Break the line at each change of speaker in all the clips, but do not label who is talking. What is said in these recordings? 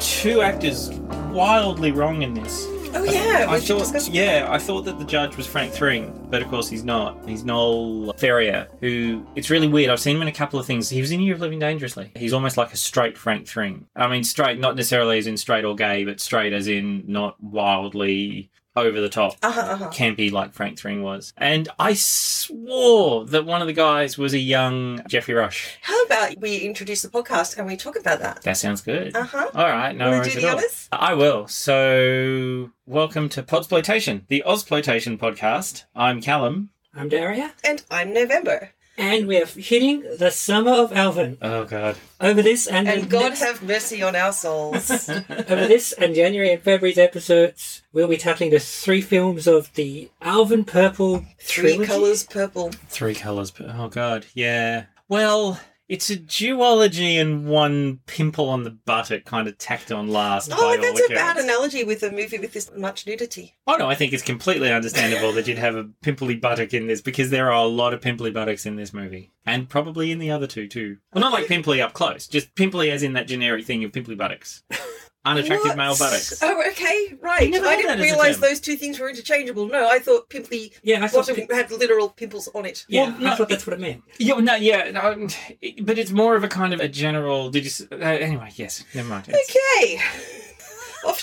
two actors wildly wrong in this.
Oh yeah,
I
we should
thought,
discuss.
yeah, I thought that the judge was Frank Thring, but of course he's not. He's Noel Ferrier, who it's really weird. I've seen him in a couple of things. He was in Year of Living Dangerously. He's almost like a straight Frank Thring. I mean, straight, not necessarily as in straight or gay, but straight as in not wildly over the top
Uh-huh, uh-huh.
campy like Frank Thring was. And I swore that one of the guys was a young Jeffrey Rush.
How about we introduce the podcast and we talk about that?
That sounds good.
Uh huh.
All right, no
Wanna
worries
do
at
the
all.
honors?
I will. So, welcome to Podsploitation, the Ozploitation podcast. I'm Callum.
I'm Daria,
And I'm November.
um, and we're hitting the summer of Alvin.
Oh God.
Over this and, the
And God
next-
have mercy on our souls.
over this and January and February's episodes, we'll be tackling the three films of the Alvin Purple
Three
trilogy.
colours purple.
Three colors. Oh God. Yeah. Well. It's a duology and one pimple on the butt it kind of tacked on last. by
Oh,
all
that's a
accounts.
bad analogy with a movie with this much nudity.
Oh no, I think it's completely understandable that you'd have a pimply buttock in this because there are a lot of pimply buttocks in this movie, and probably in the other two too. Well, not like pimply up close, just pimply as in that generic thing of pimply buttocks, unattractive
What?
male buttocks.
Oh, okay, right.
never
I
had that as
didn't
a
realise
term.
those two things were interchangeable. No, I thought pimply
Yeah, I thought.
bottom had literal pimples on it.
yeah,
Well, no,
I thought that's what it meant.
Yeah, well, no, yeah, no, it- but it's more of a kind of a general. Did you? s- Uh, anyway, yes, never mind. It's-
Okay. Off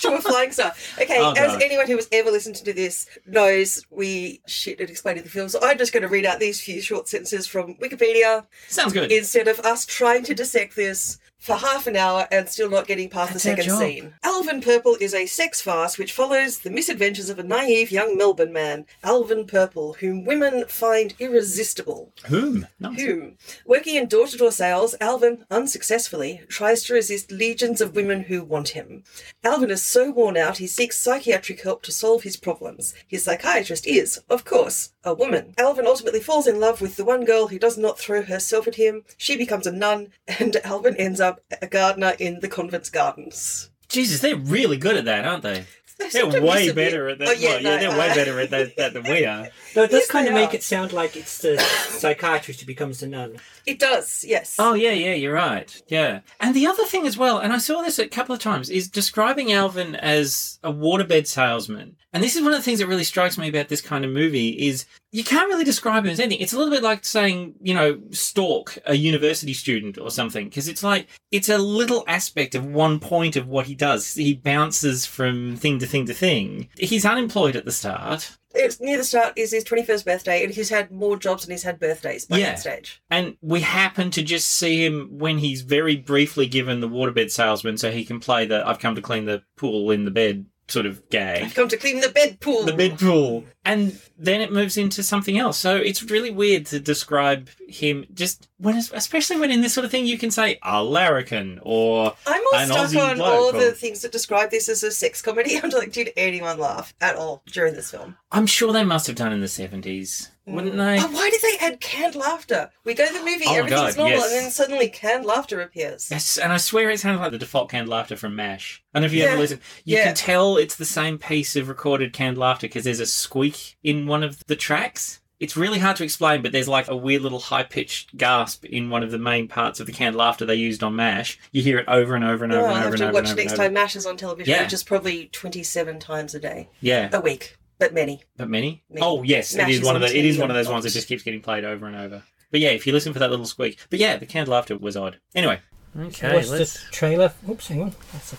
to a flying start. Okay,
Oh,
as
God.
anyone who has ever listened to this knows, we shit at explaining the film. So I'm just going to read out these few short sentences from Wikipedia
Sounds good.
instead of us trying to dissect this for half an hour and still not getting past
That's
the
our
second
job.
scene. Alvin Purple is a sex farce which follows the misadventures of a naive young Melbourne man, Alvin Purple, whom women find irresistible.
Whom? Nice.
Whom? Working in door to door sales, Alvin, unsuccessfully, tries to resist legions of women who want him. Alvin is so worn out, he seeks psychiatric help to solve his problems. His psychiatrist is, of course, a woman. Alvin ultimately falls in love with the one girl who does not throw herself at him. She becomes a nun, and Alvin ends up a gardener in the convent's gardens.
Jesus, they're really good at that, aren't they? They're
Sometimes
way
you-
better at that.
Oh, yeah,
well, yeah,
no,
they're
I-
way better at that, that than we are.
Though it does
Yes,
kind of
they
make
are.
it sound like it's the psychiatrist who becomes the nun.
It does, yes.
Oh yeah, yeah, you're right. Yeah. And the other thing as well, and I saw this a couple of times, is describing Alvin as a waterbed salesman. And this is one of the things that really strikes me about this kind of movie is you can't really describe him as anything. It's a little bit like saying, you know, stalk a university student or something, because it's like it's a little aspect of one point of what he does. He bounces from thing to thing to thing. He's unemployed at the start.
It's near the start is his 21st birthday, and he's had more jobs than he's had birthdays by
Yeah.
that stage.
And we happen to just see him when he's very briefly given the waterbed salesman so he can play the I've come to clean the pool in the bed sort of gag.
I've come to clean the bed pool.
The bed pool. And then it moves into something else. So it's really weird to describe him just when, especially when in this sort of thing you can say a larrikin or
I'm all
An
stuck
Aussie
on
bloke,
all the
probably.
things that describe this as a sex comedy. I'm like, did anyone laugh at all during this film?
I'm sure they must have done in the 70s, wouldn't they?
Oh, why did they add canned laughter? We go to the movie,
Oh my
everything's
God,
normal,
yes.
and then suddenly canned laughter appears.
Yes, and I swear it sounded like the default canned laughter from MASH. I don't know if you
Yeah.
ever listen. You
Yeah.
can tell it's the same piece of recorded canned laughter because there's a squeak in one of the tracks. It's really hard to explain, but there's like a weird little high pitched gasp in one of the main parts of the canned laughter they used on MASH. You hear it over and over and
Oh,
over
I'll
and
have
over and
to
over.
watch
and over
next
and
time
over.
Mash is on television,
Yeah.
which is probably 27 times a day,
Yeah,
a week, but many.
but many.
Many.
Oh yes,
MASH
it is
is
one of
on
the, It is
TV
one of
a
those ones
lot.
that just keeps getting played over and over. But yeah, if you listen for that little squeak. But yeah, the canned laughter was odd. Anyway. Okay,
Watch the trailer. Oops, hang on. That's a...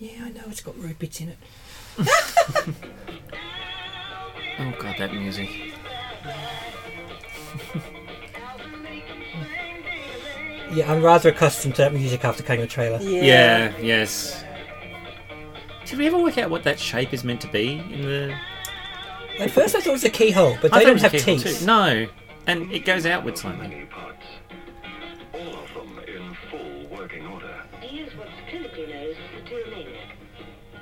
Yeah, I know it's got rude bits in it.
Oh god, that music.
Yeah, I'm rather accustomed to that music after cutting the trailer.
Yeah, yes. Did we ever work out what that shape is meant to be in the
At first, I thought it was a keyhole, but
I thought
they
it
don't
was
have
a keyhole
teeth.
too. No. And it goes outward slightly.
Many parts, all of them in full working order.
He is what's clinically known as a pteromaniac.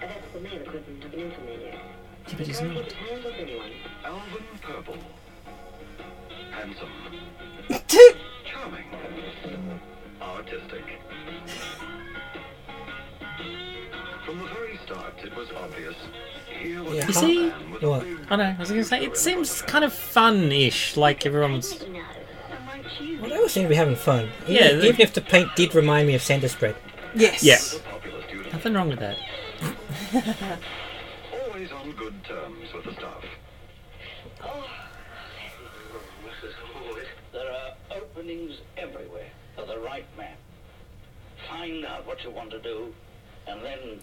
Uh, That's the male equivalent of an infomaniac.
Yeah, but he's
Currently
not.
hands off anyone.
Alvin Purple. Handsome. Charming. Artistic. From the very start, it was obvious. Here was
Yeah.
a
Is
he-
man with
What?
a big
I know, I was gonna say it seems kind of fun ish, like everyone's
No, and aren't you?
Well, they all seem to be having fun. E- Even,
Yeah, they-
even if the paint did remind me of Santa Spread.
Yes.
Yeah.
populist uniform.
Nothing wrong with that.
Always on good terms with the staff.
Oh,
Mrs. Howard, there are openings everywhere for the right man. Find out what you want to do and then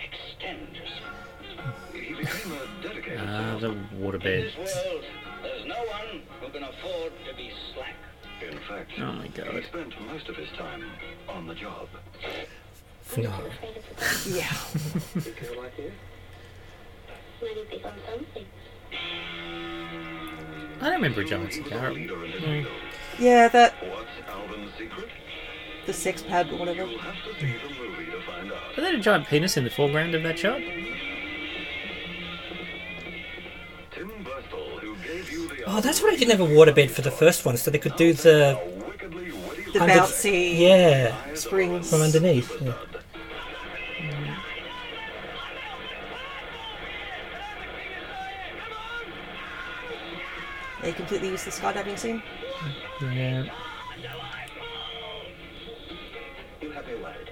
extend yourself.
He became a dedicated
Ah,
Uh,
the
In
waterbed.
this world, there's no one who can afford to be slack.
In fact,
Oh my
he
god.
spent most of his time on the job.
No.
Yeah.
Maybe pick on something.
I don't remember
He
Johnson
was a
Carroll.
leader in his
Mm.
field.
Yeah, that
What's Alvin's secret?
the sex pad or whatever.
You'll have to see the movie to find out.
But they had a giant penis in the foreground of that shot.
Tim Burstall, who gave you the
Oh, that's why they didn't have a waterbed for the first one, so they could do the
a wickedly witty
The
Under-
bouncy
yeah
springs.
from underneath. Yeah.
They completely used the skydiving scene.
Yeah.
You have your word.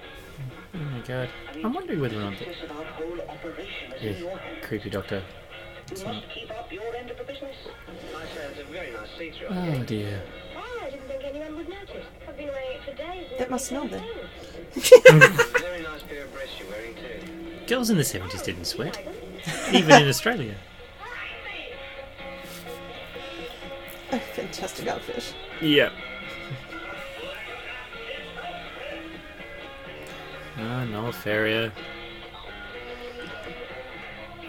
Oh my god. I'm wondering whether or not the
This about whole operation is in your
yeah,
hands.
creepy doctor.
You must keep up your end of the business. Nice hands and very nice see-through.
Oh dear.
Oh, I didn't think anyone would notice. I've been wearing it for days. and
That must smell
nobody's
then.
noticed.
Oh.
very nice pair of breasts you're wearing too.
Girls in the 70s didn't sweat, even in Australia.
Oh, fantastic outfit.
Yeah. Ah, Noel Ferrier.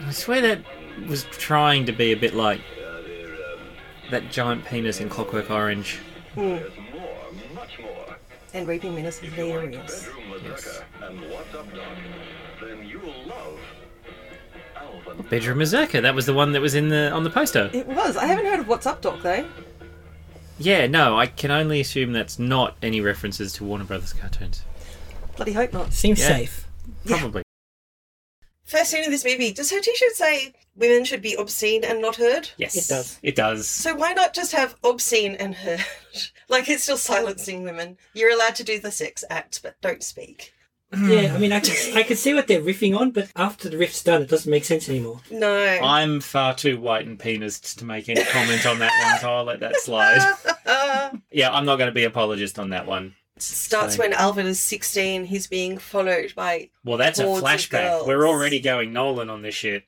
I swear that was trying to be a bit like that giant penis in Clockwork Orange.
There's more, much more.
And raping men is
If you like
hilarious.
bedroom mazurka and what's up, Doc, then you'll love Alvin.
Bedroom Mazurka, that was the one that was in the on the poster.
It was. I haven't heard of What's Up Doc though.
Yeah, no, I can only assume that's not any references to Warner Brothers cartoons.
Bloody hope not.
Seems
Yeah.
safe.
Probably.
First scene of this movie. Does her T-shirt say women should be obscene and not heard?
Yes.
It does.
It does.
So why not just have obscene and heard? like it's still silencing women. You're allowed to do the sex act, but don't speak.
Hmm.
Yeah, I mean, I can, I can see what they're riffing on, but after the riff's done, it doesn't make sense anymore.
No.
I'm far too white and penis to make any comment on that one, so I'll let that slide.
Ah.
Yeah, I'm not going to be apologist on that one.
starts
So-
when Alvin is 16. He's being followed by.
Well, that's a
Hordes of
flashback.
girls.
We're already going Nolan on this shit.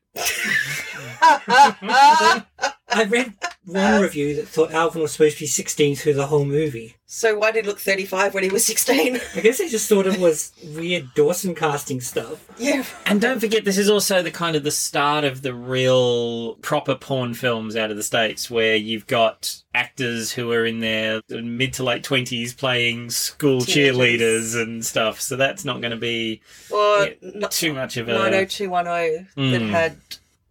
I read one review that thought Alvin was supposed to be 16 through the whole movie.
so why did he look 35 when he was 16?
I guess they just thought it was weird Dawson casting stuff.
yeah.
And don't forget, this is also the kind of the start of the real proper porn films out of the states, where you've got actors who are in their mid to late twenties playing school
Teenagers.
cheerleaders and stuff. So that's not going to be
Or
Yeah,
not
too much of a.
90210 that
Mm.
had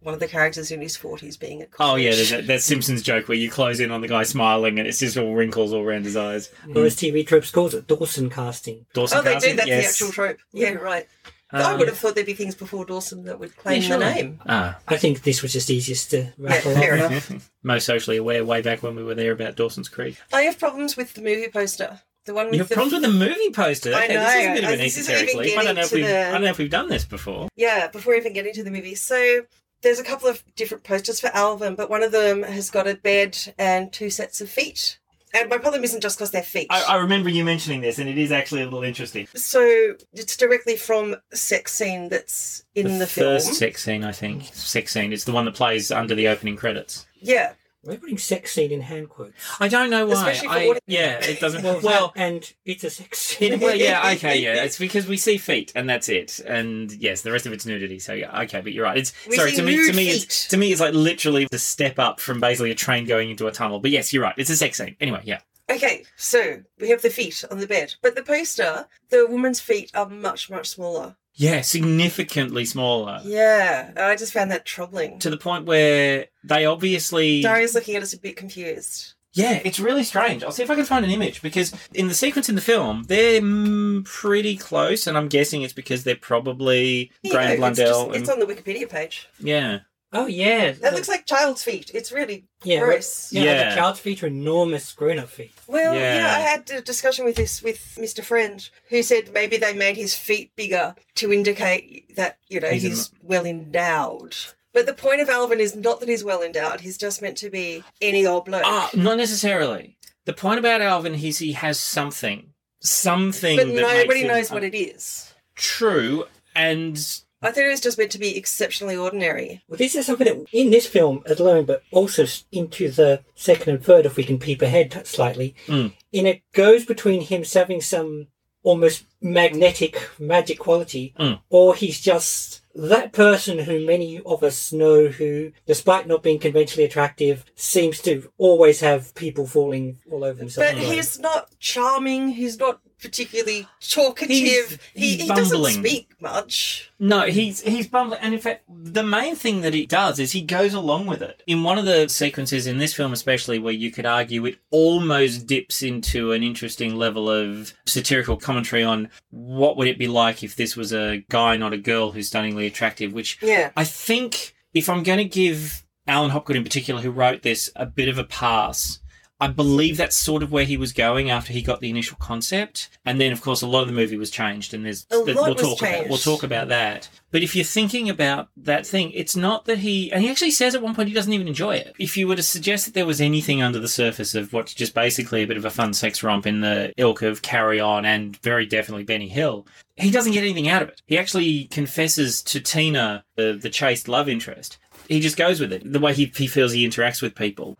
one of the characters in his 40s being at
Oh
college.
yeah, there's that, that Simpsons joke where you close in on the guy smiling and it's just all wrinkles all around his eyes.
Or as TV Tropes calls it, Dawson casting.
Dawson
Oh, they
Carson,
do. That's
yes.
the actual trope. Yeah, right. I
Um,
would have thought there'd be things before Dawson that would claim
yeah,
the
sure.
name.
Ah,
I think this was just easiest to rattle
fair
off.
enough.
most socially aware way back when we were there about Dawson's Creek.
I have problems with the movie poster. The one with
You have
the
problems with the movie poster.
I
Okay, this is a
know.
bit of
I-
an
this isn't
esoteric
even
leap. I don't know
getting
if
to
we've
the-
I don't know if we've done this before.
Yeah, before even getting to the movie. So there's a couple of different posters for Alvin, but one of them has got a bed and two sets of feet. And my problem isn't just because they're feet.
I, I remember you mentioning this, and it is actually a little interesting.
so it's directly from sex scene that's in the, film.
first sex scene, I think, sex scene. It's the one that plays under the opening credits.
Yeah.
We're putting sex scene in hand quotes.
I don't know why.
Especially for
I-
audio-
yeah, it doesn't.
Well,
well,
and it's a sex scene.
well, yeah, okay, yeah. It's because we see feet, and that's it. And yes, the rest of it's nudity. So yeah, okay, but you're right. It's
We
sorry
see
to me. To
nude
me,
feet.
it's, to me, it's like literally the step up from basically a train going into a tunnel. But yes, you're right. It's a sex scene. Anyway, yeah.
Okay, so we have the feet on the bed. But the poster, the woman's feet are much, much smaller.
Yeah, significantly smaller.
Yeah. I just found that troubling.
To the point where they obviously
Daria's looking at us a bit confused.
Yeah, it's really strange. I'll see if I can find an image because in the sequence in the film, they're mm, pretty close, and I'm guessing it's because they're probably
You
Graham
know, it's,
Blundell.
just- it's
and,
on the Wikipedia page.
yeah,
Oh yeah,
That looks like child's feet. It's really
yeah,
gross.
Yeah, like
Yeah.
the child's feet are enormous grown-up feet.
Well, yeah.
Yeah.
I had a discussion with this with Mr. Friend, who said maybe they made his feet bigger to indicate that, you know, he's,
He's en-
well endowed. But the point of Alvin is not that he's well endowed, he's just meant to be any old bloke.
Ah, not necessarily. The point about Alvin is he has something, something.
but
that makes
nobody
him-
knows what it is.
True, and
I thought it was just meant to be exceptionally ordinary.
Well, this is something that in this film alone, but also s- into the second and third, if we can peep ahead t- slightly,
Mm.
and it goes between him having some almost magnetic magic quality,
Mm.
or he's just that person who many of us know who, despite not being conventionally attractive, seems to always have people falling all over themselves.
But he's not charming, he's not particularly talkative, he,
he's
he doesn't
bumbling.
speak much.
no, he's he's bumbling. And in fact, the main thing that he does is he goes along with it. In one of the sequences in this film, especially, where you could argue it almost dips into an interesting level of satirical commentary on what would it be like if this was a guy, not a girl, who's stunningly attractive, which
Yeah.
I think if I'm going to give Alan Hopgood in particular, who wrote this, a bit of a pass, I believe that's sort of where he was going after he got the initial concept. And then, of course, a lot of the movie was changed, and there's
A
that
lot
we'll
was
talk about we'll
changed.
talk about that. But if you're thinking about that thing, it's not that he and he actually says at one point he doesn't even enjoy it. If you were to suggest that there was anything under the surface of what's just basically a bit of a fun sex romp in the ilk of Carry On and very definitely Benny Hill, he doesn't get anything out of it. He actually confesses to Tina, the, the chaste love interest. He just goes with it. The way he, he feels he interacts with people.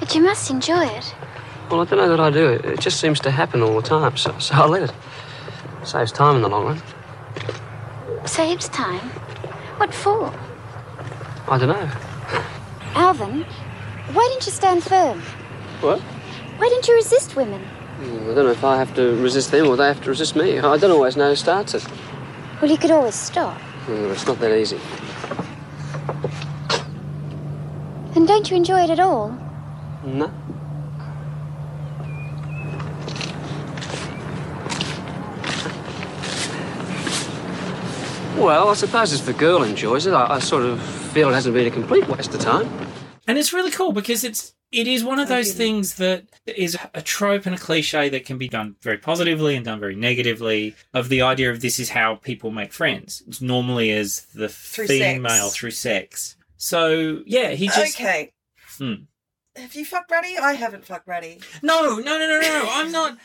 But you must enjoy it.
Well, I don't know that I do. It, it just seems to happen all the time, so, so I let it. Saves time in the long run.
Saves time. What for?
I don't know.
Alvin, why don't you stand firm?
What?
Why don't you resist women?
I don't know if I have to resist them or they have to resist me. I don't always know who starts it.
Well, you could always stop.
Mm, It's not that easy.
And don't you enjoy it at all?
No. Well, I suppose if the girl enjoys it, I, I sort of feel it hasn't been a complete waste of time.
And it's really cool because it's it is one of those things that is a trope and a cliche that can be done very positively and done very negatively of the idea of this is how people make friends. It's normally as the
Through
female
sex.
through sex. So yeah, he just
okay.
Hmm.
Have you fucked Ratty? I haven't fucked Ratty.
No, no, no, no, no. I'm not.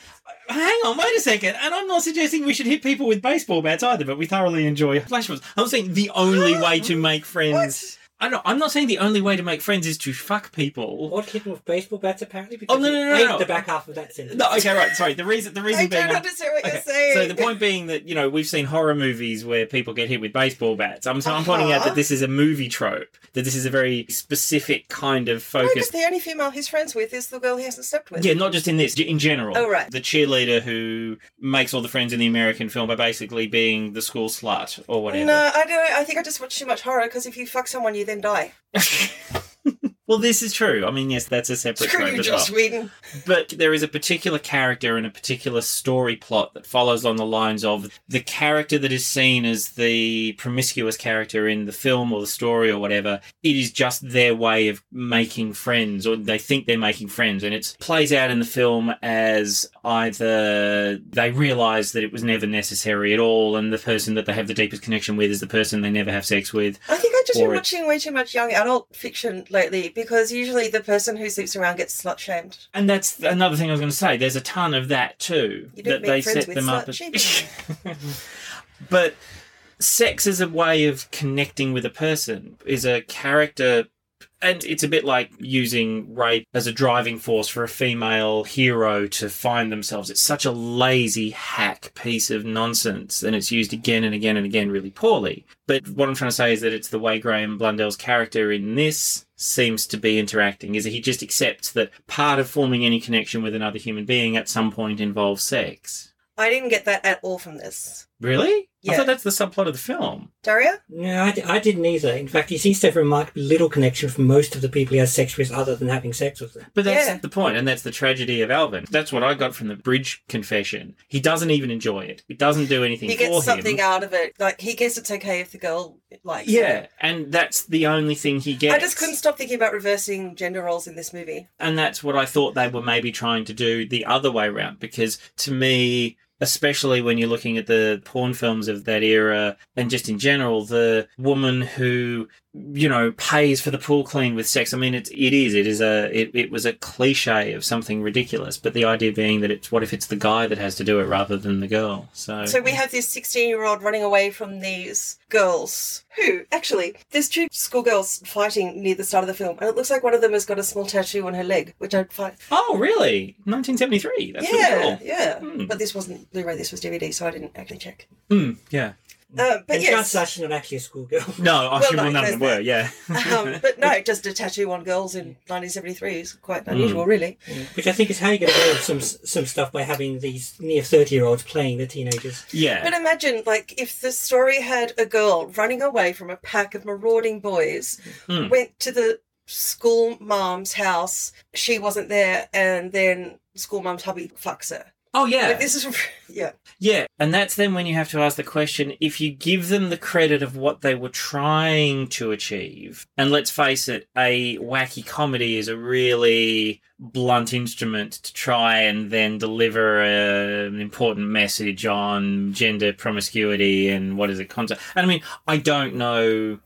Hang on, wait a second. And I'm not suggesting we should hit people with baseball bats either, but we thoroughly enjoy flash mobs. I'm saying the only way to make friends. I don't, I'm not saying the only way to make friends is to fuck people.
What hit him with baseball bats apparently? Because
Oh, no,
he
no, no,
ate
no.
the back half of that sentence.
No, okay, right. Sorry. The reason, the reason
I
being.
don't understand what
Okay,
you're saying.
So the point being that you know we've seen horror movies where people get hit with baseball bats. I'm, so I'm pointing out
Uh-huh.
that this is a movie trope. That this is a very specific kind of
No,
focus.
because the only female he's friends with is the girl he hasn't slept with.
Yeah, not just in this, in general.
Oh, right.
The cheerleader who makes all the friends in the American film by basically being the school slut or whatever.
No, I don't. I think I just watched too much horror because if you fuck someone, you then die.
Well, this is true. I mean, yes, that's a separate
Screw
trope
you,
as well.
Joss Whedon.
But there is a particular character and a particular story plot that follows on the lines of the character that is seen as the promiscuous character in the film or the story or whatever. It is just their way of making friends, or they think they're making friends. And it plays out in the film as either they realize that it was never necessary at all, and the person that they have the deepest connection with is the person they never have sex with.
I think I've just been
Or it-
watching way too much young adult fiction lately because usually the person who sleeps around gets slut shamed.
And that's another thing I was going to say. There's a ton of that too.
You
that
don't make
they
friends
set
with
them up.
slut
As... but sex is a way of connecting with a person. Is a character, and it's a bit like using rape as a driving force for a female hero to find themselves. It's such a lazy hack piece of nonsense, and it's used again and again and again really poorly. But what I'm trying to say is that it's the way Graham Blundell's character in this seems to be interacting is that he just accepts that part of forming any connection with another human being at some point involves sex.
I didn't get that at all from this.
Really? I
Yeah.
thought that's the subplot of the film.
Daria?
No, I, di- I didn't either. In fact, he seems to have remarkably little connection for most of the people he has sex with other than having sex with them.
But that's
Yeah.
the point, and that's the tragedy of Alvin. That's what I got from the bridge confession. He doesn't even enjoy it. It doesn't do anything
He
for
gets something
him.
out of it. Like, he guess it's okay if the girl likes it.
Yeah, and that's the only thing he gets.
I just couldn't stop thinking about reversing gender roles in this movie.
And that's what I thought they were maybe trying to do the other way around, because to me, especially when you're looking at the porn films of that era and just in general, the woman who, you know, pays for the pool clean with sex. I mean, it's, it is, it is a, it, it was a cliche of something ridiculous, but the idea being that it's, what if it's the guy that has to do it rather than the girl? So,
So we have this 16 year old running away from these girls who, actually, there's two schoolgirls fighting near the start of the film, and it looks like one of them has got a small tattoo on her leg, which I find.
oh, really? 1973. That's pretty
yeah,
cool.
yeah.
Hmm.
But this wasn't Blu ray, this was DVD, so I didn't actually check.
Mm, yeah.
Uh, but
and
yes.
Sasha's not actually a schoolgirl.
No, I'm
Well,
sure
no,
none of
there's
them were.
that.
Yeah.
um, but no, just a tattoo on girls in 1973 is quite
Mm.
unusual, really.
Which I think is how you get away with some some stuff by having these near thirty year olds playing the teenagers.
yeah.
But uh, imagine, like, if the story had a girl running away from a pack of marauding boys,
Hmm.
went to the school mom's house, she wasn't there, and then school mom's hubby fucks her.
oh, yeah.
Like, this is, yeah.
Yeah, and that's then when you have to ask the question if you give them the credit of what they were trying to achieve, and let's face it, a wacky comedy is a really blunt instrument to try and then deliver a, an important message on gender promiscuity and what is it, concept. And I mean, I don't know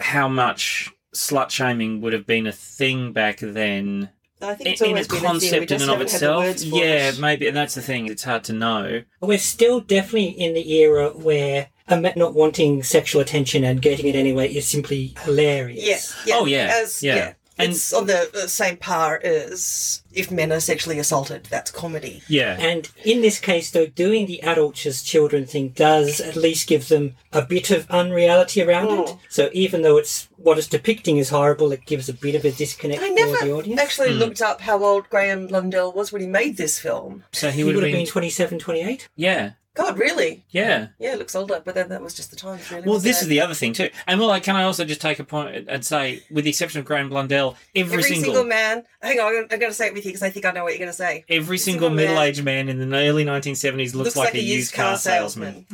how much slut shaming would have been a thing back then
I think
in,
it's
in
always
its
been a thing. We
concept in and
just
of
haven't had the
itself.
words for
Yeah,
it.
maybe, and that's the thing, it's hard to know.
We're still definitely in the era where a man not wanting sexual attention and getting it anyway is simply hilarious.
Yeah, yeah.
Oh, yeah,
As,
yeah.
yeah.
And-
it's on the uh, same par as if men are sexually assaulted. That's comedy.
Yeah.
And in this case, though, doing the adults as children thing does at least give them a bit of unreality around
Hmm.
it. So even though it's what it's depicting is horrible, it gives a bit of a disconnect
I
for the
never
audience.
actually
Hmm.
looked up how old Graham Lundell was when he made this film.
So he
he
would have been,
been 27, 28.
yeah,
God, really?
yeah.
Yeah, it looks older, but then that was just the times, really.
Well,
wasn't
this
it?
is the other thing too. And well, like, can I also just take a point and say, with the exception of Graham Blundell, every,
every
single,
single, man. Hang on, I'm gonna- I'm going to say it with you because I think I know what you're going to say.
every
single
single
man-
middle-aged man in the early 1970s looks, like, a used car, salesman.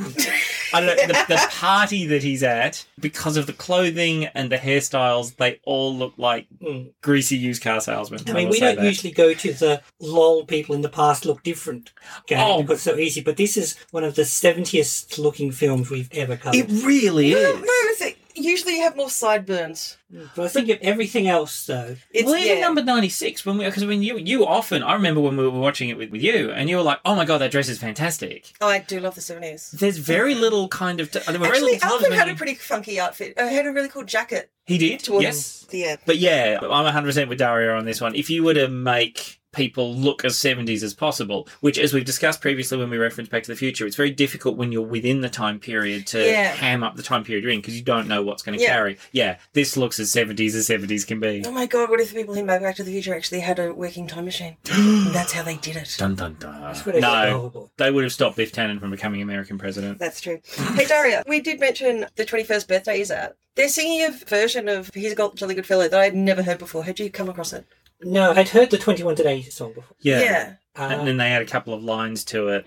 I don't know the, the party that he's at because of the clothing and the hairstyles. They all look like
Mm.
greasy used car salesmen.
I mean,
will
we
say
don't
that.
usually go to the lol people in the past look different game
Oh.
because it's so easy, but this is one of the 70st looking films we've ever covered.
It really
No,
is.
no, it's like- usually you have more sideburns.
but I think of everything else, though.
It's
well, even
yeah.
number ninety six when we because when you you often I remember when we were watching it with, with you and you were like, oh my god, that dress is fantastic.
Oh, I do love the seventies.
There's very little kind of. T- there were very
Actually,
little times
Alfred
when
had
you-
a pretty funky outfit. Uh, had a really cool jacket
He did.
towards
yes.
the end.
But yeah, I'm 100 percent with Daria on this one. If you were to make people look as 70s as possible, which as we've discussed previously when we referenced Back to the Future, it's very difficult when you're within the time period to
Yeah.
ham up the time period you're in because you don't know what's going to
Yeah.
carry. Yeah, this looks as 70s as 70s can be.
Oh my god, what if the people who made Back to the Future actually had a working time machine? And that's how they did it.
Dun dun dun.
That's what I got
No,
horrible.
they would have stopped Biff Tannen from becoming American president.
That's true. Hey Daria, we did mention the twenty first birthday is out. They're singing a version of "He's a Go- Jolly Good Fellow" that I had never heard before. Had you come across it?
No, I'd heard the 21 Today song before.
Yeah.
yeah.
Uh,
And then they add a couple of lines to it.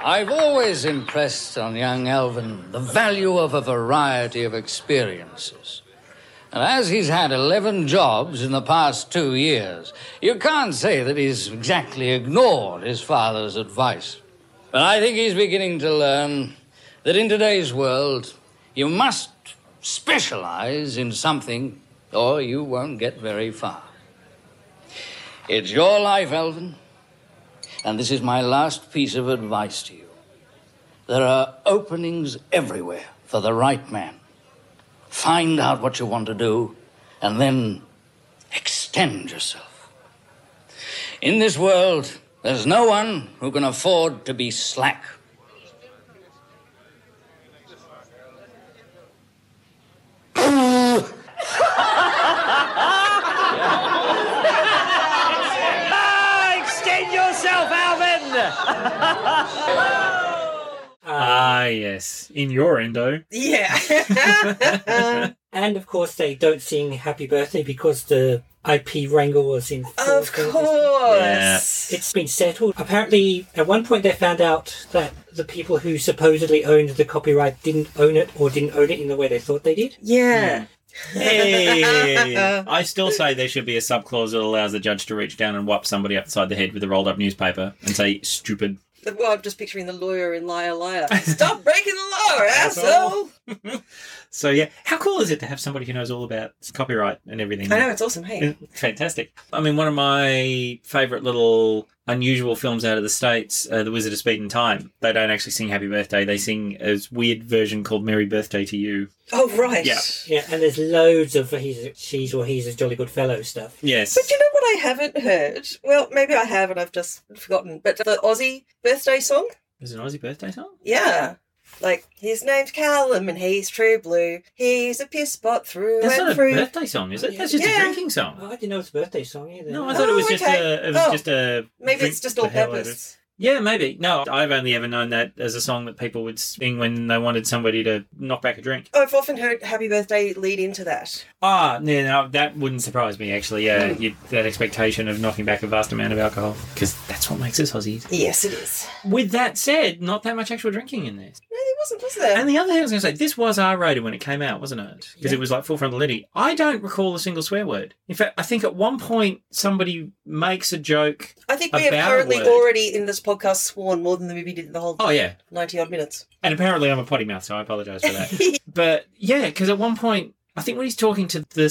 I've always impressed on young Alvin the value of a variety of experiences. And as he's had 11 jobs in the past two years, you can't say that he's exactly ignored his father's advice. But I think he's beginning to learn that in today's world, you must specialize in something or you won't get very far. It's your life, Alvin. And this is my last piece of advice to you. There are openings everywhere for the right man. Find out what you want to do and then extend yourself. In this world, there's no one who can afford to be slack.
Ah, yes. In your endo.
Yeah.
And of course, they don't sing Happy Birthday because the IP wrangle was in. full
of
force.
course.
It's been settled. Apparently, at one point, they found out that the people who supposedly owned the copyright didn't own it or didn't own it in the way they thought they did.
Yeah. Hmm.
Hey! I still say there should be a subclause that allows the judge to reach down and whop somebody upside the head with a rolled up newspaper and say, stupid.
Well, I'm just picturing the lawyer in Liar Liar. Stop breaking the law, asshole!
So, yeah, how cool is it to have somebody who knows all about copyright and everything?
I know, it's awesome, hey?
Fantastic. I mean, one of my favourite little unusual films out of the States, uh, The Wizard of Speed and Time, they don't actually sing Happy Birthday. They sing a weird version called Merry Birthday to You.
Oh, right.
Yeah.
Yeah, and there's loads of he's a, she's or he's a jolly good fellow stuff.
Yes.
But you know what I haven't heard? Well, maybe I have and I've just forgotten. But the Aussie birthday song?
Is it an Aussie birthday song?
Yeah. Like, his name's Callum and he's true blue. He's a piss pot through
That's
and
not a
through.
birthday song, is it? That's just
Yeah.
a drinking song.
Oh, I didn't know it's a birthday song either.
No, I thought it
Oh,
was just
okay.
a. It was
Oh.
just a.
Maybe
drink
it's just
the
all
hell out of it.
purpose.
Yeah, maybe. No, I've only ever known that as a song that people would sing when they wanted somebody to knock back a drink.
Oh, I've often heard Happy Birthday lead into that.
Ah, no, no that wouldn't surprise me actually. Yeah,
Hmm.
you, that expectation of knocking back a vast amount of alcohol because that's what makes us Aussies.
Yes, it is.
With that said, not that much actual drinking in this.
No, it wasn't, was there?
And the other thing I was going to say, this was R rated when it came out, wasn't it? Because it was like full frontal nudity. I don't recall a single swear word. In fact, I think at one point somebody makes a joke.
I think we have
about a
currently
word.
already in this podcast sworn more than the movie did in the whole
Oh yeah,
90 odd minutes.
And apparently I'm a potty mouth, so I apologise for that. but yeah, because at one point, I think when he's talking to the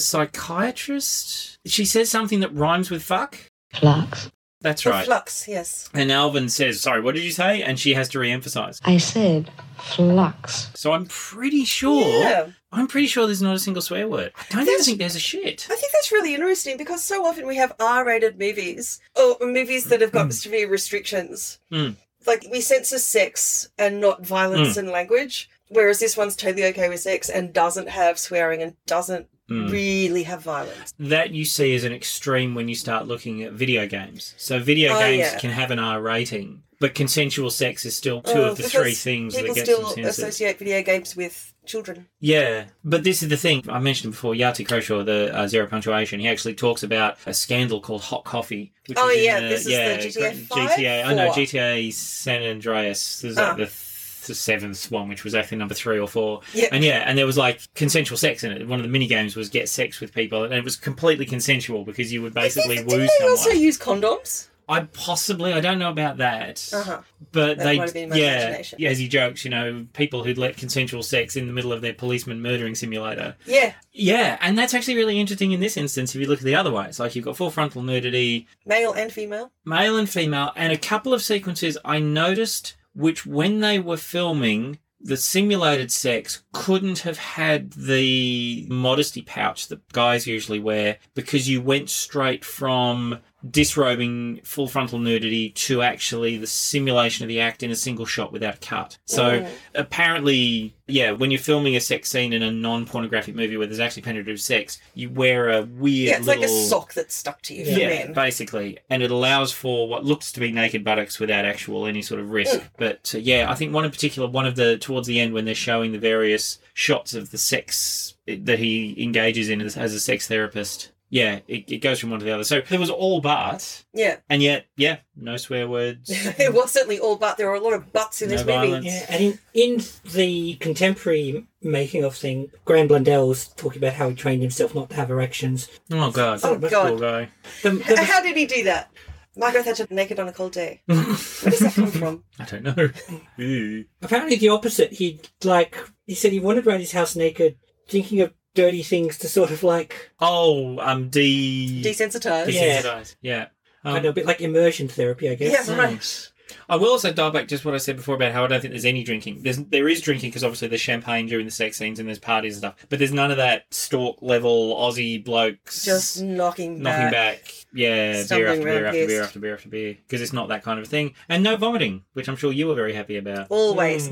psychiatrist, she says something that rhymes with fuck.
Clarks,
That's
The
right.
Flux, yes.
and Alvin says, sorry, what did you say? And she has to re emphasise.
I said flux.
So I'm pretty sure,
Yeah.
I'm pretty sure there's not a single swear word. I don't even
That's-
think there's a shit.
I think that's really interesting because so often we have R rated movies or movies that have got severe restrictions.
Mm.
Like we censor sex and not violence and language, whereas this one's totally okay with sex and doesn't have swearing and doesn't
Mm.
really have violence.
That you see as an extreme when you start looking at video games. So video
Oh,
games
yeah.
can have an R rating, but consensual sex is still two
Oh,
of the
because
three things that
People
gets them
still
censored.
associate video games with children.
Yeah, but this is the thing I mentioned before. Yati Kershaw, the uh, zero punctuation, he actually talks about a scandal called hot coffee. Which
Oh,
is in
yeah,
the,
this is the
yeah,
GTA
Gr-
five,
GTA. I know
four.
GTA San Andreas is
Ah.
like the, th- the seventh one, which was actually number three or four.
Yeah.
And yeah, and there was like consensual sex in it. One of the mini games was get sex with people, and it was completely consensual because you would basically
Didn't
woo
they
someone.
also use condoms?
I possibly I don't know about that.
Uh-huh.
But
That
they
might have been my
yeah,
imagination.
yeah, as he jokes, you know, people who'd let consensual sex in the middle of their policeman murdering simulator.
Yeah.
Yeah, and that's actually really interesting in this instance if you look at the other way. It's like you've got full frontal nudity,
Male and female.
male and female, and a couple of sequences I noticed which when they were filming the simulated sex couldn't have had the modesty pouch that guys usually wear because you went straight from disrobing full frontal nudity to actually the simulation of the act in a single shot without a cut. So apparently, yeah, when you're filming a sex scene in a non-pornographic movie where there's actually penetrative sex, you wear a weird
Yeah, it's
little
like a sock that's stuck to you for
yeah,
men.
basically, and it allows for what looks to be naked buttocks without actual any sort of risk. But uh, yeah, I think one in particular, one of the towards the end when they're showing the various shots of the sex that he engages in as, as a sex therapist. Yeah, it, it goes from one to the other. So there was all but,
Yeah.
and yet, yeah, no swear words.
it was certainly all but. There were a lot of buts in
No
this
violence.
movie.
Yeah, and in, in the contemporary making of thing, Graham Blundell's talking about how he trained himself not to have erections.
oh god,
Oh,
That's
God.
cool guy.
The,
H-
the,
How did he do that? Margaret Thatcher naked on a cold day. Where does that come from?
I don't know. Ew.
apparently, the opposite. He like he said he wandered around his house naked, thinking of dirty things to sort of like
oh, um, D.
Desensitized.
Yeah.
desensitized. Yeah.
I
Um,
don't know, a bit like immersion therapy, I guess.
Yeah, right.
I will also dial back just what I said before about how I don't think there's any drinking. There's there is drinking because obviously there's champagne during the sex scenes and there's parties and stuff, but there's none of that stalk level Aussie blokes
Just knocking back.
knocking back. Yeah, beer
stumbling
after beer
around
after, beer
pissed.
after beer after beer because it's not that kind of thing, and no vomiting, which I'm sure you were very happy about. Mm.
Always,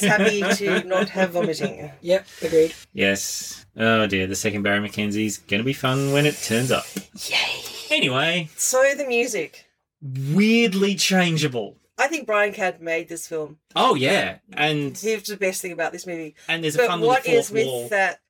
happy to not have vomiting.
Mm. Yep, agreed.
Yes. Oh dear, the second Barry McKenzie's gonna be fun when it turns up. Yay! Anyway,
So the music.
weirdly changeable.
I think Brian Cad made this film.
Oh yeah, and
He was the best thing about this movie.
and there's a
but
fun
what
little
is
fourth
with
wall.
that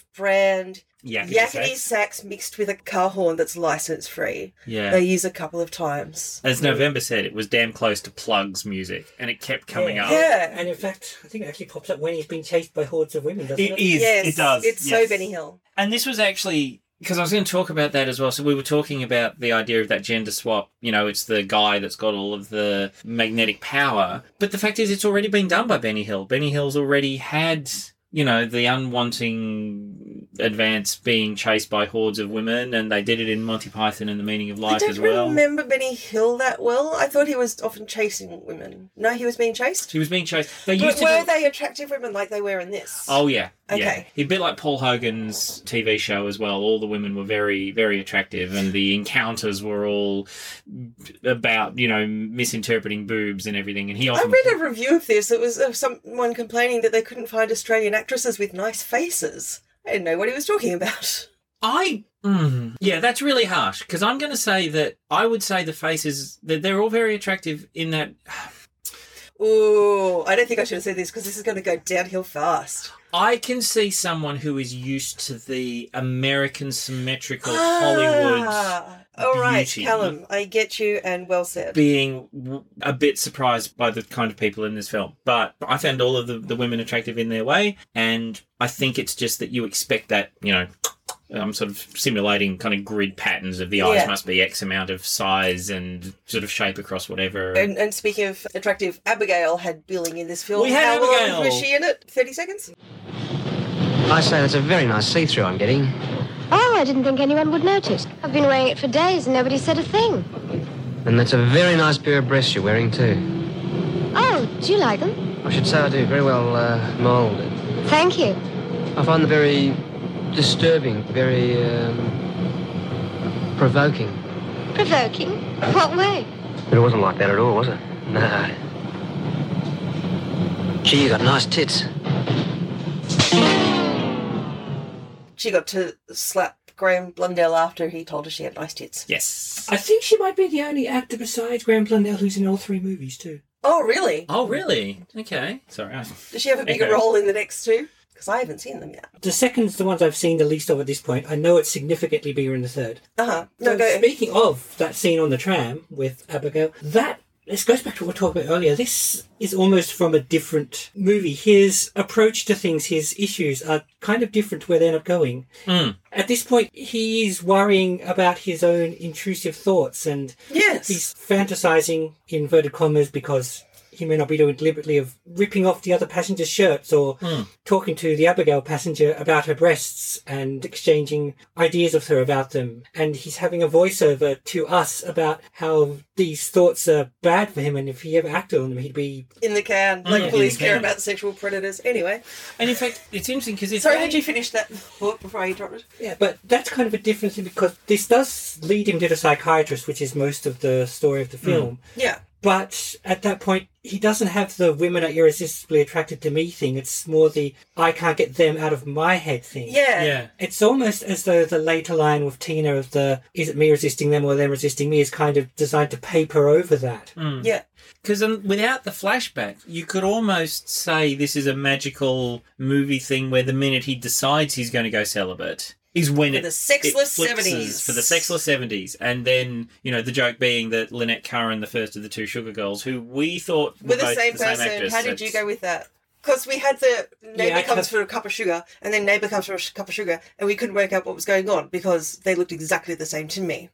off-brand
Yakety
yakety
sax.
sax mixed with a car horn that's license-free?
Yeah.
They use a couple of times.
As November said, it was damn close to Plug's music, and it kept coming
Yeah.
up.
Yeah.
And in fact, I think it actually pops up when he's being chased by hordes of women, doesn't it?
It is.
yes,
it does.
It's
yes.
so Benny Hill.
And this was actually because I was going to talk about that as well. So we were talking about the idea of that gender swap. You know, it's the guy that's got all of the magnetic power. But the fact is, it's already been done by Benny Hill. Benny Hill's already had. You know, the unwanting advance being chased by hordes of women, and they did it in Monty Python and the Meaning of
I
Life
don't
as well.
remember Benny Hill that well. I thought he was often chasing women. No, he was being chased.
She was being chased. They used
But
to
were
do-
they attractive women like they were in this?
Oh yeah. Yeah.
Okay.
A bit like Paul Hogan's TV show as well. All the women were very, very attractive, and the encounters were all about you know misinterpreting boobs and everything. And he
I
often
read a review of this. It was of someone complaining that they couldn't find Australian actresses with nice faces. I didn't know what he was talking about.
I mm, yeah, that's really harsh because I'm going to say that I would say the faces that they're all very attractive in that
Ooh, I don't think I should have said this because this is going to go downhill fast.
I can see someone who is used to the American symmetrical Hollywood
Ah, all right,
beauty.
Callum, I get you, and well said.
being w- a bit surprised by the kind of people in this film. But I found all of the, the women attractive in their way, and I think it's just that you expect that, you know. I'm sort of simulating kind of grid patterns of the eyes
Yeah.
must be X amount of size and sort of shape across whatever.
And, and speaking of attractive, Abigail had billing in this film.
We had
How
Abigail.
long was she in it? Thirty seconds.
I say that's a very nice see-through I'm getting.
Oh, I didn't think anyone would notice. I've been wearing it for days and nobody said a thing.
And that's a very nice pair of breasts you're wearing, too.
Oh, do you like them?
I should say I do. Very well uh, moulded.
Thank you.
I find them very disturbing, very um, provoking.
Provoking? What way?
But it wasn't like that at all, was it? No. Gee, you got nice tits.
She got to slap Graham Blundell after he told her she had nice tits.
yes.
I think she might be the only actor besides Graham Blundell who's in all three movies too.
Oh, really?
Oh, really? Okay. Sorry. I-
Does she have a bigger
Okay.
role in the next two? Because I haven't seen them yet.
The second's the ones I've seen the least of at this point. I know it's significantly bigger in the third.
Uh huh. No,
So
go.
Speaking of that scene on the tram with Abigail, that this goes back to what we talked about earlier. This is almost from a different movie. His approach to things, his issues are kind of different to where they end up going. At this point, he is worrying about his own intrusive thoughts and
Yes.
he's fantasizing inverted commas because he may not be doing it deliberately of ripping off the other passenger's shirts or talking to the Abigail passenger about her breasts and exchanging ideas with her about them. And he's having a voiceover to us about how these thoughts are bad for him and if he ever acted on them, he'd be.
in the can, like
in
police
the can.
care about sexual predators. Anyway,
And in fact, it's interesting because it's
sorry, had you finished that thought before I interrupted?
Yeah, but that's kind of a difference because this does lead him to the psychiatrist, which is most of the story of the film.
Yeah.
But at that point, he doesn't have the women are irresistibly attracted to me thing. It's more the I can't get them out of my head thing.
Yeah.
yeah.
It's almost as though the later line with Tina of the is it me resisting them or them resisting me is kind of designed to paper over that.
Mm.
Yeah.
Because um, without the flashback, you could almost say this is a magical movie thing where the minute he decides he's going to go celibate is when
For
it
the sexless
it flipses
70s.
for the sexless seventies, and then you know the joke being that Lynette Curran, the first of the two Sugar Girls, who we thought were,
We're the
both
same
the
person.
same actress.
How did you
that's-
go with that? Because we had the neighbor
Yeah, I
comes
can't-
for a cup of sugar, and then neighbor comes for a sh- cup of sugar, and we couldn't work out what was going on because they looked exactly the same to me.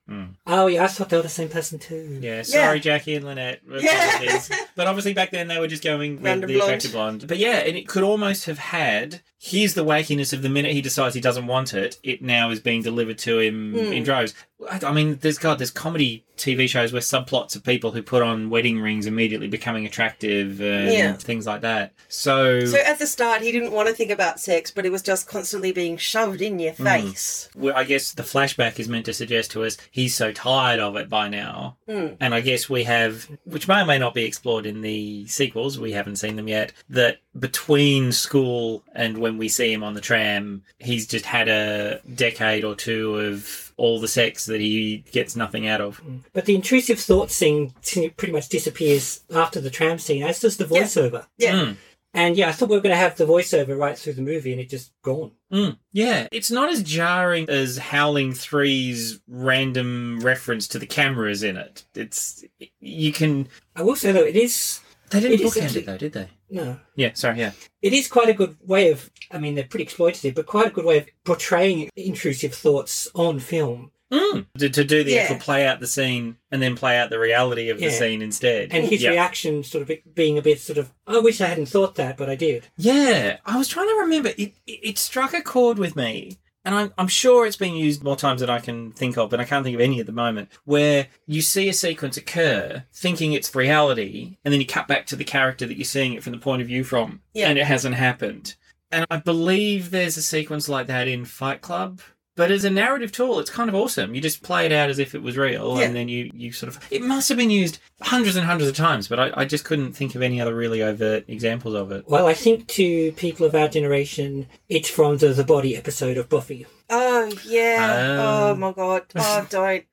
Oh yeah, I thought they were the same person too.
Yeah, sorry,
Yeah.
Jackie and Lynette.
Yeah.
Apologies. but obviously back then they were just going with
Random
the
blonde.
attractive blonde. But yeah, and it could almost have had here's the wackiness of the minute he decides he doesn't want it, it now is being delivered to him
Hmm.
in droves. I, I mean, there's God, there's comedy TV shows where subplots of people who put on wedding rings immediately becoming attractive and
Yeah.
things like that. So,
So at the start, he didn't want to think about sex, but it was just constantly being shoved in
Mm.
your face.
well, I guess the flashback is meant to suggest to us he's so tired of it by now.
Hmm.
And I guess we have, which may or may not be explored in the sequels, we haven't seen them yet, that between school and when we see him on the tram, he's just had a decade or two of all the sex that he gets nothing out of.
But the intrusive thoughts scene t- pretty much disappears after the tram scene, as does the voiceover.
Yeah.
Mm. Hmm.
And yeah, I thought we were going to have the voiceover right through the movie, and it just gone.
Mm, yeah, it's not as jarring as Howling 3's random reference to the cameras in it. It's you can
I will say though, it is
they didn't
It is
bookend
actually-
it though, did they?
no,
Yeah, sorry, yeah.
it is quite a good way of. I mean, they're pretty exploitative, but quite a good way of portraying intrusive thoughts on film.
Mm. To, to do the
Yeah.
actual play out the scene and then play out the reality of the
Yeah.
scene instead.
And his
yeah.
reaction, sort of being a bit sort of, I wish I hadn't thought that, but I did.
Yeah, I was trying to remember. It, it, it struck a chord with me. And I'm, I'm sure it's been used more times than I can think of, but I can't think of any at the moment, where you see a sequence occur thinking it's reality, and then you cut back to the character that you're seeing it from the point of view from,
Yeah.
and it hasn't happened. And I believe there's a sequence like that in Fight Club. But as a narrative tool, it's kind of awesome. You just play it out as if it was real,
Yeah.
and then you, you sort of. It must have been used hundreds and hundreds of times, but I, I just couldn't think of any other really overt examples of it.
Well, I think to people of our generation, it's from the The Body episode of Buffy.
Oh yeah.
Oh.
Oh my god. Oh don't.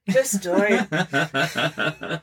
Just don't.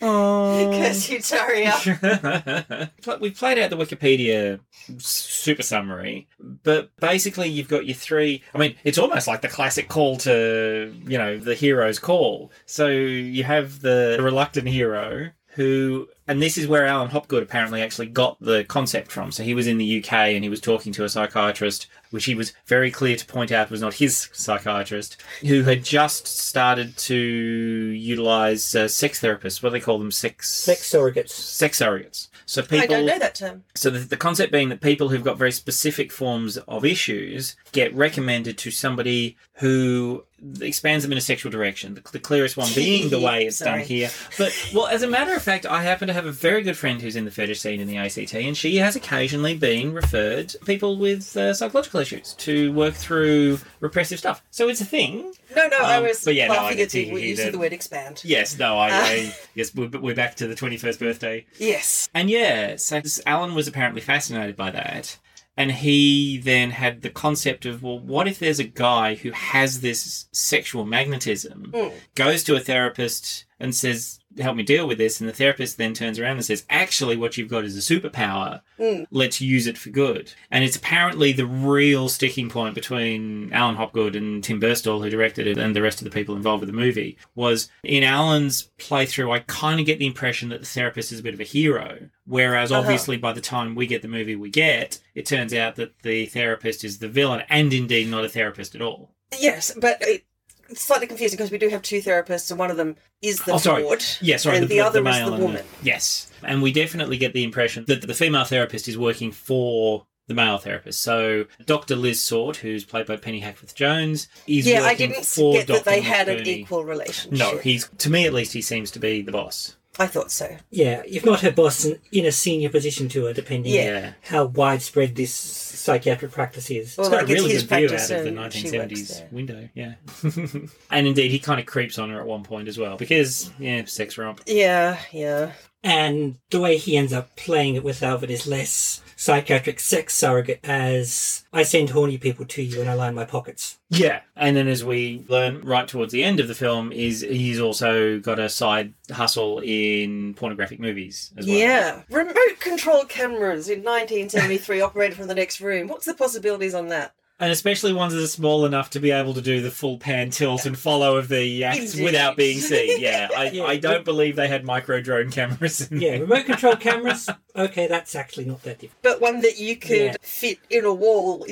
Curse you, Daria.
Pl- We've played out the Wikipedia s- super summary, but basically you've got your three. I mean, it's almost like the classic call to, you know, the hero's call. So you have the reluctant hero who, and this is where Alan Hopgood apparently actually got the concept from. So he was in the UK and he was talking to a psychiatrist, which he was very clear to point out was not his psychiatrist, who had just started to utilize uh, sex therapists. What do they call them? Sex.
Sex surrogates.
Sex surrogates. So people.
I don't know that term.
So the, the concept being that people who've got very specific forms of issues get recommended to somebody who expands them in a sexual direction. The, the clearest one being the way it's done
Sorry.
here. But well, as a matter of fact, I happen to have a very good friend who's in the fetish scene in the ACT, and she has occasionally been referred people with uh, psychological issues to work through repressive stuff. So it's a thing.
No, no, I
Um,
was
but yeah, no, I
laughing
did
at you
think
when
he
you said
did.
the word expand.
Yes. No. I. I yes. We're, we're back to the twenty-first birthday.
Yes.
And yeah, so s- Alan was apparently fascinated by that. And he then had the concept of, well, what if there's a guy who has this sexual magnetism, goes to a therapist and says, help me deal with this. And the therapist then turns around and says, actually, what you've got is a superpower. Let's use it for good. And it's apparently the real sticking point between Alan Hopgood and Tim Burstall, who directed it, and the rest of the people involved with the movie, was in Alan's playthrough, I kind of get the impression that the therapist is a bit of a hero. Whereas obviously by the time we get the movie we get, it turns out that the therapist is the villain and indeed not a therapist at all.
Yes, but it, it's slightly confusing because we do have two therapists, and one of them is the
oh, sorry.
ward,
Yeah, sorry.
and the, other is
male
the
and
woman.
yes, and we definitely get the impression that the female therapist is working for the male therapist. So Dr. Liz Sort, who's played by Penny Hackforth Jones, is
Yeah, I
working
didn't
for
get that
Dr.
they had an
McBurney.
equal relationship.
No, he's to me at least he seems to be the boss.
I thought so.
Yeah, if not her boss, in- in a senior position to her, depending
Yeah.
Yeah.
how widespread this psychiatric practice is.
Well,
It's got
like,
a really
it's
good view
his
out of the
practice and she works
1970s
there.
window, yeah. and indeed, he kind of creeps on her at one point as well because, yeah, sex romp.
Yeah, yeah.
And the way he ends up playing it with Alvin is less psychiatric sex surrogate as I send horny people to you and I line my pockets.
Yeah, and then as we learn right towards the end of the film, is he's also got a side hustle in pornographic movies as well.
Yeah. Remote control cameras in 1973 operated from the next room. What's the possibilities on that?
and especially ones that are small enough to be able to do the full pan tilt and follow of the acts
Indeed.
without being seen. Yeah, I,
Yeah.
I don't believe they had micro drone cameras. In
Yeah,
there.
remote control cameras, okay, that's actually not that different.
But one that you could
Yeah.
fit in a wall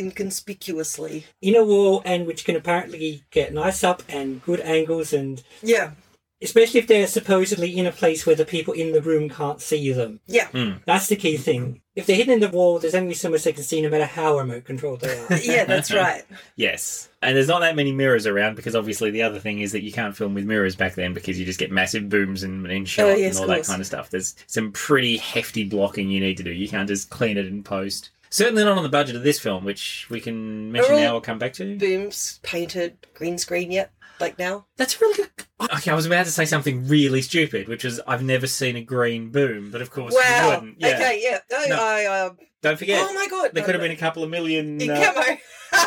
inconspicuously.
Inner wall and which can apparently get nice up and good angles and
Yeah,
especially if they're supposedly in a place where the people in the room can't see them.
yeah,
Hmm.
That's the key thing. If they're hidden in the wall, there's only so much they can see no matter how remote controlled they are.
yeah. That's right.
Yes, and there's not that many mirrors around because obviously the other thing is that you can't film with mirrors back then because you just get massive booms and in shot
Oh,
and
yes,
all
of
that
course.
kind of stuff. There's some pretty hefty blocking you need to do. You can't just clean it in post. Certainly not on the budget of this film, which we can mention
all-
now or come back to.
Booms painted green screen yet? Like now?
That's a really good. Okay, I was about to say something really stupid, which is I've never seen a green boom, but of course you
Wow.
wouldn't. Yeah.
Okay, yeah. No,
No.
I, um,
Don't forget,
Oh my god.
there
no,
could have
no.
been a couple of million.
In
uh,
camo.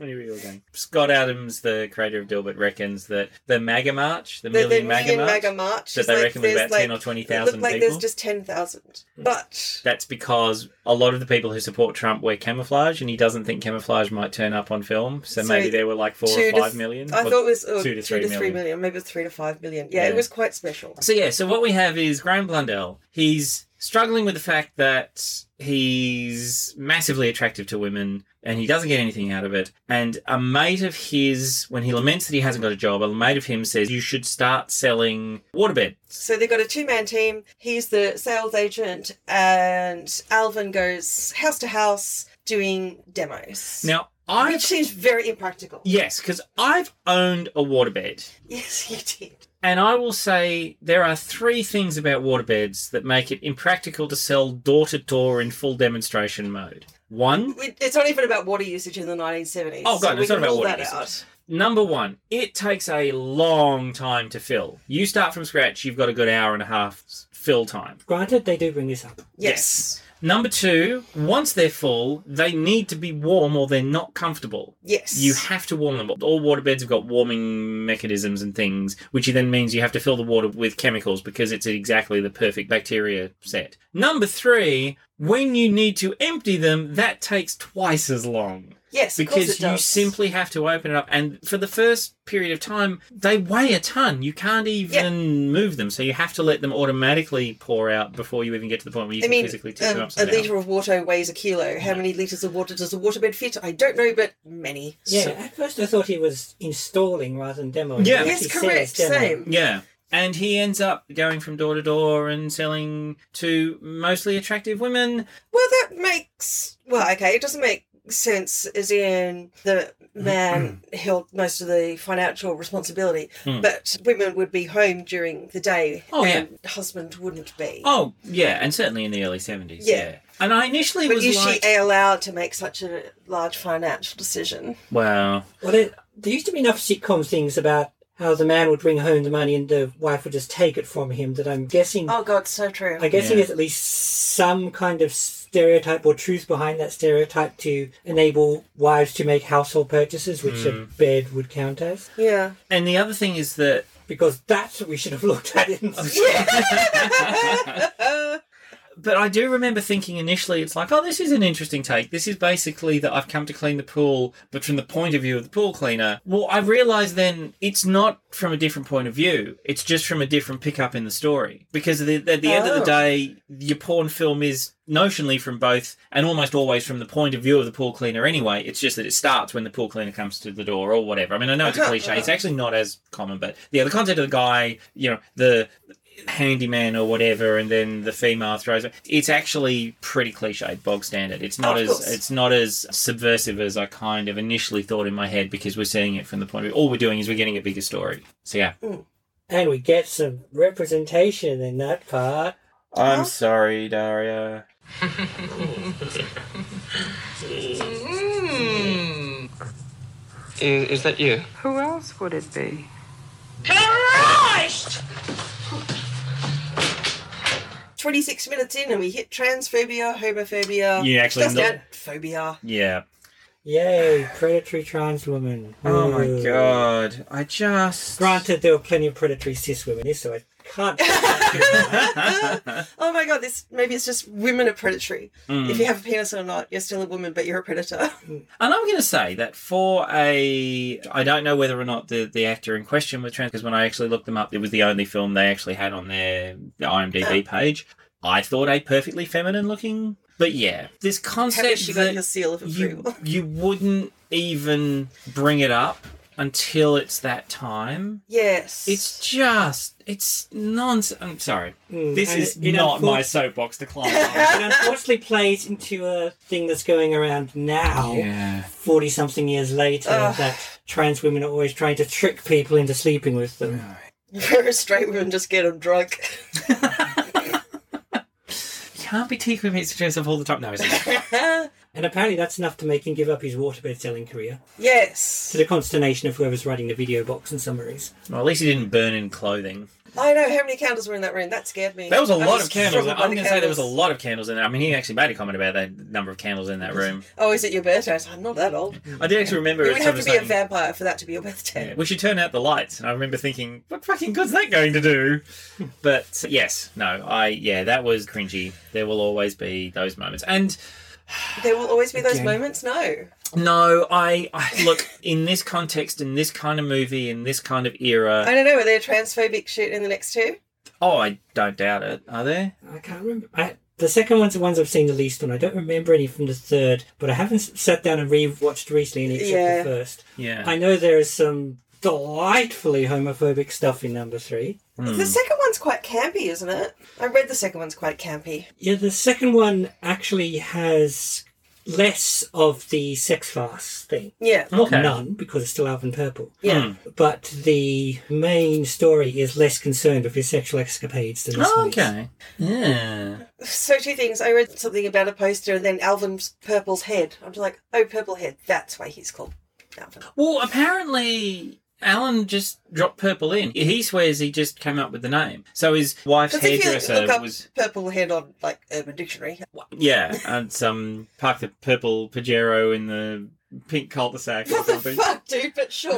Anyway, we were going. Scott Adams, the creator of Dilbert, reckons that the MAGA March, the,
the, the
Million MAGA
Million
March,
Mega March.
that
is
they
like,
reckon was
there's
about
like,
10 or
it
20,000
looked like
people. Hmm.
there's just 10,000. But
That's because a lot of the people who support Trump wear camouflage, and he doesn't think camouflage might turn up on film. So,
So
maybe there were like four
two
or
to
five
th-
million.
I
Well,
thought it was oh,
two to three million.
maybe it was 3 to 5 million. Yeah,
Yeah.
it was quite special.
So yeah, so what we have is Graham Blundell. He's struggling with the fact that he's massively attractive to women and he doesn't get anything out of it. And a mate of his, when he laments that he hasn't got a job, a mate of him says you should start selling waterbeds.
So they've got a two man team. He's the sales agent, and Alvin goes house to house doing demos.
Now I
which seems very impractical.
yes, because I've owned a waterbed.
Yes, you did.
And I will say there are three things about waterbeds that make it impractical to sell door to door in full demonstration mode. One,
It- It's not even about water usage in the 1970s.
Oh, God,
so we
it's not
can
about
rule
water
that
usage.
out.
Number one, it takes a long time to fill. You start from scratch, you've got a good hour and a half s- fill time.
Granted, they do bring this up.
Yes.
Number two, once they're full, they need to be warm or they're not comfortable.
Yes.
You have to warm them. All waterbeds have got warming mechanisms and things, which then means you have to fill the water with chemicals because it's exactly the perfect bacteria set. Number three, when you need to empty them, that takes twice as long
yes, of course
because
it
you
does.
simply have to open it up and for the first period of time they weigh a ton you can't even move them so you have to let them automatically pour out before you even get to the point where you
I
can
mean,
physically tip them
um, a
upside down
litre of water weighs a kilo. How many litres of water does a waterbed fit? I don't know, but many.
Yeah, at first I thought he was installing rather than demoing.
Yeah.
He
Yes,
actually
correct.
says demo.
Same.
yeah and he ends up going from door to door and selling to mostly attractive women
Well, that makes well, okay. It doesn't make sense, as in the
Mm-hmm.
man held most of the financial responsibility, but women would be home during the day,
Hmm. Oh,
and husband wouldn't be.
oh yeah and certainly in the early 70s yeah,
Yeah.
and i initially
but
was
is
like
she allowed to make such a large financial decision?
wow
Well, there, there used to be enough sitcom things about how the man would bring home the money and the wife would just take it from him that I'm guessing.
Oh God, so true.
I guess
Yeah.
there's at least some kind of stereotype or truth behind that stereotype to enable wives to make household purchases, which
Hmm.
a bed would count as.
yeah,
and the other thing is that
Because that's what we should have looked at in
but I do remember thinking initially, it's like, oh, this is an interesting take. This is basically that I've come to clean the pool, but from the point of view of the pool cleaner. Well, I realised then it's not from a different point of view. It's just from a different pickup in the story. Because at the, at the end of the
Oh.
day, your porn film is notionally from both and almost always from the point of view of the pool cleaner anyway. It's just that it starts when the pool cleaner comes to the door or whatever. I mean, I know it's a cliche. It's actually not as common, but yeah, the content of the guy, you know, the handyman or whatever, and then the female throws it. It's actually pretty cliched, bog standard. It's not as
Of course.
it's not as subversive as I kind of initially thought in my head because we're seeing it from the point of view. All we're doing is we're getting a bigger story. So yeah,
and we get some representation in that part.
I'm sorry, Daria.
Is, is that you?
Who else would it be?
twenty-six minutes in, and we hit transphobia, homophobia.
You actually
just
not-
add phobia.
Yeah.
Yay, predatory trans woman.
Oh my
Ooh.
god. I just
Granted, there were plenty of predatory cis women, so I can't.
Oh my god, this maybe it's just women are predatory.
Hmm.
If you have a penis or not, you're still a woman, but you're a predator.
And I'm going to say that for a, I don't know whether or not the, the actor in question was trans, because when I actually looked them up, it was the only film they actually had on their the IMDb page. I thought a perfectly feminine looking, but yeah, this
Haven't
concept
she got
that
your seal of
you
approval?
you wouldn't even bring it up until it's that time.
Yes.
It's just, it's nonsense. I'm sorry. This
and
is
it- it
not my
unfor-
soapbox to climb on.
It unfortunately plays into a thing that's going around now,
yeah.
40 something years later, that trans women are always trying to trick people into sleeping with them.
Whereas straight women just get them drunk.
can't be tickling Mr. Joseph all the time. No, he's not.
And apparently that's enough to make him give up his waterbed selling career, to
Yes.
the consternation of whoever's writing the video box and summaries.
well, at least he didn't burn in clothing.
I know how many candles were in that room. That scared me.
There was a
I
lot
just
of candles. I'm
struggled by
going
the
to say there was a
candles.
lot of candles in there. I mean, he actually made a comment about that number of candles in that room.
Oh, is it your birthday? I'm not that old.
I did actually remember
You
at
would have
some
to be a
stage-
vampire for that to be your birthday.
We should turn out the lights. And I remember thinking, what fucking good's that going to do? But yes, no, I, yeah, that was cringy. There will always be those moments. And
There will always be those
Again.
moments. No.
no, I, I look, in this context, in this kind of movie, in this kind of era,
I don't know. Are there transphobic shit in the next two?
oh, I don't doubt it. Are there?
I can't remember. I, the second one's the ones I've seen the least on. I don't remember any from the third, but I haven't s- sat down and rewatched recently any except
Yeah.
the first.
Yeah.
I know there is some delightfully homophobic stuff in number three.
Hmm.
The second one's quite campy, isn't it? I read the second one's quite campy.
Yeah, the second one actually has less of the sex farce thing.
Yeah.
Not
Okay.
none, because it's still Alvin Purple.
Yeah.
But the main story is less concerned with his sexual escapades than this
Oh,
one is.
okay. Yeah.
So two things. I read something about a poster and then Alvin's Purple's head. I'm just like, oh, Purple head. That's why he's called Alvin.
Well, apparently Alan just dropped purple in. He swears he just came up with the name. So his wife's
Because if you
hairdresser
look up
uh, was
Purple head on like Urban Dictionary,
yeah, and some park the purple Pajero in the pink cul-de-sac or
what the
something.
fuck, dude? But sure,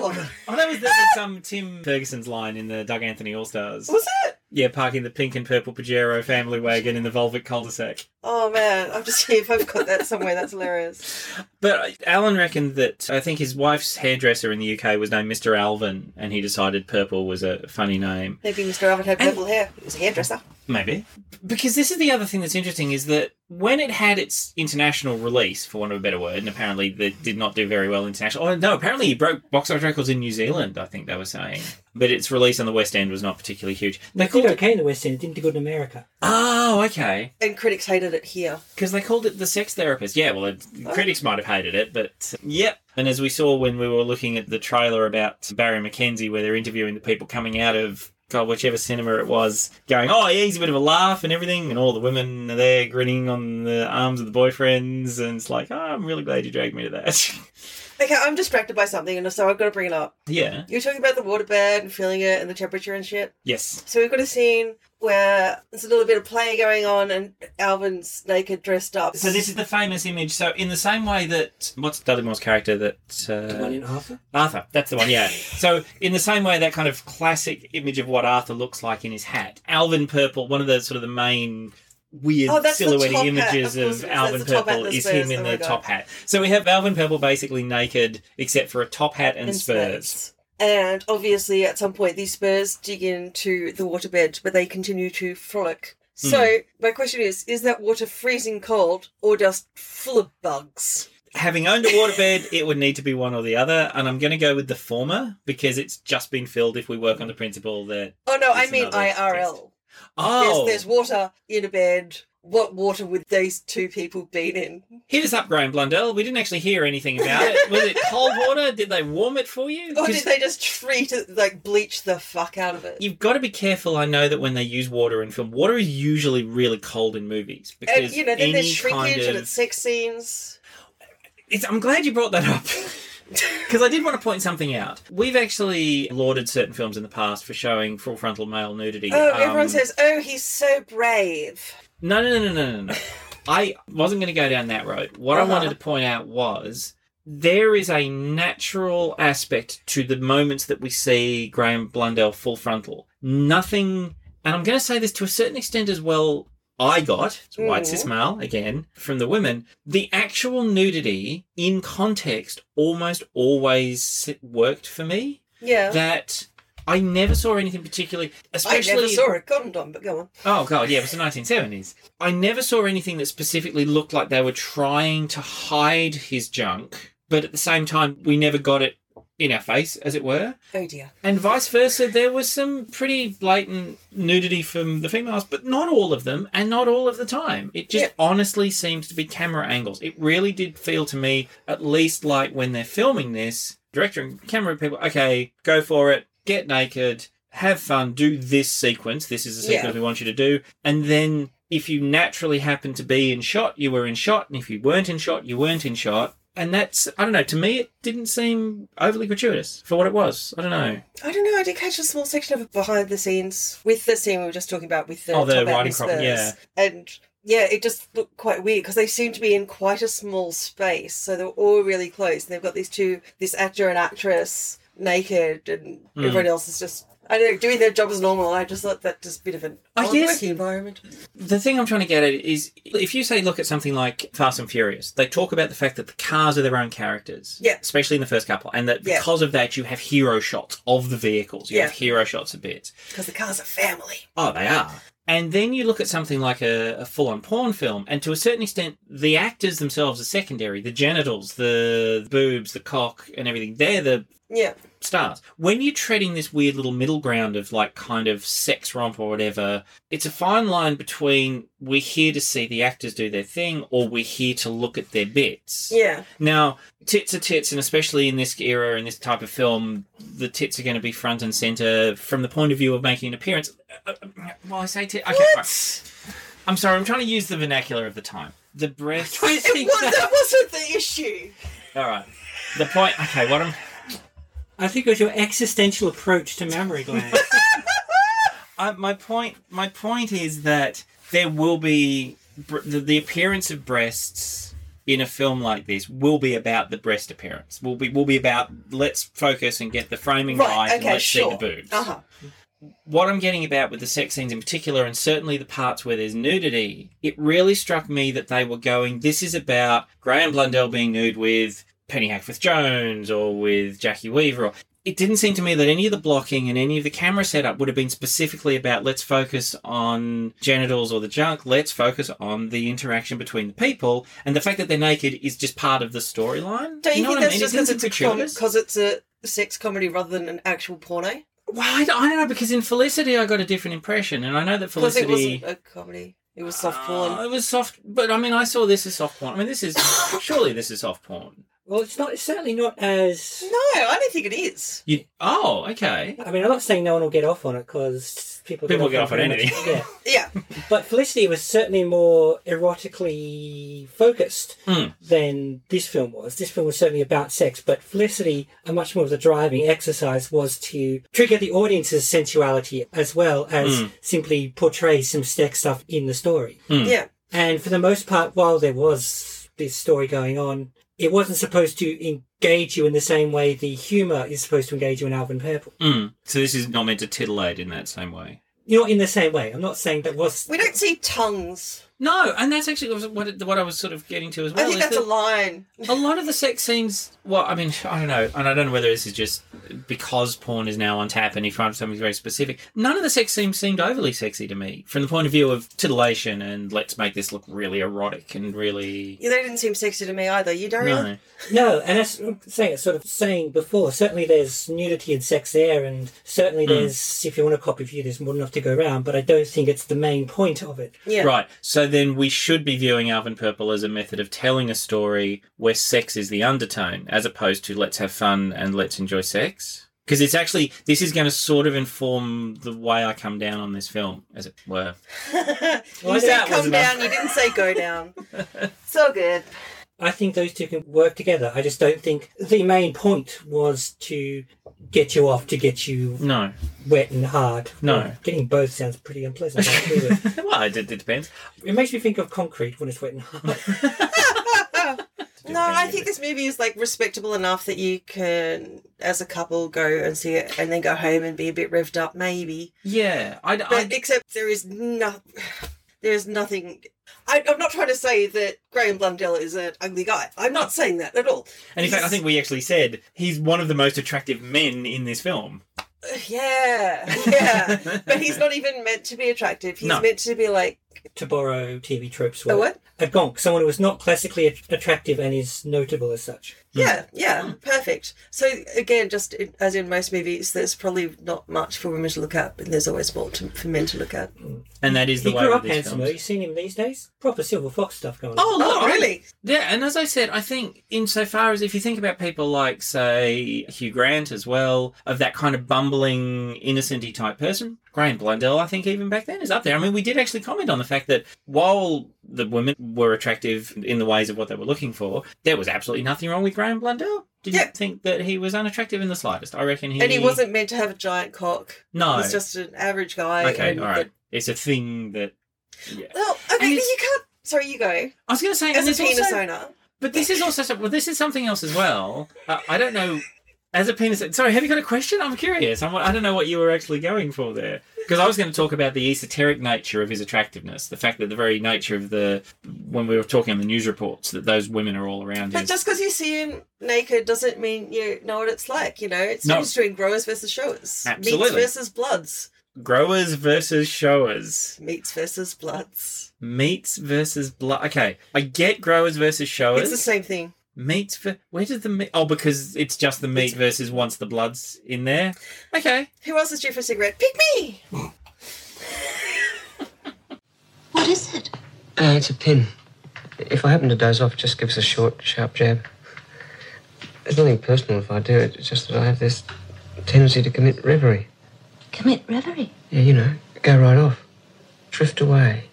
Oh, that was, that was some Tim Ferguson's line in the Doug Anthony All Stars.
was it?
Yeah, parking the pink and purple Pajero family wagon in the Volvic cul-de-sac.
Oh man, I'm just here if I've got that somewhere. That's hilarious.
But Alan reckoned that I think his wife's hairdresser in the UK was named Mr. Alvin, and he decided purple was a funny name.
Maybe Mr. Alvin had purple hair. He was a hairdresser.
Maybe. Because this is the other thing that's interesting is that when it had its international release, for want of a better word, and apparently that did not do very well international. Oh, no, apparently it broke box office records in New Zealand, I think they were saying. But its release on the West End was not particularly huge. They
It did
called it.
okay in the West End, it didn't do good in America.
Oh, okay.
And critics hated it here.
Because they called it The Sex Therapist. Yeah, well, it, critics might have hated it, but yep. And as we saw when we were looking at the trailer about Barry McKenzie, where they're interviewing the people coming out of, God, whichever cinema it was, going, oh, yeah, he's a bit of a laugh and everything. And all the women are there grinning on the arms of the boyfriends. And it's like, oh, I'm really glad you dragged me to that.
Okay, I'm distracted by something, and so I've got to bring it up.
yeah.
You were talking about the waterbed and feeling it and the temperature and shit.
Yes.
So we've got a scene where there's a little bit of play going on, and Alvin's naked, dressed up.
So this is the famous image. So in the same way that, what's Dudley Moore's character that... Uh,
The one in Arthur?
Arthur, that's the one, yeah. so, in the same way, that kind of classic image of what Arthur looks like in his hat, Alvin Purple, one of the sort of the main weird
Oh, that's the
silhouetted
top hat,
images
of course
of,
it is.
Alvin
That's the top hat
Purple
and the
is
spurs.
him in
Oh my
the
God.
top hat. So, we have Alvin Purple basically naked except for a top hat and,
and
spurs.
And obviously, at some point, these spurs dig into the waterbed, but they continue to frolic.
Hmm.
So, my question is is that water freezing cold or just full of bugs?
Having owned a waterbed, it would need to be one or the other, and I'm going to go with the former because it's just been filled if we work on the principle that.
Oh, no, I
It's
mean
another
IRL.
Oh,
There's, there's water in a bed. What water would these two people be in?
hit us up, Graham Blundell. We didn't actually hear anything about it. Was it cold water? Did they warm it for you?
Or
'Cause-
Oh, did they just treat it like bleach the fuck out of it?
You've got to be careful. I know that when they use water in film, water is usually really cold in movies because
and you know, then
any
there's shrinkage
kind of,
and it's sex scenes.
it's, I'm glad you brought that up because I did want to point something out. We've actually lauded certain films in the past for showing full frontal male nudity.
Oh,
Um,
everyone says, "Oh, he's so brave."
no, no, no, no, no, no. no. I wasn't going to go down that road. What
Uh-huh.
I wanted to point out was there is a natural aspect to the moments that we see Graham Blundell full frontal. Nothing, and I'm going to say this to a certain extent as well. I got it's white
Mm.
cis male again from the women. The actual nudity in context almost always worked for me.
Yeah,
That I never saw anything particularly,
I
especially
never saw a condom, but go on.
Oh god, yeah, it was the 1970s. I never saw anything that specifically looked like they were trying to hide his junk, but at the same time, we never got it in our face, as it were.
Oh dear.
And vice versa, there was some pretty blatant nudity from the females, but not all of them, and not all of the time. It just
Yeah.
honestly seems to be camera angles. It really did feel to me, at least like when they're filming this, director and camera people, okay, go for it, get naked, have fun, do this sequence. This is the
Yeah.
sequence we want you to do, and then if you naturally happened to be in shot, you were in shot, and if you weren't in shot, you weren't in shot. And that's I don't know. To me, it didn't seem overly gratuitous for what it was. I don't know.
I don't know. I did catch a small section of it behind the scenes with the scene we were just talking about with the
Oh, the
top out
riding
and
crop,
spurs.
yeah.
and yeah, it just looked quite weird because they seemed to be in quite a small space, so they were all really close. And they've got these two, this actor and actress, naked, and
Hmm.
everyone else is just. I don't know, doing their job as normal. I just thought that just a bit of an
I
odd
guess-
working environment.
The thing I'm trying to get at is if you say look at something like Fast and Furious, they talk about the fact that the cars are their own characters.
Yeah.
Especially in the first couple. And that
Yeah.
because of that you have hero shots of the vehicles. You
Yeah.
have hero shots of bits.
Because the car's a family.
Oh, they are. And then you look at something like a, a full on porn film, and to a certain extent, the actors themselves are secondary. The genitals, the boobs, the cock, and everything, they're the
Yeah.
stars. When you're treading this weird little middle ground of like kind of sex romp or whatever, it's a fine line between we're here to see the actors do their thing or we're here to look at their bits.
Yeah.
Now, tits are tits, and especially in this era, in this type of film, the tits are going to be front and center from the point of view of making an appearance. Uh, uh, Well, I say tit. Okay, what? I'm sorry, I'm trying to use the vernacular of the time. The breast.
It was, that wasn't the issue.
All right. The point. Okay, what I'm.
I think it was your existential approach to mammary glands.
I, my point my point is that there will be br- the, the appearance of breasts in a film like this will be about the breast appearance will be will be about let's focus and get the framing right,
Right.
and
Okay.
let's
Sure.
see the boobs
Uh huh.
what i'm getting about with the sex scenes in particular and certainly the parts where there's nudity it really struck me that they were going this is about graham blundell being nude with penny hackforth jones or with jackie weaver or it didn't seem to me that any of the blocking and any of the camera setup would have been specifically about let's focus on genitals or the junk, let's focus on the interaction between the people, and the fact that they're naked is just part of the storyline.
Don't you,
know
think
what I
that's
mean?
just
It
because
isn't
it's a
gratuitous.
because it's a sex comedy rather than an actual porno?
Well, I, I don't know because in Felicity I got a different impression, and I know that
Because it
Felicity
wasn't a comedy. It was soft porn.
Uh, it was soft, but I mean I saw this as soft porn. I mean this is surely this is soft porn.
well, it's not. It's certainly not as.
no, I don't think it is.
You oh okay
I mean, I'm not saying no one will get off on it because people
People get off on
pretty much-
anything.
yeah.
Yeah.
But Felicity was certainly more erotically focused
Mm.
than this film was. This film was certainly about sex, but Felicity, and much more of the driving exercise, was to trigger the audience's sensuality as well as simply portray some sex stuff in the story.
Hmm.
Yeah.
And for the most part, while there was this story going on, it wasn't supposed to engage you in the same way the humour is supposed to engage you in Alvin Purple.
Mm. so this is not meant to titillate in that same way.
You're not in the same way. I'm not saying that was.
We don't see tongues.
No, and that's actually what it- what I was sort of getting to as well.
I think
is
that's
that-
a line.
a lot of the sex scenes well i mean i don't know and i don't know whether this is just because porn is now on tap and you find something very specific none of the sex scenes seemed overly sexy to me from the point of view of titillation and let's make this look really erotic and really
Yeah, They didn't seem sexy to me either. You don't really.
no
No, and that's what I'm saying it's sort of saying before. Certainly, there's nudity and sex there, and
Hmm.
certainly there's if you want a copy view, there's more than enough to go around. But I don't think it's the main point of it.
Yeah.
right so then we should be viewing alvin purple as a method of telling a story where sex is the undertone as opposed to let's have fun and let's enjoy sex because it's actually this is going to sort of inform the way i come down on this film as it were
you
I
said
that was
come
enough.
down, you didn't say go down. so good.
I think those two can work together. I just don't think the main point was to get you off, to get you
no
wet and hard.
No.
Well, getting both sounds pretty unpleasant. actually.
well it, it depends
it makes me think of concrete when it's wet and hard.
No, I think this movie is like respectable enough that you can, as a couple, go and see it and then go home and be a bit revved up, maybe.
Yeah, I, I-
But except there is no, there is nothing. I, I'm not trying to say that Graham Blundell is an ugly guy. I'm not saying that at all.
and in fact, I think we actually said he's one of the most attractive men in this film.
Yeah, yeah. but he's not even meant to be attractive. He's
No.
meant to be like
to borrow TV tropes.
a
word.
what?
A gonk, someone who is not classically at- attractive and is notable as such.
Hmm.
Yeah, yeah, perfect. So again, just in- as in most movies, there's probably not much for women to look at, but there's always more to, for men to look at.
And that is the
he
way
grew
with
up
these
handsome.
films.
Have you seen him these days? Proper silver fox stuff going on.
Oh, look,
Oh,
I-
really?
Yeah, and as I said, I think insofar as if you think about people like, say, Hugh Grant as well, of that kind of bumbling, innocenty type person, Graham Blundell, I think, even back then, is up there. I mean, we did actually comment on the fact that while the women were attractive in the ways of what they were looking for, there was absolutely nothing wrong with Graham Blundell. Did
Yeah.
you think that he was unattractive in the slightest? I reckon he.
And he wasn't meant to have a giant cock.
No.
He was just an average guy.
Okay,
and
all right. It's a thing that. Yeah.
Well, I mean,
And it's-
you can't. Sorry, you go.
I was going to say, and
As a
there's
penis
also-
owner,
But this is also well. This is something else as well. Uh, I don't know. As a penis, sorry, have you got a question? I'm curious. I'm, I don't know what you were actually going for there, because I was going to talk about the esoteric nature of his attractiveness, the fact that the very nature of the when we were talking on the news reports that those women are all around him.
but just because you see him naked doesn't mean you know what it's like. You know, it's
No.
no. difference between growers versus showers, meats
Absolutely.
versus bloods,
Growers versus showers,
meats versus bloods.
meats versus blood. Okay, I get growers versus showers.
It's the same thing.
Meats. ver- Where does the meat? Oh, because it's just the meat versus once the blood's in there. Okay.
Who else is due for a cigarette? Pick me.
What is it?
Uh, it's a pin. If I happen to doze off, just give us a short, sharp jab. There's nothing personal if I do it. It's just that I have this tendency to commit reverie.
Commit reverie.
Yeah, you know, go right off, drift away,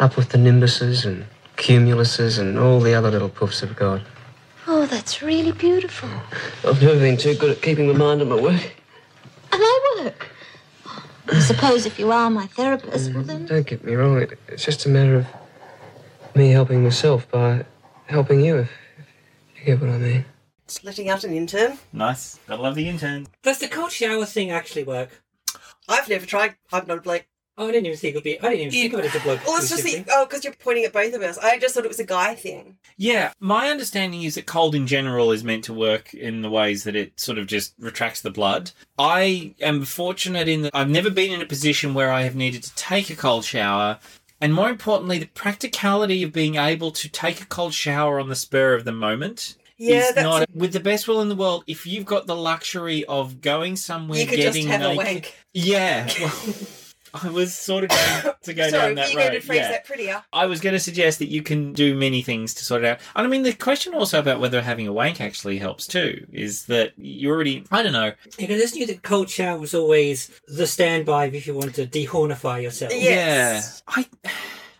up with the nimbuses and cumuluses and all the other little poofs of God.
Oh, that's really beautiful.
I've never been too good at keeping my mind on my work.
And I work. I suppose if you are my therapist, well then.
Don't get me wrong, it, it's just a matter of me helping myself by helping you, if, if you get what I mean.
Just letting out an intern.
Nice. Gotta love the intern.
Does the cold shower thing actually work?
I've never tried. I'm not a bloke.
Oh, I didn't even think it would be. I didn't even think of it as a bloke.
Well, it's just the
exclusively.
oh, because you're pointing at both of us. I just thought it was a guy thing.
Yeah, my understanding is that cold in general is meant to work in the ways that it sort of just retracts the blood. I am fortunate in that I've never been in a position where I have needed to take a cold shower. And more importantly, the practicality of being able to take a cold shower on the spur of the moment
Yeah,
is
that's
not with the best will in the world. If you've got the luxury of going somewhere,
you could just
getting
have
naked,
a wank.
yeah. Well, I was sort of going to go
Sorry,
down that
you
road.
going to phrase
yeah.
that prettier.
I was going to suggest that you can do many things to sort it out. And I mean, the question also about whether having a wank actually helps too is that you already, I don't know.
Because I just knew that cold shower was always the standby if you wanted to dehornify yourself.
Yes.
Yeah. I.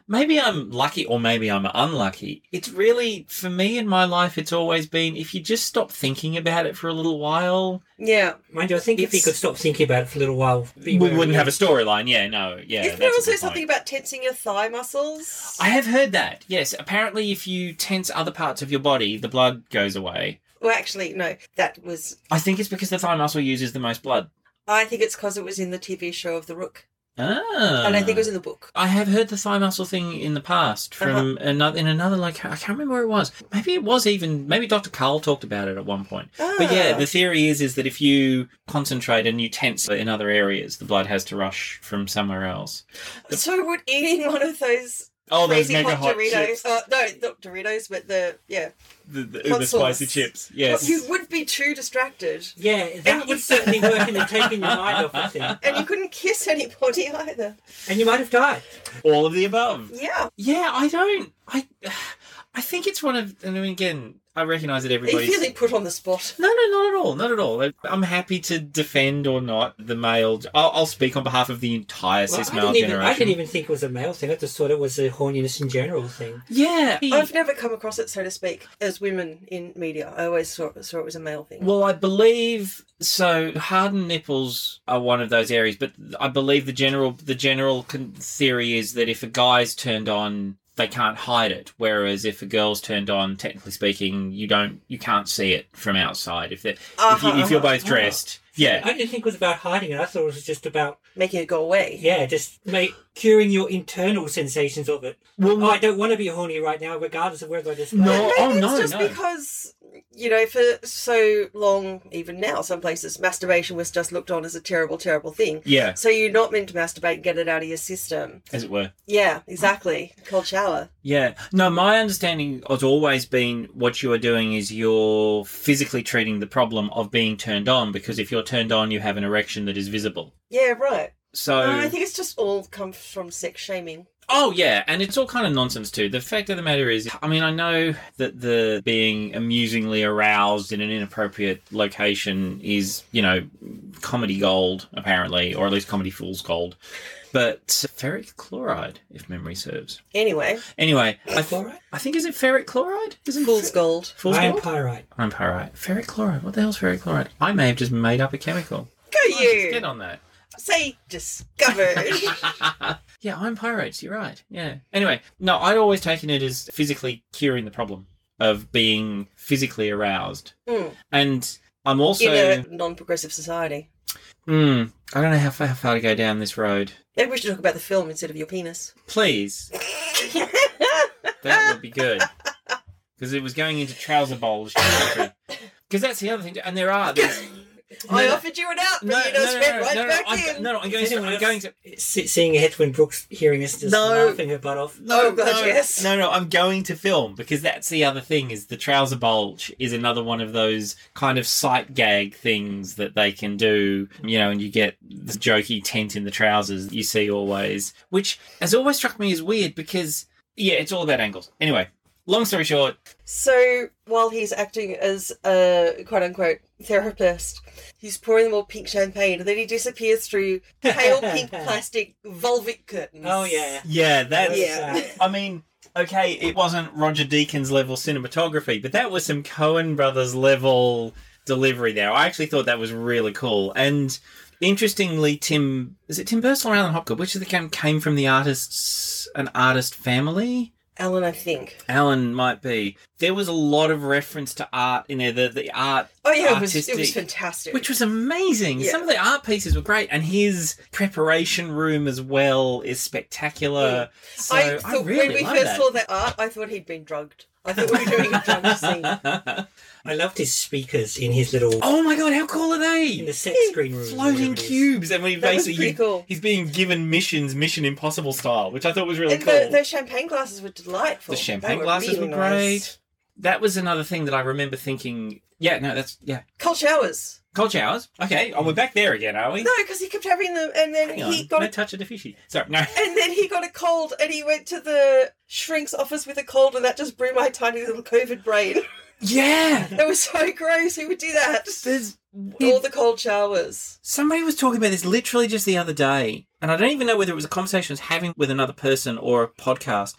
Maybe I'm lucky or maybe I'm unlucky. It's really, for me in my life, it's always been if you just stop thinking about it for a little while,
Yeah.
Mind you, I think if he
It's-
could stop thinking about it for a little while,
we wouldn't have a storyline. Yeah, no. Yeah.
Isn't there
that's a good
also
point.
something about tensing your thigh muscles?
I have heard that. Yes. Apparently, if you tense other parts of your body, the blood goes away.
Well, actually, no. That was.
I think it's because the thigh muscle uses the most blood.
I think it's because it was in the TV show of the Rook,
Ah.
and I think it was in the book.
I have heard the thigh muscle thing in the past from another in another like I can't remember where it was. Maybe it was even maybe Dr. Carl talked about it at one point. But yeah,
Ah.
the theory is is that if you concentrate and you tense in other areas, the blood has to rush from somewhere else.
So would eating one of those
Oh, those
crazy
mega
hot,
hot
Doritos?
chips,
Uh, no, not Doritos, but the yeah,
the, the,
hot
the
sauce.
spicy chips. Yes.
You would be too distracted,
Yeah, that would certainly work in the taking your mind off the thing.
and
Ah.
you couldn't kiss anybody either.
And you might have died.
All of the above.
Yeah,
Yeah, I don't. I I think it's one of. And again, I recognise that
Are you
everybody's.
feeling put on the spot?
No, no, not at all. Not at all. I'm happy to defend or not the male. I'll, I'll speak on behalf of the entire
Well,
cis
I,
male
didn't even,
generation.
I didn't even think it was a male thing. I just thought it was a horniness in general thing.
Yeah.
I've never come across it, so to speak, as women in media. I always saw, saw it was a male thing.
Well, I believe so. Hardened nipples are one of those areas, but I believe the general the general con- theory is that if a guy's turned on, they can't hide it. Whereas if a girl's turned on, technically speaking, you don't you can't see it from outside. If they if,
Uh-huh,
you, if you're
uh-huh.
both dressed, yeah.
I didn't think it was about hiding it. I thought it was just about,
Making it go away.
yeah, just make, curing your internal sensations of it.
Well,
Oh, I don't want to be horny right now, regardless of whether I just.
No.
Maybe
Oh,
it's
no,
just
no.
because you know for so long, even now, some places masturbation was just looked on as a terrible, terrible thing.
yeah,
So you're not meant to masturbate and get it out of your system.
as it were.
Yeah, exactly. Cold shower.
Yeah. No, my understanding has always been what you are doing is you're physically treating the problem of being turned on because if you're turned on, you have an erection that is visible.
Yeah, right.
So
No, I think it's just all comes from sex shaming.
Oh yeah, and it's all kind of nonsense too. The fact of the matter is, I mean, I know that the being amusingly aroused in an inappropriate location is, you know, comedy gold apparently, or at least comedy fool's gold. But ferric chloride, if memory serves.
Anyway,
Anyway, I, th-
Chloride?
I think is it ferric chloride? Is it
fool's gold.
fool's
Iron
gold?
pyrite.
I'm pyrite. Ferric chloride. What the hell's ferric chloride? I may have just made up a chemical.
Go
Get
you.
on that.
Say discovered.
Yeah, I'm pirates. You're right. Yeah. Anyway, no, I'd always taken it as physically curing the problem of being physically aroused,
Mm.
and I'm also.
in a non-progressive society.
Mm, I don't know how far, how far to go down this road.
Maybe we should talk about the film instead of your penis.
Please, that would be good. Because it was going into trouser bowls. Because that's the other thing, and there are. There's,
I offered you an out, but
no,
you
no,
just
no,
went
no,
right
no, no,
back
I'm,
in. Oh,
no, I'm going to. I'm going to.
Se- seeing ahead when Brooks hearing us just
No.
laughing her butt off.
No,
Oh, God,
no,
yes.
No, no, I'm going to film because that's the other thing is the trouser bulge is another one of those kind of sight gag things that they can do, you know, and you get the jokey tent in the trousers that you see always, which has always struck me as weird because, yeah, it's all about angles. Anyway, long story short,
So while he's acting as a quote unquote therapist, he's pouring them all pink champagne, and then he disappears through pale pink plastic velvet curtains.
Oh yeah.
yeah, that's. uh,
Yeah.
I mean, okay, it wasn't Roger Deakins level cinematography, but that was some Cohen Brothers level delivery there. I actually thought that was really cool. And interestingly, Tim is it Tim Burstall or Alan Hopgood? Which of the came came from the artists an artist family?
Alan, I think.
Alan might be. There was a lot of reference to art in there. The the art
Oh yeah, it was, it was
Artistic.
fantastic.
which was amazing.
Yeah.
Some of the art pieces were great, and his preparation room as well is spectacular. So I,
I thought
really
when we
love
first
that.
saw that art, I thought he'd been drugged. I thought we were doing a drug scene.
I loved his speakers in his little
Oh my god, how cool are
in
they?
the sex screen room. whatever
Floating
it is.
cubes, and we
That was
basically
pretty cool.
he's being given missions, Mission Impossible style, which I thought was really
And
cool.
the, those champagne glasses were delightful.
The
They
champagne
were
glasses
really
were great.
nice.
That was another thing that I remember thinking. Yeah, no, that's yeah.
Cold showers.
Cold showers. Okay, oh, we're back there again, are we?
No, because he kept having them, and then
Hang
he
on,
got
no
a
touch of the fishy. Sorry, no.
And then he got a cold and he went to the shrink's office with a cold, and that just blew my tiny little COVID brain.
Yeah,
That was so gross. Who would do that?
there's
All the cold showers.
Somebody was talking about this literally just the other day, and I don't even know whether it was a conversation I was having with another person or a podcast.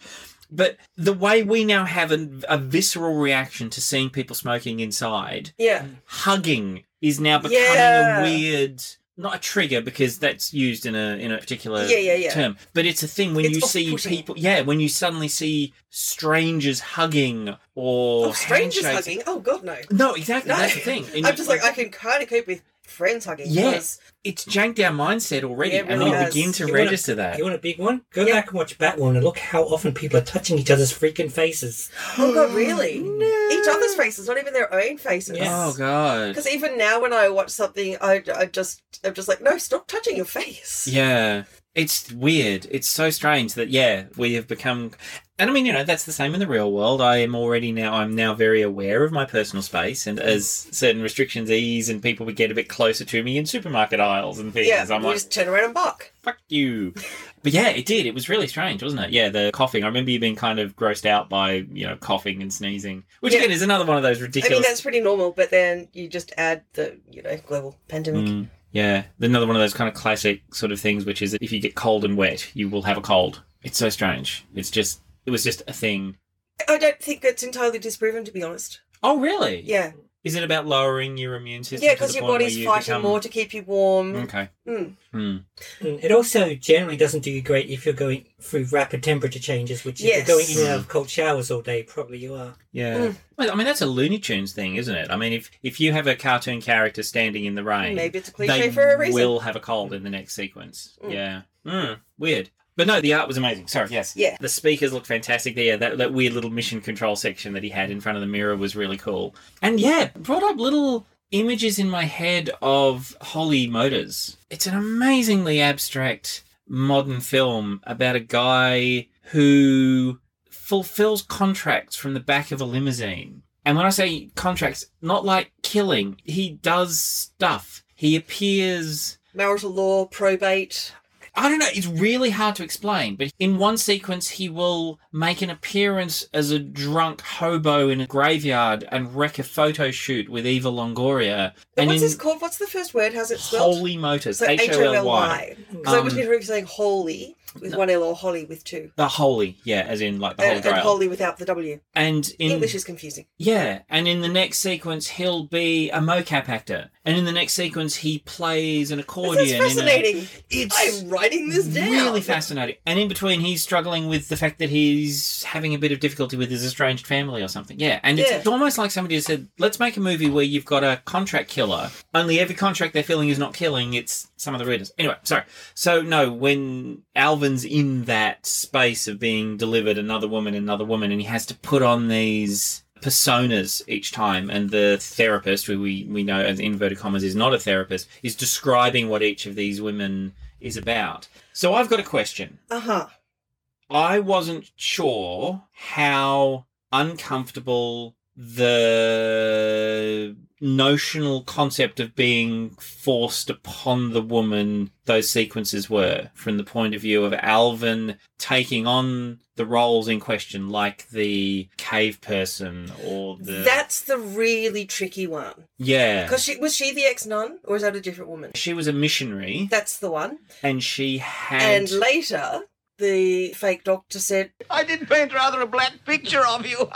But the way we now have a, a visceral reaction to seeing people smoking inside,
Yeah.
hugging is now becoming
Yeah.
a weird, not a trigger because that's used in a in a particular
Yeah, yeah, yeah.
term, but it's a thing when
It's
you see
off-putting.
people, yeah, when you suddenly see strangers hugging or
Oh, strangers
handshakes.
hugging. Oh, God, no.
No, exactly.
No.
That's the thing. And
I'm
you-
just like, I can kind of cope with friends hugging.
Yeah.
'cause-
it's janked our mindset already,
Yeah, it
and
really
we
has.
begin to
You wanna-
register that.
You want a big one? Go
Yeah.
back and watch Batwoman and look how often people are touching each other's freaking faces.
Oh, God, really? Each other's faces, not even their own faces.
Yes.
Oh god.
Because even now, when I watch something, I, I just I'm just like, no, stop touching your face.
Yeah. It's weird. It's so strange that yeah, we have become and I mean, you know, that's the same in the real world. I am already now I'm now very aware of my personal space
Mm.
and as certain restrictions ease and people would get a bit closer to me in supermarket aisles and things,
yeah.
I'm
you
like
just turn around and bark.
fuck you. But yeah, it did. It was really strange, wasn't it? Yeah, the coughing. I remember you being kind of grossed out by, you know, coughing and sneezing. Which
Yeah.
again is another one of those
I mean,
ridiculous
that's pretty normal, but then you just add the, you know, global pandemic.
Mm, yeah, another one of those kind of classic sort of things, which is that if you get cold and wet, you will have a cold. It's so strange. It's just it was just a thing.
I don't think it's entirely disproven, to be honest.
Oh, really?
Yeah.
Is it about lowering your immune system?
yeah,
to the
because your
point where
body's
you
fighting
become-
more to keep you warm.
Okay.
Mm.
Hmm.
Mm, It also generally doesn't do you great if you're going through rapid temperature changes, which
Yes.
if you're going in and out of cold showers all day, probably you are.
Yeah.
Mm.
Well, I mean, that's a Looney Tunes thing, isn't it? I mean, if if you have a cartoon character standing in the rain,
Maybe it's a
they
cliche for a reason.
will have a cold in the next sequence.
Mm.
Yeah. Mm, weird. But no, the art was amazing. Sorry, yes.
Yeah.
The speakers looked fantastic there. Yeah, that, that weird little mission control section that he had in front of the mirror was really cool. And yeah, brought up little images in my head of Holy Motors. It's an amazingly abstract modern film about a guy who fulfills contracts from the back of a limousine. And when I say contracts, not like killing, he does stuff. He appears
Marital law, probate.
I don't know, it's really hard to explain, but in one sequence, he will make an appearance as a drunk hobo in a graveyard and wreck a photo shoot with Eva Longoria. and
what's
in
this called? What's the first word? How's it spelled?
Holy Motors,
So
H
H
O
O
L Y.
Because I
Um,
was remember saying holy with one L or holly with two. Uh,
The Holy, yeah, as in like Uh, the Holy
And, and
Grail.
holy without the W.
And in
English is confusing.
Yeah, and in the next sequence, he'll be a mocap actor, and in the next sequence, he plays an accordion.
This is
in a-
fascinating.
it's
I'm writing this down.
really fascinating. And in between, he's struggling with the fact that he's having a bit of difficulty with his estranged family or something. Yeah, and it's,
Yeah.
it's almost like somebody has said, "Let's make a movie where you've got a contract killer. Only every contract they're filling is not killing; it's some of the readers." Anyway, sorry. So no, when Alvin's in that space of being delivered another woman, another woman, and he has to put on these personas each time and the therapist who we, we know as inverted commas is not a therapist is describing what each of these women is about so i've got a question
Uh huh.
i wasn't sure how uncomfortable the notional concept of being forced upon the woman those sequences were from the point of view of alvin taking on the roles in question like the cave person or the
That's the really tricky one.
yeah.
Because she was she the ex nun or is that a different woman?
She was a missionary
That's the one.
and she had.
And, later, the fake doctor said,
I did paint rather a black picture of you.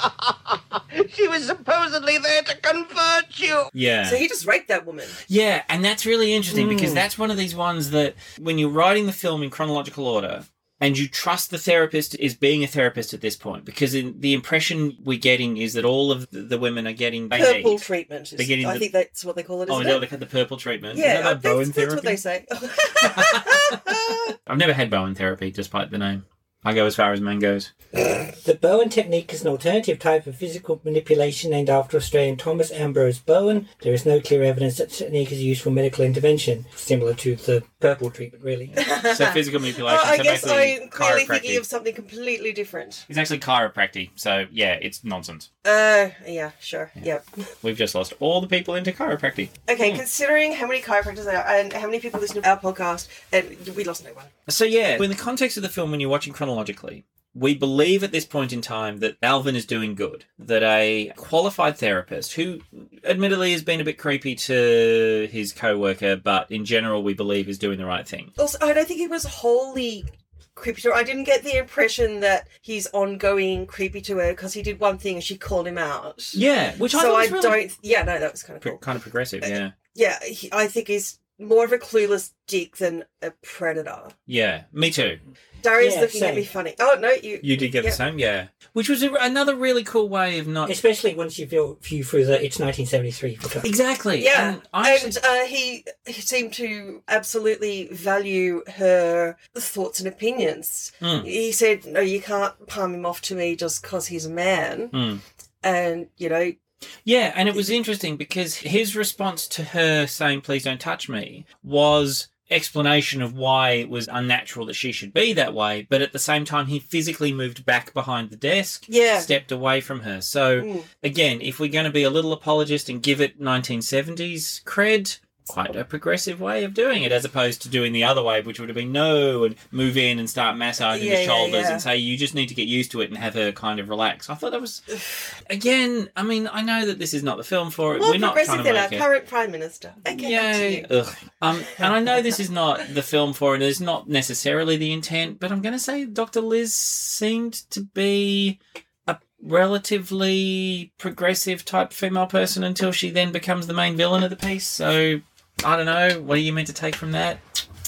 she was supposedly there to convert you.
yeah.
"So he just raped that woman."
yeah, and that's really interesting
Hmm.
because that's one of these ones that when you're writing the film in chronological order and you trust the therapist is being a therapist at this point because in, the impression we're getting is that all of the- the women are getting they
Purple
need-
treatment.
They
Is,
get in
I
the-
think that's what they call it.
Oh,
Isn't
no,
it?
they had the purple treatment. Isn't
yeah,
that
uh,
like Bowen
that's, that's what they say.
I've never had Bowen therapy, despite the name. I go as far as man goes.
The Bowen technique is an alternative type of physical manipulation named after Australian Thomas Ambrose Bowen. There is no clear evidence that technique is used for medical intervention, similar to the purple treatment, really.
So physical manipulation.
Oh, I
so
guess
basically
I'm clearly
chiropractic.
thinking of something completely different.
It's actually chiropractic, so yeah, it's nonsense.
Uh, yeah, sure, yep.
We've just lost all the people into chiropractic.
Okay, considering how many chiropractors there are and how many people listen to our podcast, and we lost no one.
So yeah, in the context of the film, when you're watching chronologically, we believe at this point in time that Alvin is doing good. That a qualified therapist, who admittedly has been a bit creepy to his co-worker, but in general we believe is doing the right thing.
Also, I don't think he was wholly creepy to her. I didn't get the impression that he's ongoing creepy to her because he did one thing and she called him out.
Yeah, which I
so
thought
I
was really
don't. Yeah, no, that was kind of
pro- uh,
cool.
kind of progressive. Yeah,
Yeah, he, I think he's more of a clueless dick than a predator.
yeah, me too.
Darius
Yeah,
looking at
same.
me funny. Oh no, you.
You did get
Yeah.
the same, yeah. Which was a, another really cool way of not
Especially once you feel view through the it's 1973 photograph.
exactly.
Yeah,
and I actually-
and uh, he he seemed to absolutely value her thoughts and opinions.
Mm.
He said, "No, you can't palm him off to me just because he's a man."
Mm.
And you know,
Yeah, and it was interesting because his response to her saying, please don't touch me, was explanation of why it was unnatural that she should be that way. But at the same time, he physically moved back behind the desk,
Yeah.
stepped away from her. So,
Mm.
again, if we're going to be a little apologist and give it 1970s cred, quite a progressive way of doing it as opposed to doing the other way, which would have been no, and move in and start massaging
Yeah,
his
yeah,
shoulders
yeah.
and say, you just need to get used to it and have her kind of relax. I thought that was again, I mean, I know that this is not the film for it.
more
We're not trying
progressive
to
than our
make it.
current prime minister. Okay, back to
Yay!
you.
Ugh. Um, and I know this is not the film for it. It's not necessarily the intent, but I'm going to say Dr. Liz seemed to be a relatively progressive type female person until she then becomes the main villain of the piece. So I don't know. What are you meant to take from that?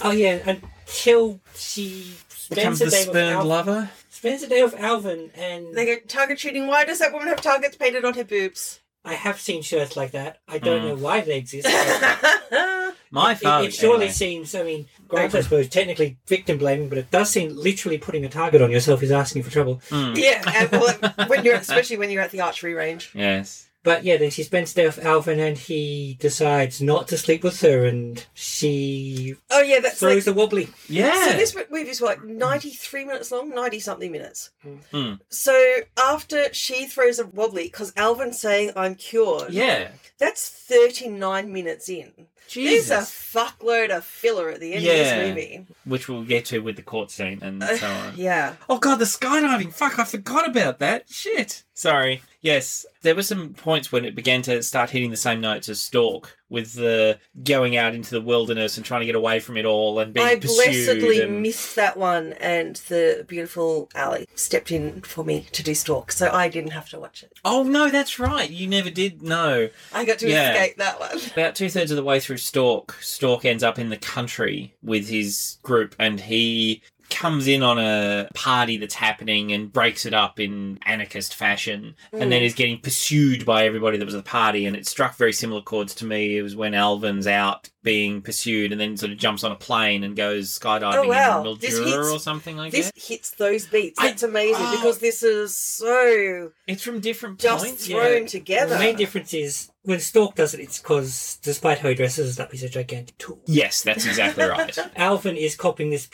Oh yeah, until she
Becomes
spends the
the
day with
spurned
Alvin.
lover?
Spends the day with Alvin, and
They go target shooting. Why does that woman have targets painted on her boobs?
I have seen shirts like that. I don't know why they exist. but
My
it,
favorite.
it surely seems. I mean, granted, I suppose technically victim blaming, but it does seem literally putting a target on yourself is asking for trouble.
Hmm.
yeah, and, well, when you're especially when you're at the archery range.
Yes.
But yeah, then she spends the day with Alvin, and he decides not to sleep with her, and she
Oh yeah, that's like-
throws the wobbly.
Yeah.
So this movie is what ninety three minutes long, ninety something minutes.
Mm.
So after she throws a wobbly because Alvin's saying I'm cured.
yeah.
that's thirty nine minutes in. There's a
Jesus.
fuckload of filler at the end
Yeah.
of this movie.
Which we'll get to with the court scene and so on.
Yeah.
Oh god, the skydiving. Fuck, I forgot about that. Shit. Sorry. Yes, there were some points when it began to start hitting the same notes as Stalk, with the going out into the wilderness and trying to get away from it all and being
I
pursued.
blessedly
and-
missed that one, and the beautiful Ali stepped in for me to do stalk, so I didn't have to watch it.
Oh no, that's right. You never did. No.
I got to
Yeah.
escape that one.
About two thirds of the way through Stork, Stork ends up in the country with his group and he comes in on a party that's happening and breaks it up in anarchist fashion and
Mm.
then is getting pursued by everybody that was at the party and it struck very similar chords to me. It was when Alvin's out being pursued and then sort of jumps on a plane and goes skydiving
Oh, wow.
in
This
Mildura
hits-
or something like
This
that.
hits those beats.
I-
That's amazing
oh.
because this is so
It's from different
just
points.
thrown
Yeah.
together.
The main difference is when Stork does it, it's because despite how he dresses, that he's a gigantic tool.
Yes, that's exactly right.
Alvin is copying this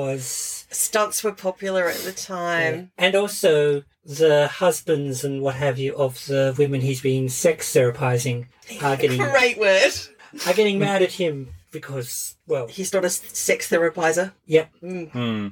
because,
Stunts were popular at the time.
and also the husbands and what have you of the women he's been sex therapizing are getting
Mm.
are
Great word.
getting mad at him because, well,
He's not a sex therapizer.
yep.
Hmm.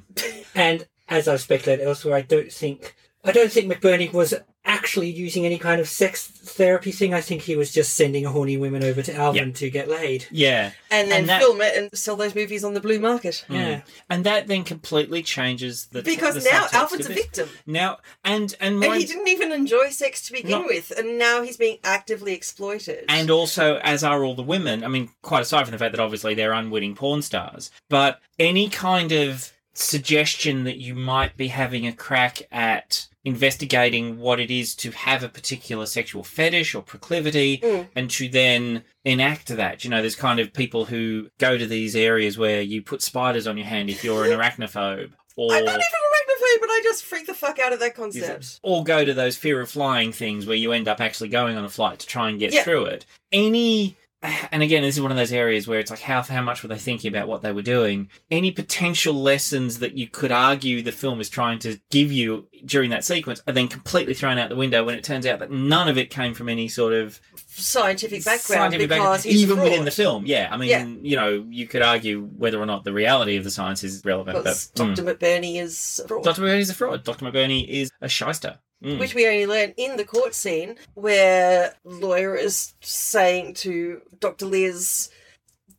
And as I've speculated elsewhere, I don't think I don't think McBurney was actually using any kind of sex therapy thing. I think he was just sending horny women over to Alvin to get laid.
Yeah.
And then
And that-
film it and sell those movies on the blue market.
Hmm.
Yeah.
And that then completely changes the
Because
the
now
subtext
Alfred's
of
a
this.
victim.
Now and and
And
my,
he didn't even enjoy sex to begin
No.
with, and now he's being actively exploited.
and also as are all the women. I mean, quite aside from the fact that obviously they're unwitting porn stars, but any kind of suggestion that you might be having a crack at investigating what it is to have a particular sexual fetish or proclivity
Mm.
and to then enact that. You know, there's kind of people who go to these areas where you put spiders on your hand if you're an arachnophobe or
I'm not even arachnophobe, but I just freak the fuck out of that concept.
or go to those fear of flying things where you end up actually going on a flight to try and get
Yeah.
through it. Any, and again, this is one of those areas where it's like, how how much were they thinking about what they were doing? Any potential lessons that you could argue the film is trying to give you during that sequence are then completely thrown out the window when it turns out that none of it came from any sort of
Scientific background
scientific
because
background,
he's
even
fraud.
within the film. Yeah, I mean,
Yeah.
you know, you could argue whether or not the reality of the science is relevant. But,
Because
mm.
Dr. McBurney is a fraud.
Dr. McBurney is a fraud. Dr. McBurney is a shyster. Mm.
which we only learn in the court scene where lawyer is saying to Dr. Liz,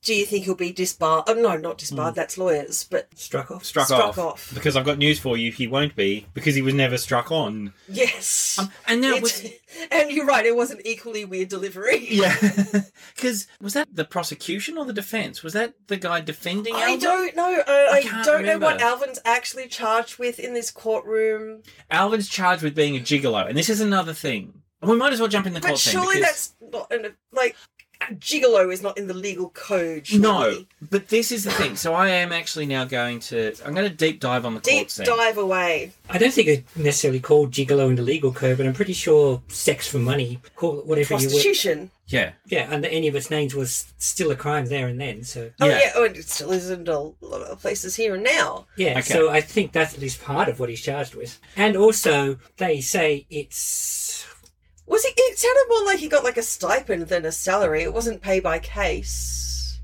"Do you think he'll be disbarred?" Oh no, not disbarred. That's lawyers, but
Struck off.
Hmm. struck,
Struck
off.
off.
Because I've got news for you, he won't be because he was never struck on.
yes.
And now,
It's- and you're right. It was an equally weird delivery.
yeah, because was that the prosecution or the defense? Was that the guy defending?
I
Alvin?
don't know. I, I
can't
don't know what
remember.
Alvin's actually charged with in this courtroom.
Alvin's charged with being a gigolo, and this is another thing. And we might as well jump in the
But
court scene.
surely
because-
that's not an like gigolo is not in the legal code.
no.
surely.
But this is the thing. So I am actually now going to. I'm going to deep dive on the
Deep
court scene.
dive away.
I don't think it necessarily called gigolo in the legal code, but I'm pretty sure sex for money, call it whatever you will.
Prostitution.
Yeah.
Yeah, under any of its names was still a crime there and then. So
Oh
Yeah.
yeah. oh, and it still is in a lot of places here and now.
yeah,
Okay.
so I think that's at least part of what he's charged with. And also, they say it's
Was it? It sounded more like he got like a stipend than a salary. It wasn't pay by case.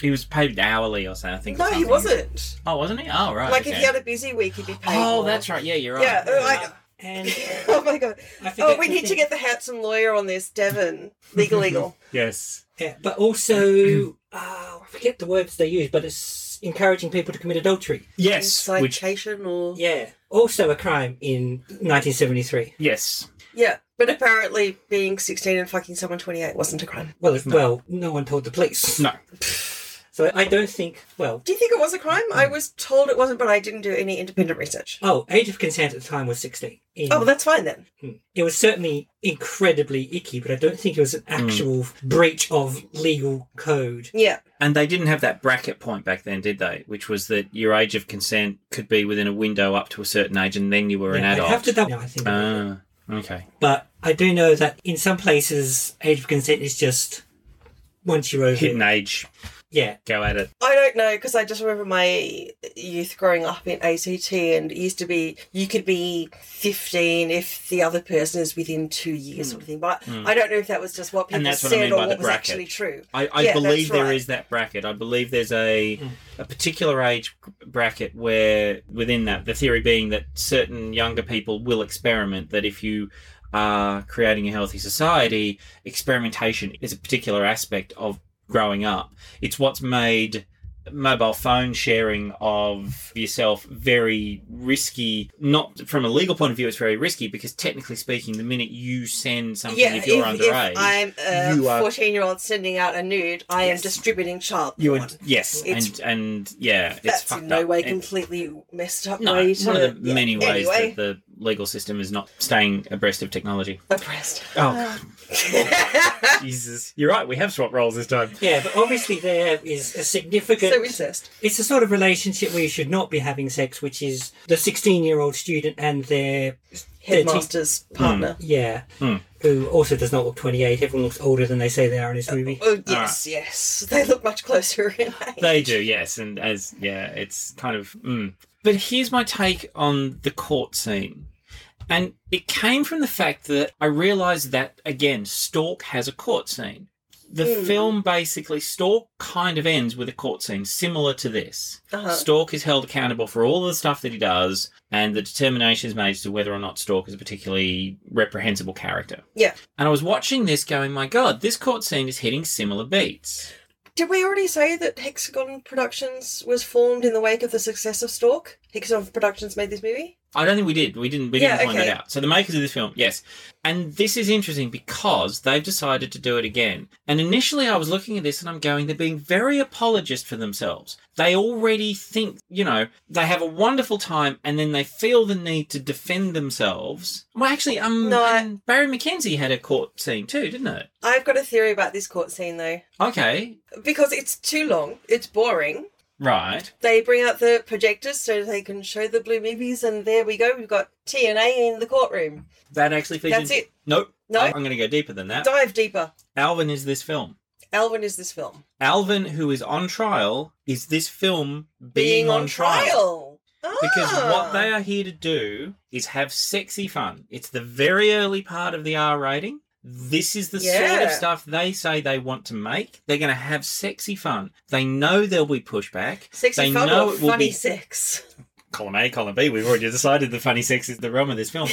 He was paid hourly or something. I think. or
No, he
something.
wasn't.
Oh, wasn't he? Oh, right.
Like if
okay.
he had a busy week, he'd be paid.
Oh,
more.
that's right. Yeah, you're right.
Yeah. oh, I-
and
oh my god.
I forget
Oh, we
the
need to
thing.
get the handsome lawyer on this, Devon. Legal, legal.
Yes.
yeah, but also uh, I forget the words they use, but it's encouraging people to commit adultery.
Yes. Which.
Incitation or
Yeah, also a crime in 1973.
Yes.
yeah. But apparently, being sixteen and fucking someone twenty-eight wasn't a crime.
Well, if, well, no one told the police.
No.
So I don't think. Well,
Do you think it was a crime? I was told it wasn't, but I didn't do any independent research.
oh, age of consent at the time was 16. In-
Oh, well, that's fine then.
It was certainly incredibly icky, but I don't think it was an
Hmm.
actual breach of legal code.
Yeah.
And they didn't have that bracket point back then, did they? Which was that your age of consent could be within a window up to a certain age, and then you were an
Yeah,
adult.
I have to double. No, I think.
Ah, okay.
But I do know that in some places, age of consent is just once you're over. it.
Hidden age.
Yeah.
Go at it.
I don't know because I just remember my youth growing up in ACT, and it used to be you could be fifteen if the other person is within two years, sort of thing. But I don't know if that was just what people
Hmm. And that's what I
said
mean
or
by the
what was
bracket.
actually true.
I, I
Yeah, that's
believe there is
right.
that bracket. I believe there's a a particular age bracket where within that the theory being that certain younger people will experiment. That if you are creating a healthy society, experimentation is a particular aspect of growing up. It's what's made mobile phone sharing of yourself very risky not from a legal point of view it's very risky because technically speaking the minute you send something
Yeah,
if you're
if,
underage
I'm
you
a
are-
fourteen-year-old sending out a nude, I am distributing child
You
porn.
would, yes, and
It's-
and yeah, it's
that's
fucked
in no
up.
way
It-
completely messed up
no,
way
it's
to
one of the
yeah.
many ways
anyway,
that the legal system is not staying abreast of technology.
oppressed.
Oh, Jesus, you're right. We have swapped roles this time.
Yeah, but obviously there is a significant.
so incest.
it's the sort of relationship where you should not be having sex, which is the 16 year old student and their. their teacher.
Headmaster's
Hmm.
partner.
Yeah. Who also does not look 28. Everyone looks older than they say they are in this movie.
Oh yes, yes. They look much closer in age.
They do, yes, and as yeah, it's kind of. Mm. But here's my take on the court scene, and it came from the fact that I realised that again, Stalk has a court scene. The film basically Stalk kind of ends with a court scene similar to this.
Uh-huh.
Stalk is held accountable for all the stuff that he does, and the determination is made as to whether or not Stalk is a particularly reprehensible character.
Yeah.
And I was watching this, going, "My God, this court scene is hitting similar beats."
Did we already say that Hexagon Productions was formed in the wake of the success of Stalk? Hexagon Productions made this movie?
I don't think we did. We didn't. We
Yeah,
didn't find
okay.
that out. So the makers of this film, yes, and this is interesting because they've decided to do it again. And initially, I was looking at this and I'm going, they're being very apologist for themselves. They already think, you know, they have a wonderful time, and then they feel the need to defend themselves. Well, actually, um,
No, I-
and Barry McKenzie had a court scene too, didn't it?
I've got a theory about this court scene though.
Okay,
Because it's too long, it's boring.
right.
They bring out the projectors so they can show the blue movies, and there we go. We've got T and A in the courtroom.
That actually feeds.
That's
into-
it.
Nope.
No.
I'm going to go deeper than that.
Dive deeper.
Alvin is this film.
Alvin is this film.
Alvin, who is on trial, is this film being, on, trial.
Ah.
Because what they are here to do is have sexy fun. It's the very early part of the R rating. This is the sort
Yeah.
of stuff they say they want to make. They're going to have sexy fun. They know there'll be pushback.
Sexy
they
fun
know
or
it will
funny
be
sex.
column A, column B. We've already decided the funny sex is the realm of this film.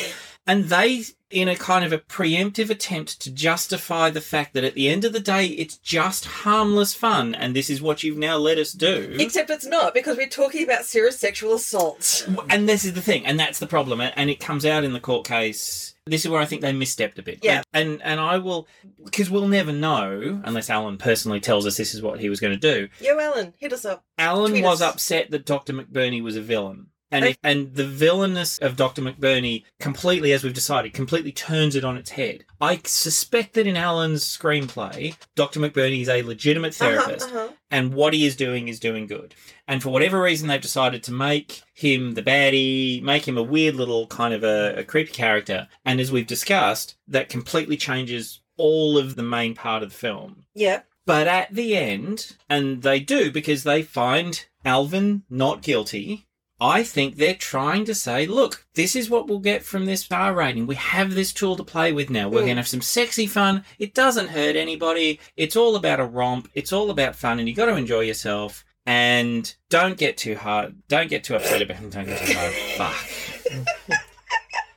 And they, in a kind of a preemptive attempt to justify the fact that at the end of the day, it's just harmless fun, and this is what you've now let us do.
Except it's not, because we're talking about serious sexual assault.
and this is the thing, and that's the problem, and- and it comes out in the court case. This is where I think they misstepped a bit.
Yeah.
And and, and I will, because we'll never know unless Alan personally tells us this is what he was going to do.
Yo, Alan, hit us up.
Alan
Tweet
was
us.
upset that Dr. McBurney was a villain. And, if, and the villainous of Dr. McBurney completely, as we've decided, completely turns it on its head. I suspect that in Alan's screenplay, Dr. McBurney is a legitimate therapist,
uh-huh.
and what he is doing is doing good. And for whatever reason, they've decided to make him the baddie, make him a weird little kind of a, a creepy character. And as we've discussed, that completely changes all of the main part of the film.
Yeah.
But at the end, and they do because they find Alvin not guilty. I think they're trying to say, look, this is what we'll get from this star rating. We have this tool to play with now. We're
Mm.
going to have some sexy fun. It doesn't hurt anybody. It's all about a romp. It's all about fun, and you got to enjoy yourself. And don't get too hard. Don't get too upset about it. Don't get too hard. Fuck.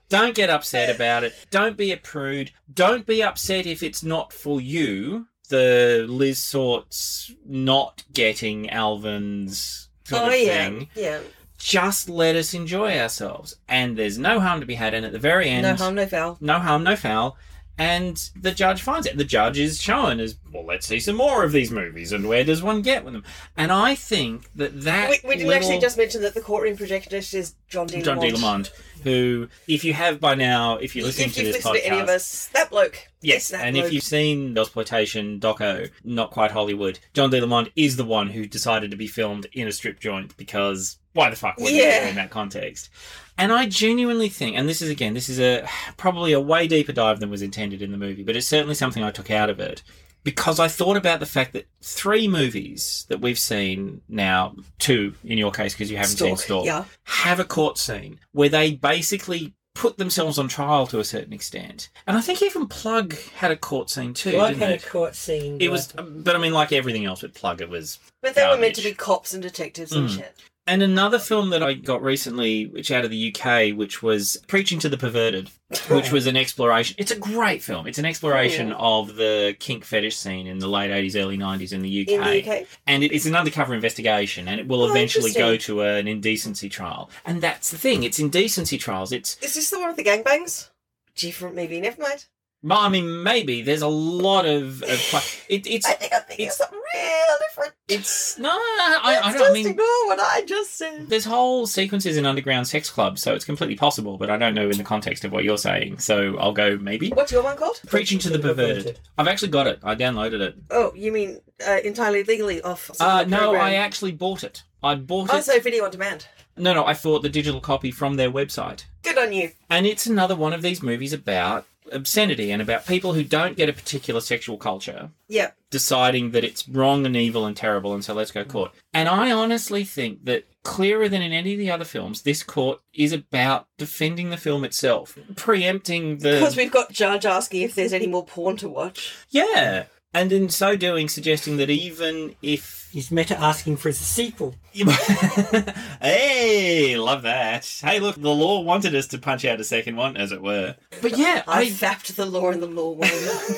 Don't get upset about it. Don't be a prude. Don't be upset if it's not for you. The Liz sorts not getting Alvin's sort
Oh,
of
yeah.
thing.
Yeah.
Just let us enjoy ourselves. And there's no harm to be had. And at the very end,
no harm, no foul.
no harm, no foul. And the judge finds it. The judge is shown as, well, let's see some more of these movies and where does one get with them? And I think that that.
We, we didn't
little-
actually just mention that the courtroom projectionist is John D.
John D.
Lamont.
Lamont, who, if you have by now, if you're listening
if
to
you've
this
listened
podcast,
to any of us, that bloke. It's
Yes,
that
and
bloke.
if you've seen exploitation doco, not quite Hollywood, John D. Lamont is the one who decided to be filmed in a strip joint because why the fuck would you
Yeah.
in that context? And I genuinely think, and this is again, this is a probably a way deeper dive than was intended in the movie, but it's certainly something I took out of it. because I thought about the fact that three movies that we've seen now, two in your case because you haven't seen Stalk,
Yeah.
have a court scene where they basically put themselves on trial to a certain extent. And I think even Plug had a court scene too,
Well, I
didn't
had a
it?
court scene.
It
where-
was, but I mean, like everything else with Plug, it was
But they were meant
garbage.
to
Hmm.
be cops and detectives and shit.
And another film that I got recently, which out of the UK, which was Preaching to the Perverted, which was an exploration. It's a great film. It's an exploration of the kink fetish scene in the late 80s, early 90s in the UK.
In the UK?
And it, it's an undercover investigation and it will
Oh,
eventually go
interesting.
to an indecency trial. And that's the thing. It's indecency trials. It's,
Is this the one with the gangbangs? Different maybe, never mind.
well, I mean, maybe there's a lot of, of pla- it, it's,
I think I'm thinking of
It's-
something real different.
it's, no, I,
Let's
I don't,
just
I mean,
ignore what I just said.
There's whole sequences in underground sex clubs, so it's completely possible, but I don't know in the context of what you're saying, so I'll go maybe.
What's your one called?
Preaching to the perverted. I've actually got it. I downloaded it.
Oh, you mean uh, entirely legally off? some
Uh,
other
no,
program.
I actually bought it. I bought
Oh,
it.
so video on demand.
No, no, I bought the digital copy from their website.
Good on you.
And it's another one of these movies about obscenity and about people who don't get a particular sexual culture
Yeah.
deciding that it's wrong and evil and terrible, and so let's go court. And I honestly think that clearer than in any of the other films, this court is about defending the film itself, preempting
Because
the
we've got Judge asking if there's any more porn to watch.
yeah, and in so doing, suggesting that even if
He's meta asking for his sequel.
hey, love that. Hey, look, the law wanted us to punch out a second one, as it were. But yeah,
I
I
fapped the law and the law won.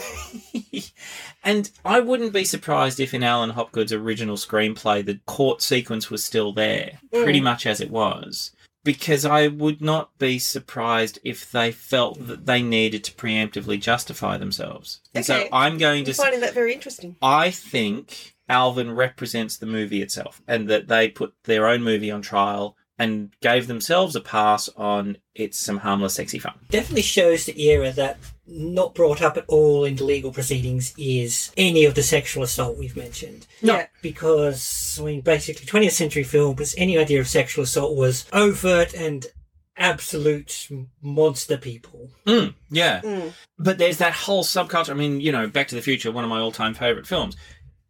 And I wouldn't be surprised if in Alan Hopgood's original screenplay, the court sequence was still there, pretty
Mm.
much as it was. Because I would not be surprised if they felt that they needed to preemptively justify themselves. And
Okay.
so I'm going to.
I'm
s-
finding that very interesting.
I think Alvin represents the movie itself and that they put their own movie on trial and gave themselves a pass on it's some harmless, sexy fun.
Definitely shows the era that not brought up at all in legal proceedings is any of the sexual assault we've mentioned.
No.
Yeah.
because I mean, basically, 20th century film was any idea of sexual assault was overt and absolute monster people.
Mm, yeah.
Mm.
But there's that whole subculture. I mean, you know, Back to the Future, one of my all time favourite films.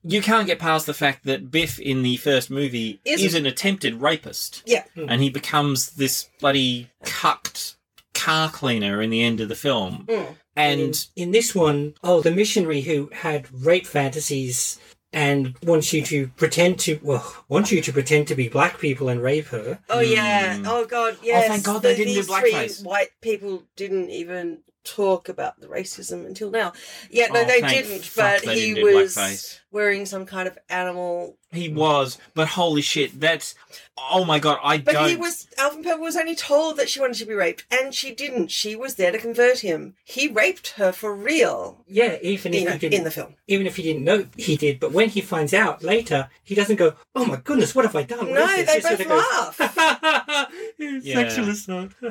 You can't get past the fact that Biff in the first movie
Isn't-
is an attempted rapist.
Yeah.
And he becomes this bloody cucked car cleaner in the end of the film.
Mm.
And
in, in this one, oh, the missionary who had rape fantasies and wants you to pretend to well, wants you to pretend to be black people and rape her.
Oh yeah. Oh god. Yes.
Hmm. thank God they
The-
didn't do
these three
blackface.
White people didn't even talk about the racism until now. Yeah. No,
Oh,
they
thank
didn't.
fuck
But
they
he
didn't do
was
blackface.
wearing some kind of animal.
he was, but holy shit, that's. Oh my god, I
But
don't.
he was Alvin Pepper was only told that she wanted to be raped, and she didn't. She was there to convert him. He raped her for real.
Yeah, even if
In,
you didn't,
in the film.
even if he didn't know he did, but when he finds out later, he doesn't go, "Oh my goodness, what have I done?" What
No,
is this?"
they
He sort
both
of goes,
laugh.
"Ha, ha, ha, ha,
Yeah.
Sexual assault.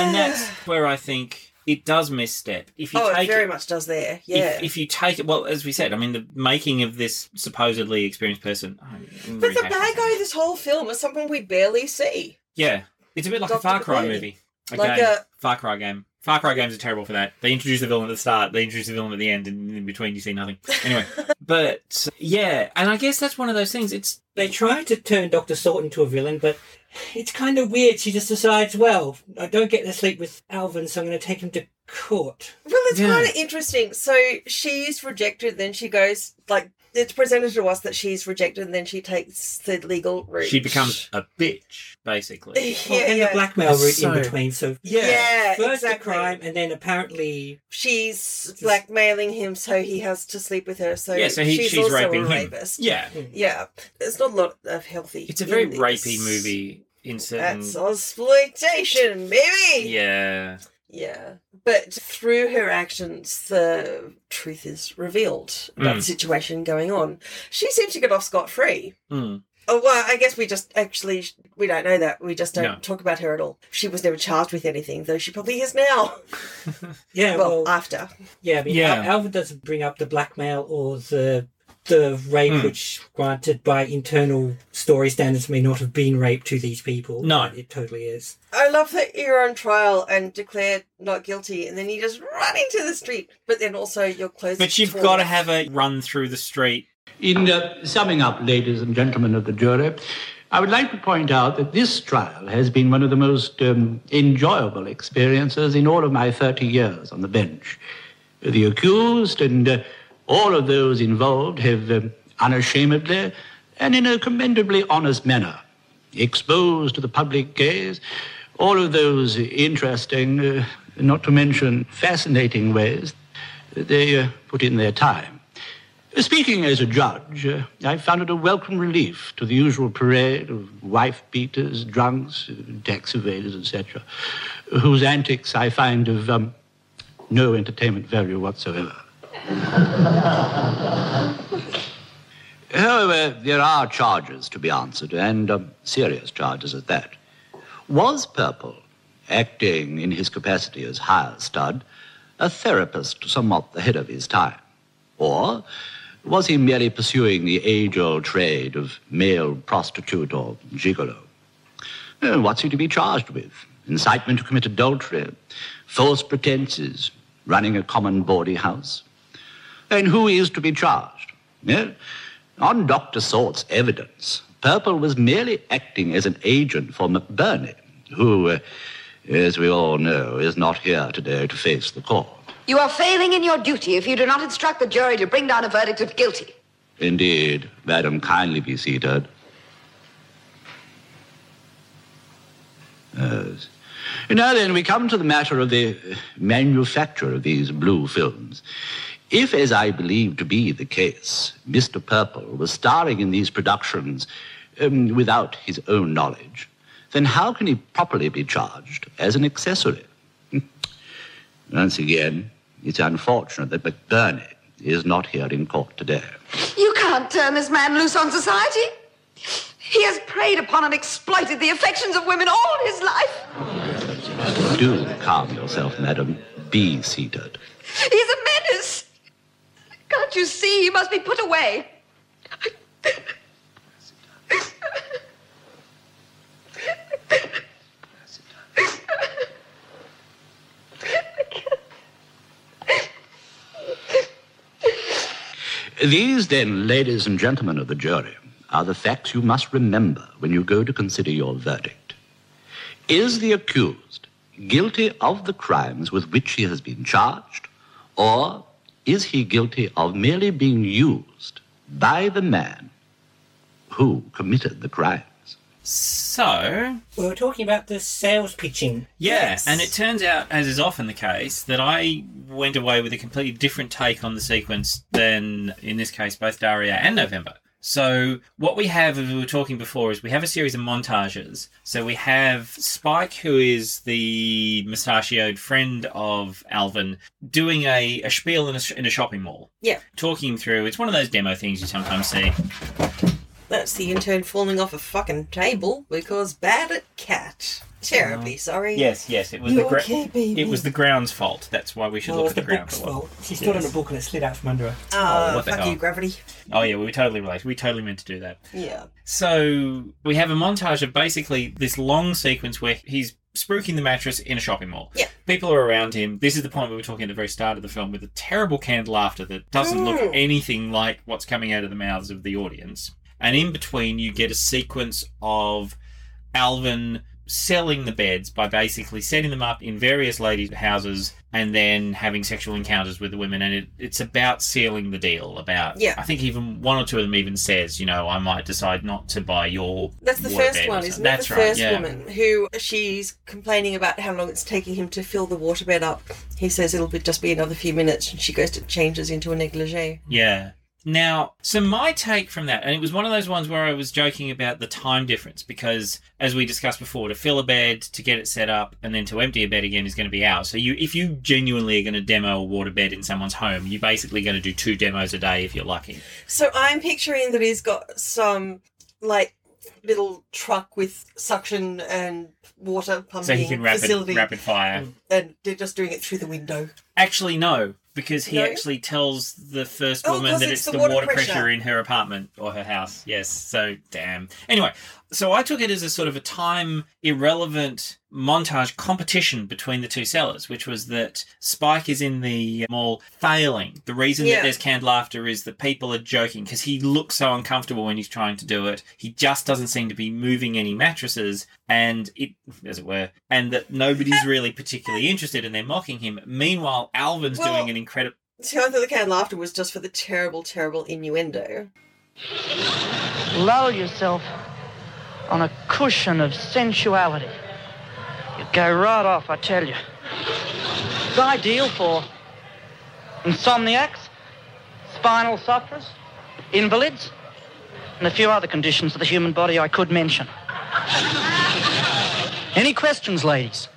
And that's where I think it does misstep. If you
oh, it
take
very
it,
much does there.
If-
Yeah.
If, you take it, well, as we said, I mean, the making of this supposedly experienced person. oh, I'm
but the
rehashing
bad guy
things.
this whole film is someone we barely see.
Yeah. It's a bit like a
Dr.
Far Cry
McClane.
movie. A
Like
game.
a-
Far Cry game. Far Cry games are terrible for that. They introduce the villain at the start, they introduce the villain at the end, and in between you see nothing. Anyway, but yeah, and I guess that's one of those things. It's
They try to turn Doctor Sort into a villain, but it's kind of weird. She just decides, "Well, I don't get to sleep with Alvin, so I'm going to take him to court."
Well, it's
Yeah.
kind of interesting. So she's rejected, then she goes like it's presented to us that she's rejected, and then she takes the legal route.
she becomes Oh, a bitch, basically.
Well,
yeah,
and
yeah.
the blackmail route
So-
in between. So
yeah,
first
exactly.
the crime, and then apparently
She's blackmailing him, so he has to sleep with her. So
Yeah, so he,
she's,
she's,
also
raping
a
him.
rapist.
Yeah.
Yeah, it's not a lot of healthy.
It's a very
in this.
rapey movie Um, in certain.
That's exploitation, baby.
Yeah.
Yeah. But through her actions, the truth is revealed about the situation going on. She seems to get off scot free.
Mm.
Oh, well, I guess we just actually, we don't know that. We just don't
No.
talk about her at all. She was never charged with anything, though she probably is now.
yeah, well,
Well, after.
yeah, I mean,
Yeah.
Al- Alvin doesn't bring up the blackmail or the the rape,
Hmm.
which granted by internal story standards may not have been rape to these people.
No.
but it totally is.
I love that you're on trial and declared not guilty, and then you just run into the street. But then also your clothes.
But you've
torn
got to
off.
have a run through the street.
In uh, summing up, ladies and gentlemen of the jury, I would like to point out that this trial has been one of the most um, enjoyable experiences in all of my 30 years on the bench. The accused and uh, all of those involved have um, unashamedly and in a commendably honest manner exposed to the public gaze all of those interesting, uh, not to mention fascinating ways that they uh, put in their time. Speaking as a judge, uh, I found it a welcome relief to the usual parade of wife beaters, drunks, uh, tax evaders, etc., whose antics I find of um, no entertainment value whatsoever. However, there are charges to be answered, and um, serious charges at that. Was Purple, acting in his capacity as hire stud, a therapist somewhat ahead of his time? Or was he merely pursuing the age old trade of male prostitute or gigolo? Uh, What's he to be charged with? Incitement to commit adultery, false pretenses, running a common bawdy house? And who is to be charged? Yeah? On Dr. Sort's evidence, Purple was merely acting as an agent for McBurney, who, uh, as we all know, is not here today to face the court.
You are failing in your duty if you do not instruct the jury to bring down a verdict of guilty.
Indeed, madam, kindly be seated. Yes. Now then, we come to the matter of the uh, manufacture of these blue films. If, as I believe to be the case, Mr. Purple was starring in these productions um, without his own knowledge, then how can he properly be charged as an accessory? Once again, it's unfortunate that McBurney is not here in court today.
You can't turn this man loose on society. He has preyed upon and exploited the affections of women all his life.
Do calm yourself, madam. Be seated.
He's a menace. Can't you see? He must be put away.
These, then, ladies and gentlemen of the jury, are the facts you must remember when you go to consider your verdict. Is the accused guilty of the crimes with which he has been charged, or is he guilty of merely being used by the man who committed the crime?
So,
We were talking about the sales pitching.
yeah, and it turns out, as is often the case, that I went away with a completely different take on the sequence than, in this case, both Daria and November. So, what we have, as we were talking before, is we have a series of montages. So, we have Spike, who is the mustachioed friend of Alvin, doing a, a spiel in a, sh- in a shopping mall,
Yeah,
talking him through. It's one of those demo things you sometimes see.
that's the intern falling off a fucking table because bad at cat. Terribly sorry.
Uh, Yes, yes, it was
You
the gra-
okay, baby?
it was the ground's fault. That's why we should
Well,
look
it's
at the,
the
ground.
book's
for
fault. She stood on a book and it slid out from under her.
Ah,
Oh, what the
fuck
hell.
you, gravity.
Oh yeah, we totally related. We totally meant to do that.
Yeah.
So we have a montage of basically this long sequence where he's spooking the mattress in a shopping mall.
Yeah.
People are around him. This is the point we were talking at the very start of the film with the terrible canned laughter that doesn't
Mm.
look anything like what's coming out of the mouths of the audience. And in between you get a sequence of Alvin selling the beds by basically setting them up in various ladies' houses and then having sexual encounters with the women and it, it's about sealing the deal about
Yeah.
I think even one or two of them even says, you know, I might decide not to buy your
That's the
your
first
bed or
one,
something.
isn't
That's
it? The
right,
first
yeah.
woman who she's complaining about how long it's taking him to fill the waterbed up. He says it'll be just be another few minutes, and she goes to changes into a negligee.
Yeah. Now, so my take from that, and it was one of those ones where I was joking about the time difference because, as we discussed before, to fill a bed, to get it set up, and then to empty a bed again is going to be hours. So, you, if you genuinely are going to demo a water bed in someone's home, you're basically going to do two demos a day if you're lucky.
So I'm picturing that he's got some like little truck with suction and water pumping
So he can rapid
facility.
rapid fire.
and they're just doing it through the window.
Actually, no, because he
No?
actually tells the first
Oh,
woman
'cause
that
it's
it's
the
the,
water
water,
pressure.
pressure. in her apartment or her house. Yes, so damn. Anyway, so I took it as a sort of a time irrelevant montage competition between the two sellers, which was that Spike is in the mall failing. The reason
Yeah.
that there's canned laughter is that people are joking because he looks so uncomfortable when he's trying to do it. He just doesn't seem to be moving any mattresses, and it, as it were, and that nobody's really particularly interested, and they're mocking him. Meanwhile, Alvin's
Well-
doing an incredible.
So I thought the canned laughter was just for the terrible, terrible innuendo.
Lull yourself on a cushion of sensuality. You go right off, I tell you. It's ideal for insomniacs, spinal sufferers, invalids, and a few other conditions of the human body I could mention. Any questions, ladies?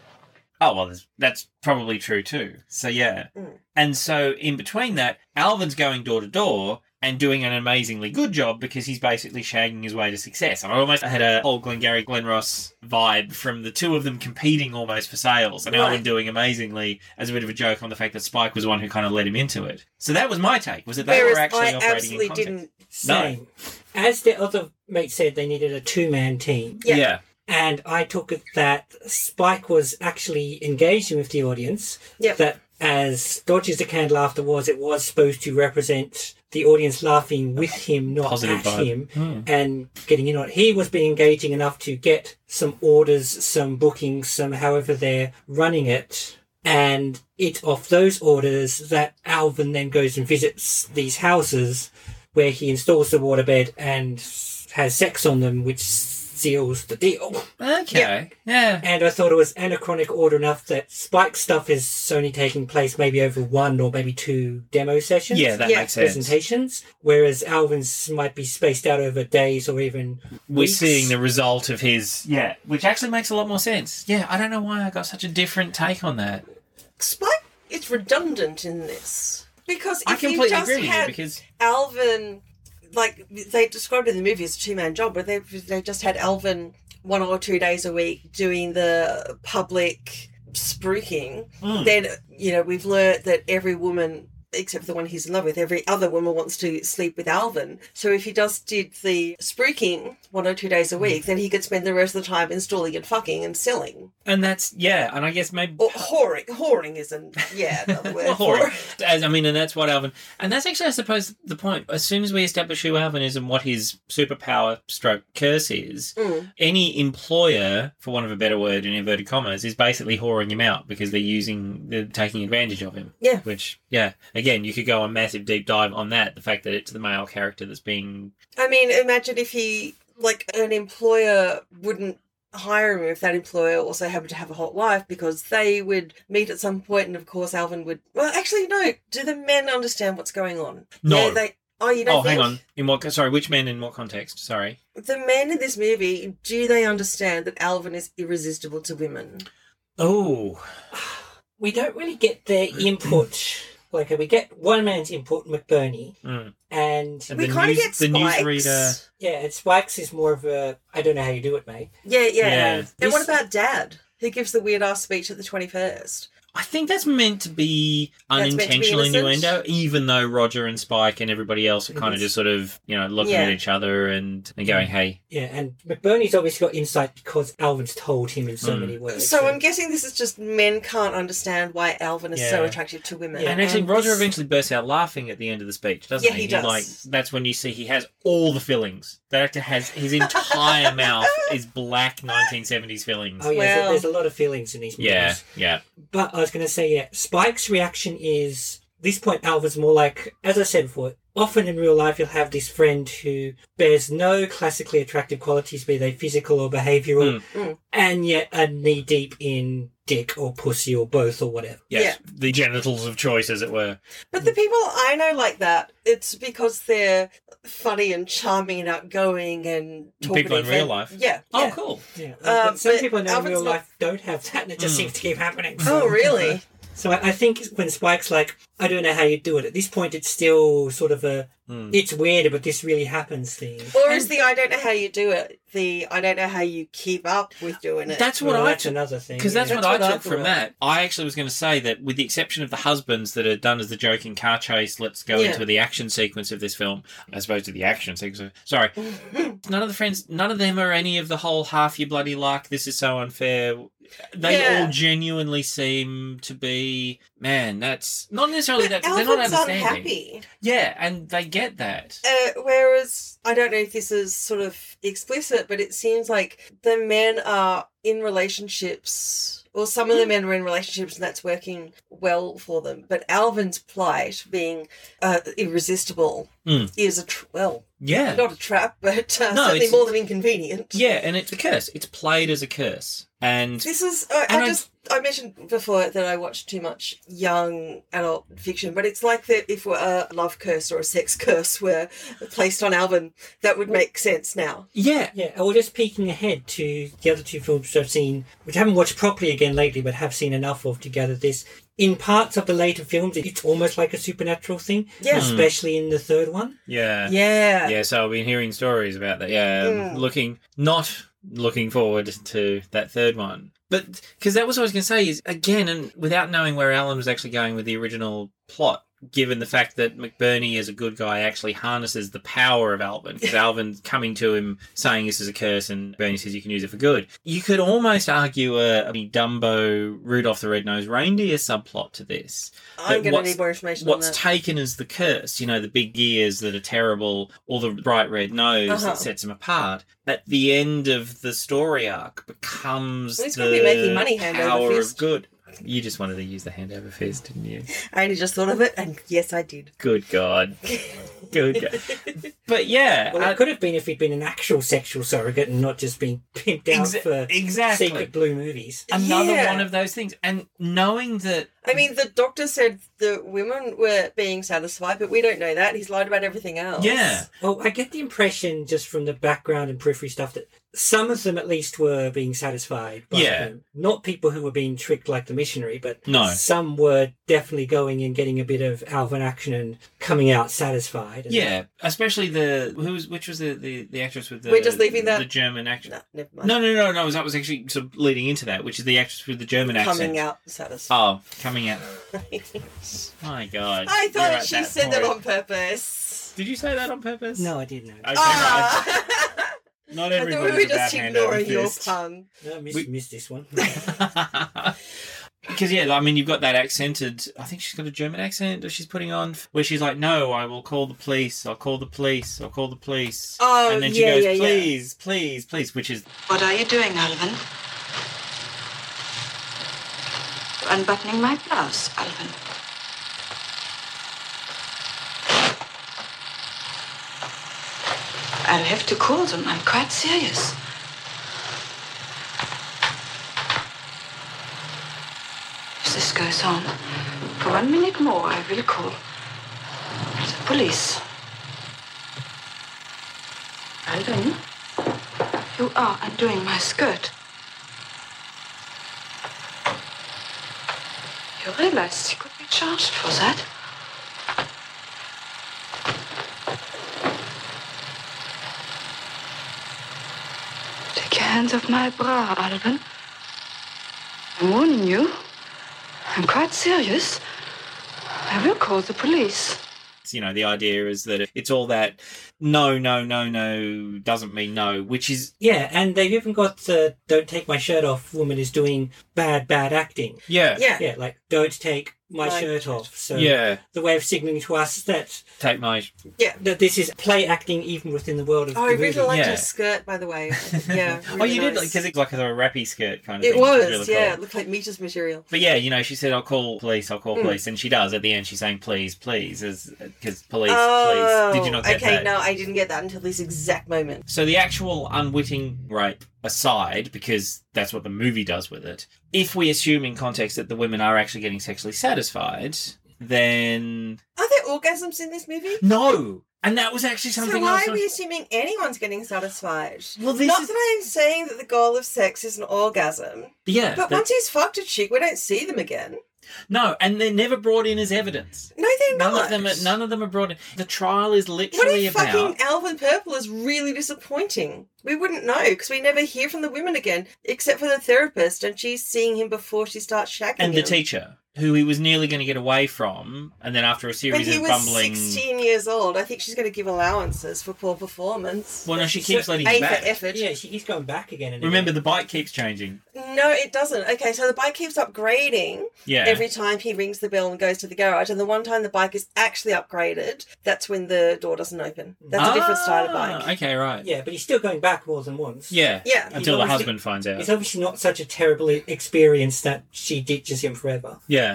Oh well, that's- that's probably true too. So yeah, and so in between that, Alvin's going door to door and doing an amazingly good job because he's basically shagging his way to success. I almost had a whole Glengarry Glen Ross vibe from the two of them competing almost for sales, and
Right.
Alvin doing amazingly as a bit of a joke on the fact that Spike was the one who kind of led him into it. So that was my take. Was that they
Whereas
were actually
I
operating
absolutely
in context.
didn't
No.
Same. As the other mate said, they needed a two man team.
Yeah. Yeah.
And I took it that Spike was actually engaging with the audience.
Yep.
That as dodgy as the canned laughter was, it was supposed to represent the audience laughing with him, not
Positive
at
vibe.
him,
Hmm.
and getting in on it. He was being engaging enough to get some orders, some bookings, some however they're running it. And it's off those orders that Alvin then goes and visits these houses where he installs the waterbed and has sex on them, which seals the deal.
Okay. Yeah.
And I thought it was anachronic order enough that Spike stuff is only taking place maybe over one or maybe two demo sessions.
Yeah, that Yeah. makes sense.
Presentations, whereas Alvin's might be spaced out over days or even
We're
weeks.
seeing the result of his yeah, which actually makes a lot more sense. Yeah, I don't know why I got such a different take on that.
Spike is redundant in this because if
I
you
completely
just
agree with you
had
because
Alvin, like they described in the movie as a two man job, but they they just had Alvin one or two days a week doing the public spruiking.
Hmm.
Mm.
Then you know we've learnt that every woman. Except for the one he's in love with, every other woman wants to sleep with Alvin. So if he just did the spruiking one or two days a
Hmm.
week, then he could spend the rest of the time installing and fucking and selling.
and that's yeah, and I guess maybe
Or whoring. Whoring isn't, yeah, another word. for it.
Horror. As, I mean, and that's what Alvin, and that's actually, I suppose, the point. As soon as we establish who Alvin is and what his superpower stroke curse is,
Mm.
any employer, for want of a better word, in inverted commas, is basically whoring him out because they're using, they're taking advantage of him.
Yeah.
Which, yeah, again, you could go on massive deep dive on that. The fact that it's the male character that's being,
I mean, imagine if he, like, an employer wouldn't hire him if that employer also happened to have a hot wife because they would meet at some point, and of course, Alvin would. Well, actually, no. Do the men understand what's going on?
No.
Yeah, they. Oh, you don't
oh,
think
hang on, in what? Sorry, which man in what context? Sorry.
the men in this movie do they understand that Alvin is irresistible to women?
Oh,
We don't really get their input. like we get one man's input, McBurney,
Mm.
and,
And We the kinda news- get the newsreader- Spikes.
Yeah, and Spikes is more of a I don't know how you do it, mate.
Yeah, yeah.
Yeah.
And what about Dad, who gives the weird ass speech at the twenty first?
I think that's meant to be
That's meant to be
unintentional
innocent.
innuendo, even though Roger and Spike and everybody else are kind of
Yes.
just sort of, you know, looking
Yeah.
at each other and, and going, hey.
Yeah, and McBurney's obviously got insight because Alvin's told him in so
Mm.
many words.
So I'm guessing this is just men can't understand why Alvin is so
Yeah.
attractive to women.
and actually, Roger eventually bursts out laughing at the end of the speech, doesn't
Yeah,
he?
he does.
Like, that's when you see he has all the fillings. That actor has his entire mouth is black 1970s fillings.
Oh yeah, so there's a lot of feelings in these movies.
Yeah, yeah.
But I was going to say, yeah, Spike's reaction is this point. Alvin's more like, as I said before, often in real life you'll have this friend who bears no classically attractive qualities, be they physical or behavioural,
Hmm.
and yet are knee deep in dick or pussy or both or whatever.
Yes, the genitals of choice, as it were.
But the people I know like that, it's because they're funny and charming and outgoing and talkative.
People in real
and-
life.
Yeah.
Oh,
yeah.
cool.
Yeah,
Um,
Uh, but some
but
people I know in
Alvin's
real
not-
life don't have that, and it
Hmm.
just seems to keep happening.
Oh, really?
So I, I think when Spike's like, "I don't know how you do it," at this point, it's still sort of a
Hmm.
It's weirder, but this really happens thing.
Or is the I don't know how you do it the I don't know how you keep up with doing it?
That's what I
that's
took-
another thing.
Because that's,
yeah.
what, I took from that. I actually was going to say that, with the exception of the husbands that are done as the joking car chase, let's go
Yeah.
into the action sequence of this film, as opposed to the action sequence. Of, sorry, none of the friends, none of them are any of the whole half your bloody luck. This is so unfair. They
Yeah.
all genuinely seem to be man. That's not necessarily that
But
they're not
Alvin's
understanding.
unhappy.
Yeah, and they get that.
Uh, whereas I don't know if this is sort of explicit, but it seems like the men are in relationships, or some of the men are in relationships, and that's working well for them. But Alvin's plight, being uh, irresistible,
Mm.
is a tr- well,
Yeah.
not a trap, but uh,
No,
certainly
it's-
more than inconvenient.
Yeah, and it's a curse. It's played as a curse, and
This is I,
And
I
I-
just I mentioned before that I watch too much young adult fiction, but it's like that if uh, a love curse or a sex curse were placed on Alvin, that would make sense now.
Yeah.
Yeah, or just peeking ahead to the other two films which I've seen, which I haven't watched properly again lately, but have seen enough of to gather this. In parts of the later films, it's almost like a supernatural thing,
Yeah. Mm.
especially in the third one.
Yeah.
Yeah.
Yeah, so I've been hearing stories about that. Yeah,
Mm.
looking not looking forward to that third one. But because that was what I was going to say is again, and without knowing where Alan was actually going with the original plot, given the fact that McBurney as a good guy actually harnesses the power of Alvin, because Alvin's coming to him saying this is a curse, and Bernie says you can use it for good. You could almost argue a, a Dumbo Rudolph the Red-Nosed Reindeer subplot to this.
I'm
That
going to
what's-
need more information on
What's
that.
taken as the curse, you know, the big ears that are terrible, all the bright red nose
Uh-huh.
that sets him apart, at the end of the story arc becomes
Well, he's
the
gonna be making money hand over
power
fist.
of good. You just wanted to use the hand over fist, didn't you?
I only just thought of it, and yes, I did.
Good God. Good God. But yeah. uh,
Well, it could have been if he'd been an actual sexual surrogate and not just being pimped out
Exa-
for
exactly.
secret blue movies.
Another
Yeah.
one of those things. And knowing that
I mean, the doctor said the women were being satisfied, but we don't know that. He's lied about everything else.
Well, I get the impression just from the background and periphery stuff that some of them at least were being satisfied. By
Yeah.
him. Not people who were being tricked like the missionary, but
No.
some were definitely going and getting a bit of Alvin action and coming out satisfied. And-
Yeah, especially the who was which was the the, the actress with the
We're just leaving that-
the German actress.
No, never mind.
No, no, no, no. That was actually sort of leading into that, which is the actress with the German accent.
Coming out satisfied.
Oh, coming out. My God.
I
You're
thought
at
she said that
point.
on purpose.
Did you say that on purpose?
No, I didn't know.
Okay, right. Not
Ah! I thought we
everybody's
were
about
just
hand over
ignoring your
fist.
pun.
No, I missed, missed this one.
Because yeah, I mean, you've got that accented. I think she's got a German accent that she's putting on, where she's like, "No, I will call the police. I'll call the police. I'll call the police."
Oh,
and then she
yeah,
goes,
yeah, yeah.
"Please, please, please," which is
What are you doing, Alvin? Unbuttoning my blouse, Alvin. I'll have to call them. I'm quite serious. If this goes on for one minute more, I will call the police. Alvin? You are undoing my skirt. You realize you could be charged for that? Take your hands off my bra, Alvin. I'm warning you. I'm quite serious. I will call the police.
you know the idea is that it's all that no, no, no, no doesn't mean no, which is
Yeah, and they've even got the "Don't take my shirt off" woman is doing bad, bad acting.
Yeah.
Yeah.
yeah, like don't take my
My
shirt off. So
Yeah.
the way of signaling to us that
take my
Yeah.
that this is play acting even within the world of
Oh, I
the
really
movie.
liked your skirt, by the way. Yeah.
oh,
really
you did
nice.
because it's like a wrappy skirt kind of
It
thing. which
was,
is really
yeah.
cool.
It looked like Meter's material.
But yeah, you know, she said, "I'll call police. I'll call
Mm.
police," and she does. At the end, she's saying, "Please, please," because police,
oh,
please. Did you not get
okay,
that?
no, I didn't get that until this exact moment.
So the actual unwitting rape aside, because that's what the movie does with it. If we assume in context that the women are actually getting sexually satisfied, then
Are there orgasms in this movie?
no. And that was actually
So
something
why
else.
are
I-
we assuming anyone's getting satisfied?
Well, this
not
is-
that I'm saying that the goal of sex is an orgasm.
Yeah,
But
that-
once he's fucked a chick, we don't see them again.
No, and they're never brought in as evidence.
No, they're Nobody knows.
None of them. Are, none of them are brought in. The trial is
What
literally
if
about.
fucking Alvin Purple is really disappointing? We wouldn't know because we never hear from the women again, except for the therapist, and she's seeing him before she starts shagging
and the
him.
teacher who he was nearly going to get away from and then after a
But
series
he
of
was
bumbling
16 years old. I think she's going to give allowances for poor performance.
Well, no, she keeps letting
A
him
for
back.
effort.
Yeah, she, he's going back again. And
remember the bike keeps changing
No, it doesn't. Okay, so the bike keeps upgrading
Yeah.
every time he rings the bell and goes to the garage. And the one time the bike is actually upgraded, that's when the door doesn't open. That's a different style of bike.
Ah, okay right
Yeah, but he's still going back more than once.
yeah
Yeah.
until the
He's obviously-
husband finds out
It's obviously not such a terrible e- experience that she ditches him forever.
yeah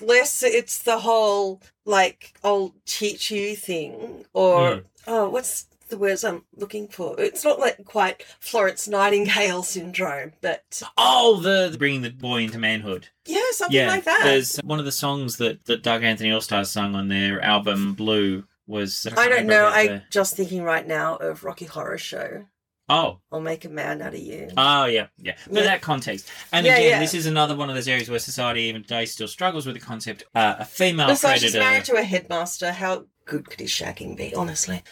Unless it's the whole, like, I'll teach you thing or,
Hmm.
oh, what's the words I'm looking for? It's not like quite Florence Nightingale syndrome, but
oh the bringing the boy into manhood
yeah, something
yeah
like that.
there's one of the songs that that doug anthony allstar sung on their album blue was
I don't know.
about
I'm
the-
just thinking right now of Rocky Horror Show.
oh
I'll make a man out of you.
Oh yeah, yeah. But
Yeah.
that context, and
Yeah,
again,
yeah.
this is another one of those areas where society even today still struggles with the concept. Uh, a female
Besides, she's
predator.
married to a headmaster. How good could his shagging be, honestly?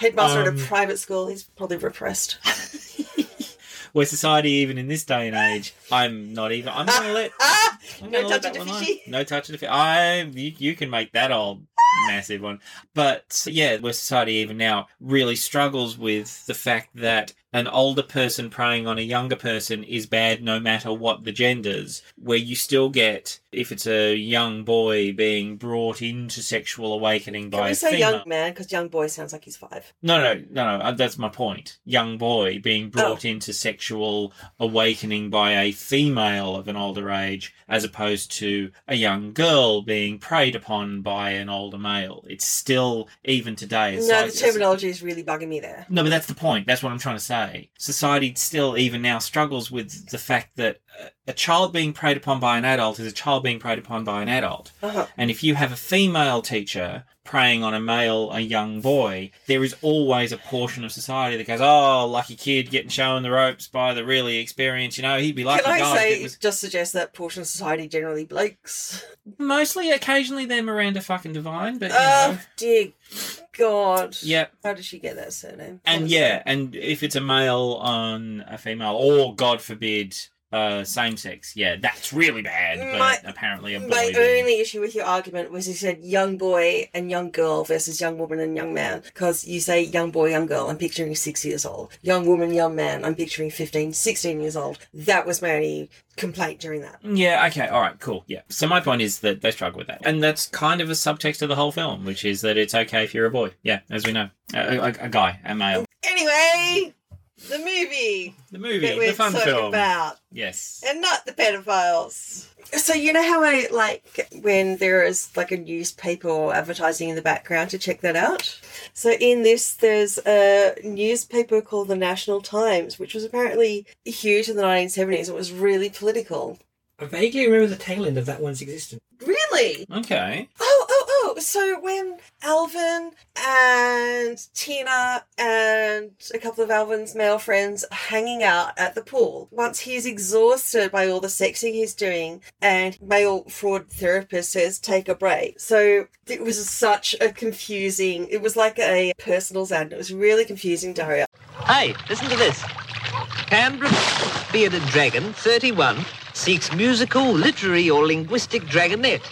Headmaster at
Um,
a private school, he's probably repressed.
where society, even in this day and age, I'm not even. I'm gonna let.
Ah!
I'm
No
gonna let
touchy
that one
fishy.
lie. No touch of it. I. You, you can make that old massive one, but yeah, where society even now really struggles with the fact that an older person preying on a younger person is bad no matter what the genders. Where you still get if it's a young boy being brought into sexual awakening
Can
by
we
a
say
female.
young man? Because young boy sounds like he's five.
No, no, no, no. uh, That's my point. Young boy
Oh.
being brought into sexual awakening by a female of an older age, as opposed to a young girl being preyed upon by an older male. It's still even today. It's
no,
like-
the terminology is really bugging me there.
no, but that's the point. That's what I'm trying to say. Society still, even now, struggles with the fact that uh, a child being preyed upon by an adult is a child being preyed upon by an adult.
Uh-huh.
And if you have a female teacher preying on a male, a young boy, there is always a portion of society that goes, "Oh, lucky kid, getting shown the ropes by the really experienced." You know, he'd be lucky.
Can I
guy if
say,
it was...
just suggest that portion of society generally blokes?
mostly, occasionally, they're Miranda fucking Divine, but you
Oh,
know,
dear God.
Yep.
How did she get that surname?
and yeah, and if it's a male on a female, or God forbid, uh, same sex, yeah, that's really bad. But
My-
apparently, a boy.
My
being-
only issue with your argument was you said young boy and young girl versus young woman and young man. Because you say young boy, young girl, I'm picturing six years old. Young woman, young man, I'm picturing 15, 16 years old. That was my only complaint during that.
Yeah, okay, all right, cool. Yeah. So my point is that they struggle with that. And that's kind of a subtext of the whole film, which is that it's okay if you're a boy. Yeah, as we know. A, a, a guy, a male.
Anyway, the movie.
The movie,
that we're
the fun
talking
film.
about.
Yes.
And not the pedophiles. So you know how I like when there is like a newspaper or advertising in the background to check that out? So in this there's a newspaper called the National Times, which was apparently huge in the nineteen seventies. It was really political.
I vaguely remember the tail end of that one's existence.
Really?
Okay.
Oh, oh, oh. So when Alvin and Tina and a couple of Alvin's male friends are hanging out at the pool, once he's exhausted by all the sexing he's doing, and male fraud therapist says, take a break. So it was such a confusing, it was like a personals ad. and It was really confusing, Daria.
Hey, listen to this. Canberra Bearded Dragon 31 seeks musical, literary, or linguistic dragonette.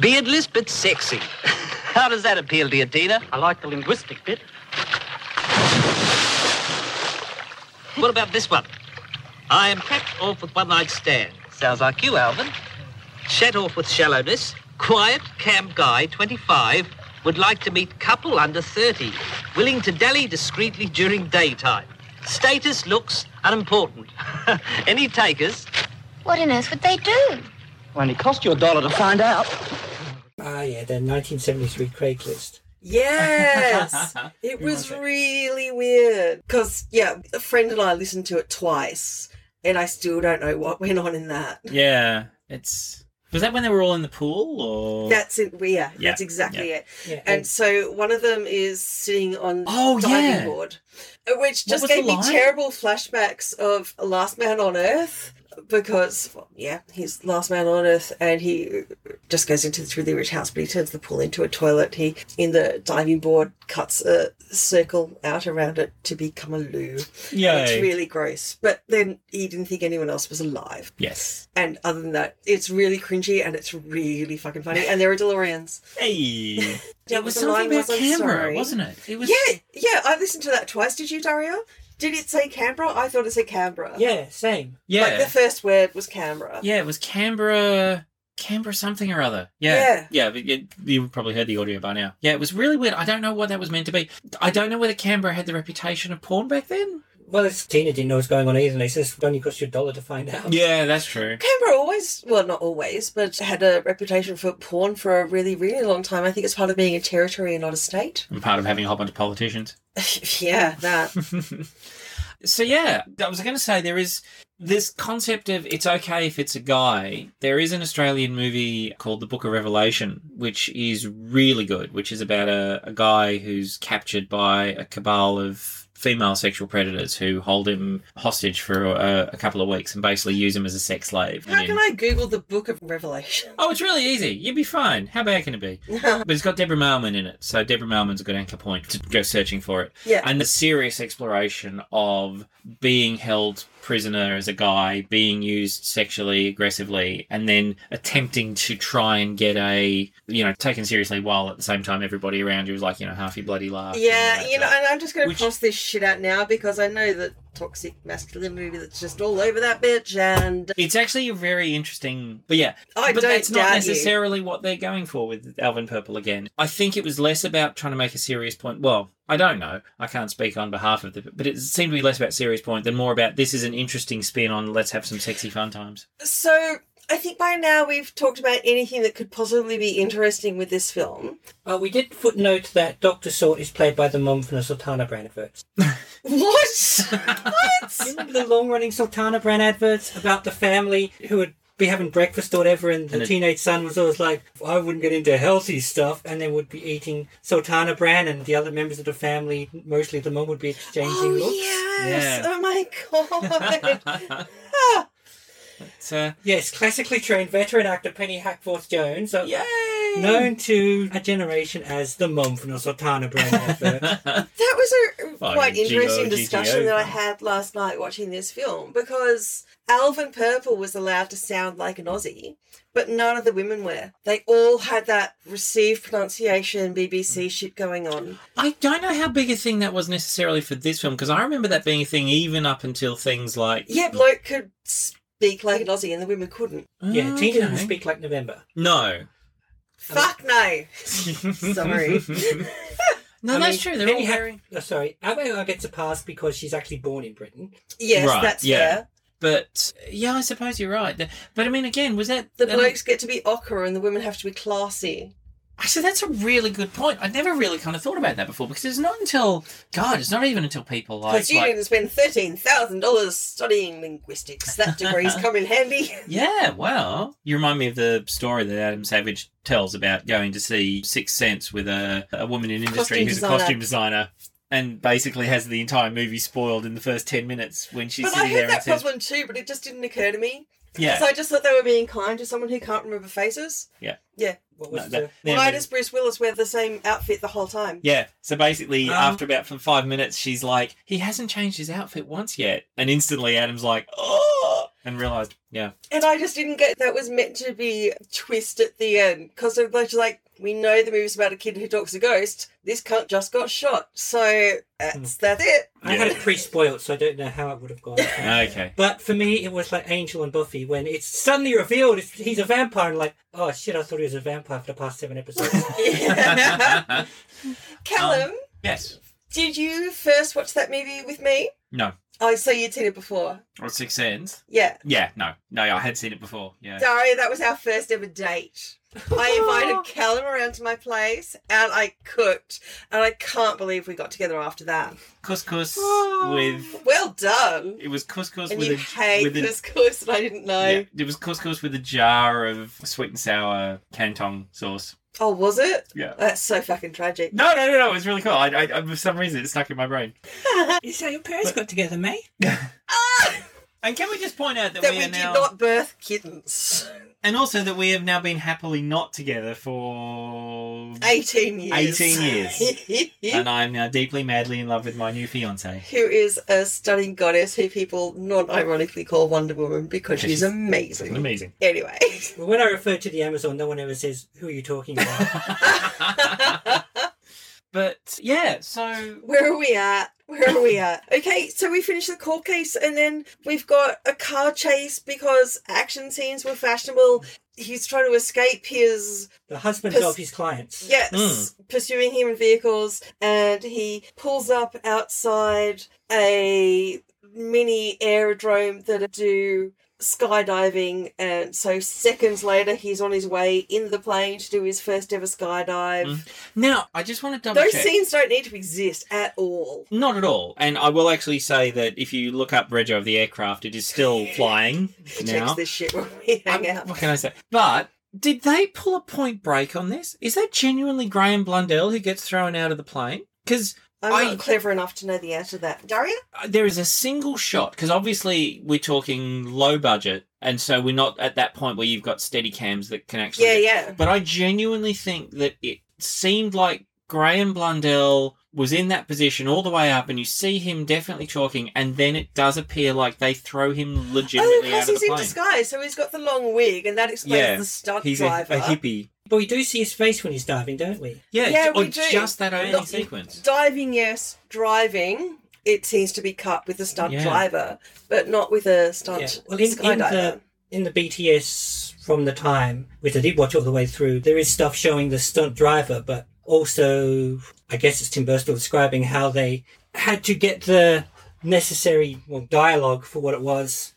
Beardless but sexy. How does that appeal to you, Tina? I like the linguistic bit. What about this one? I am packed off with one night stand. Sounds like you, Alvin. Shat off with shallowness. Quiet camp guy, 25, would like to meet couple under 30. Willing to dally discreetly during daytime. Status looks unimportant. Any takers?
What on earth would they do?
Only cost you a dollar to find out.
Ah, yeah, the 1973 Craigslist.
Yes, it was really weird. Because, yeah, a friend and I listened to it twice, and I still don't know what went on in that.
Yeah. It's. Was that when they were all in the pool or.
That's it. well, Yeah,
Yeah,
that's exactly
yeah.
it.
Yeah,
and,
and-
so one of them is sitting on
Oh,
diving
yeah.
board, uh, which
What was
just
the
gave me
line?
terrible flashbacks of Last Man on Earth. because well, yeah, he's last man on earth, and he uh, just goes into this really rich house, but he turns the pool into a toilet. He in the diving board cuts a circle out around it to become a loo.
Yay.
it's really gross. But then he didn't think anyone else was alive.
Yes.
And other than that, it's really cringy and it's really fucking funny. And there are DeLoreans.
Hey.
That
it was something about Canberra, wasn't it? It was.
Yeah, yeah. I listened to that twice. Did you, Dario? Did it say Canberra? I thought it said Canberra.
Yeah, same.
Yeah.
Like the first word was Canberra.
Yeah, it was Canberra, Canberra something or other. Yeah, yeah. but you, you probably heard the audio by now. Yeah, it was really weird. I don't know what that was meant to be. I don't know whether Canberra had the reputation of porn back then.
Well, it's Tina didn't know what's going on either, and they says it only cost you a dollar to find out.
Yeah, that's true.
Canberra always, well, not always, but had a reputation for porn for a really, really long time. I think it's part of being a territory and not a state.
And part of having a whole bunch of politicians.
yeah, that.
So yeah, I was going to say there is this concept of it's okay if it's a guy. There is an Australian movie called The Book of Revelation, which is really good, which is about a, a guy who's captured by a cabal of female sexual predators who hold him hostage for a, a couple of weeks and basically use him as a sex slave. And
How
then-
can I Google the Book of Revelation?
Oh, it's really easy. You'd be fine. How bad can it be? but it's got Deborah Mailman in it, so Deborah Mailman's a good anchor point to go searching for it.
Yeah.
And the serious exploration of being held prisoner as a guy, being used sexually aggressively, and then attempting to try and get a you know taken seriously while at the same time everybody around you is like you know half your bloody laugh.
Yeah, you know, and I'm just going to toss this shit out now because I know that toxic masculinity that's just all over that bitch, and
It's actually a very interesting, but yeah,
I
but
don't
that's not
doubt you.
necessarily what they're going for with Alvin Purple again. I think it was less about trying to make a serious point. Well, I don't know. I can't speak on behalf of the, but it seemed to be less about serious point than more about this is an interesting spin on let's have some sexy fun times.
So I think by now we've talked about anything that could possibly be interesting with this film.
Uh, we did footnote that Dr. Sort is played by the mum from the Sultana brand adverts.
What?
what? You remember the long running Sultana brand adverts about the family who would be having breakfast or whatever, and the
And it-
teenage son was always like, I wouldn't get into healthy stuff, and they would be eating Sultana brand, and the other members of the family, mostly the mum, would be exchanging
Oh,
looks.
Yes. Oh my god.
So
yes, classically trained veteran actor Penny Hackforth Jones, uh,
Yay!
known to a generation as the mum from the Sultana brand advert.
that was a
Fucking
quite interesting
GTO.
discussion that I had last night watching this film because Alvin Purple was allowed to sound like an Aussie, but none of the women were. They all had that received pronunciation
Mm.
BBC shit going on.
I don't know how big a thing that was necessarily for this film because I remember that being a thing even up until things like
Yeah, bloke could speak like an Aussie and the women couldn't.
yeah, Tina didn't
Okay.
speak like November.
no,
Fuck no. Sorry.
No, Oh, that's true. They're
Penny
all
Hack-
very-
oh, sorry, Abigail gets a pass because she's actually born in Britain.
Yes, that's fair.
But yeah, I suppose you're right. The- But I mean, again, was that
The
that-
blokes get to be ochre and the women have to be classy.
Actually, that's a really good point. I never really kind of thought about that before because it's not until God, it's not even until people like,
Because you
like-
didn't spend thirteen thousand dollars studying linguistics. That degree's come in handy.
yeah, well, you remind me of the story that Adam Savage tells about going to see Sixth Sense with a, a woman in industry
Costume
who's
designer.
a costume designer. And basically has the entire movie spoiled in the first ten minutes when she's
but I
sitting there
had
and
that
says,
problem too, but it just didn't occur to me.
Yeah.
So I just thought they were being kind to someone who can't remember faces.
"Yeah,
Yeah.
What
was No, the- that-
Why
yeah, but-
does Bruce Willis wear the same outfit the whole time?
Yeah. So
Um,
basically, after about f- five minutes, she's like, "He hasn't changed his outfit once yet," and instantly Adam's like, "Oh!" and realized, yeah,
And I just didn't get that was meant to be a twist at the end because they're like- like, we know the movie's about a kid who talks a ghost. This cunt just got shot, so
Mm.
that's that's it.
I had it pre-spoiled, so I don't know how it would have gone.
okay.
But for me, it was like Angel and Buffy when it's suddenly revealed it's, he's a vampire, and like, oh shit, I thought he was a vampire for the past seven episodes.
Callum,
yes,
did you first watch that movie with me?
no,
Oh, so you'd seen it before.
or Six Sense.
Yeah.
Yeah, no, no, I had seen it before. Yeah,
Dario, that was our first ever date. I invited Callum around to my place and I cooked. And I can't believe we got together after that.
couscous with
Well done.
it was couscous
Oh. And
with
you
a
hate
with a-
couscous and I didn't know.
yeah, it was couscous with a jar of sweet and sour Canton sauce.
Oh, was it?
Yeah.
That's so fucking tragic.
No, no, no, no. It was really cool. I, I, I for some reason, it stuck in my brain.
Is that your parents got together, mate?
And can we just point out that,
Ah! That
we,
we
are
did
now...
not birth kittens.
And also that we have now been happily not together for
18 years.
18 years. and I'm now deeply, madly in love with my new fiance.
who is a stunning goddess who people non ironically call Wonder Woman because she's amazing.
Amazing.
Anyway,
Well, when I refer to the Amazon, no one ever says, "Who are you talking about?"
But yeah, so
where are we at? Where are we at? Okay, so we finished the court case and then we've got a car chase because action scenes were fashionable. He's trying to escape his
the husbands
Pers-
of his clients.
Yes,
Hmm.
pursuing him in vehicles, and he pulls up outside a mini aerodrome that do skydiving, and so seconds later he's on his way in the plane to do his first ever skydive.
Now, I just want to Hmm. double
Those
check.
scenes don't need to exist at all.
Not at all. And I will actually say that if you look up Rego of the aircraft, it is still flying
He
now.
checks this shit when we hang out.
What can I say? But did they pull a point break on this? Is that genuinely Graham Blundell who gets thrown out of the plane? Because
I'm
I-
not clever enough to know the answer to that. Daria?
there is a single shot because obviously we're talking low budget and so we're not at that point where you've got steady cams that can actually
Yeah, yeah.
but i genuinely think that it seemed like graham blundell was in that position all the way up and you see him definitely talking and then it does appear like they throw him
Oh,
legitimately out
because
of
he's
the
in
plane
disguise, so he's got the long wig, and that explains
yeah
the stunt
he's a,
driver.
a hippie
But we do see his face when he's diving, don't we?
yeah,
Yeah,
or
we do.
just that opening
Not-
sequence
Diving, yes. Driving, it seems to be cut with a stunt
Yeah.
driver, but not with a
Yeah.
stunt
Well, in, in
skydiver.
the in the BTS from the time, which I did watch all the way through, there is stuff showing the stunt driver, but also I guess it's Tim Burstall describing how they had to get the necessary well, dialogue for what it was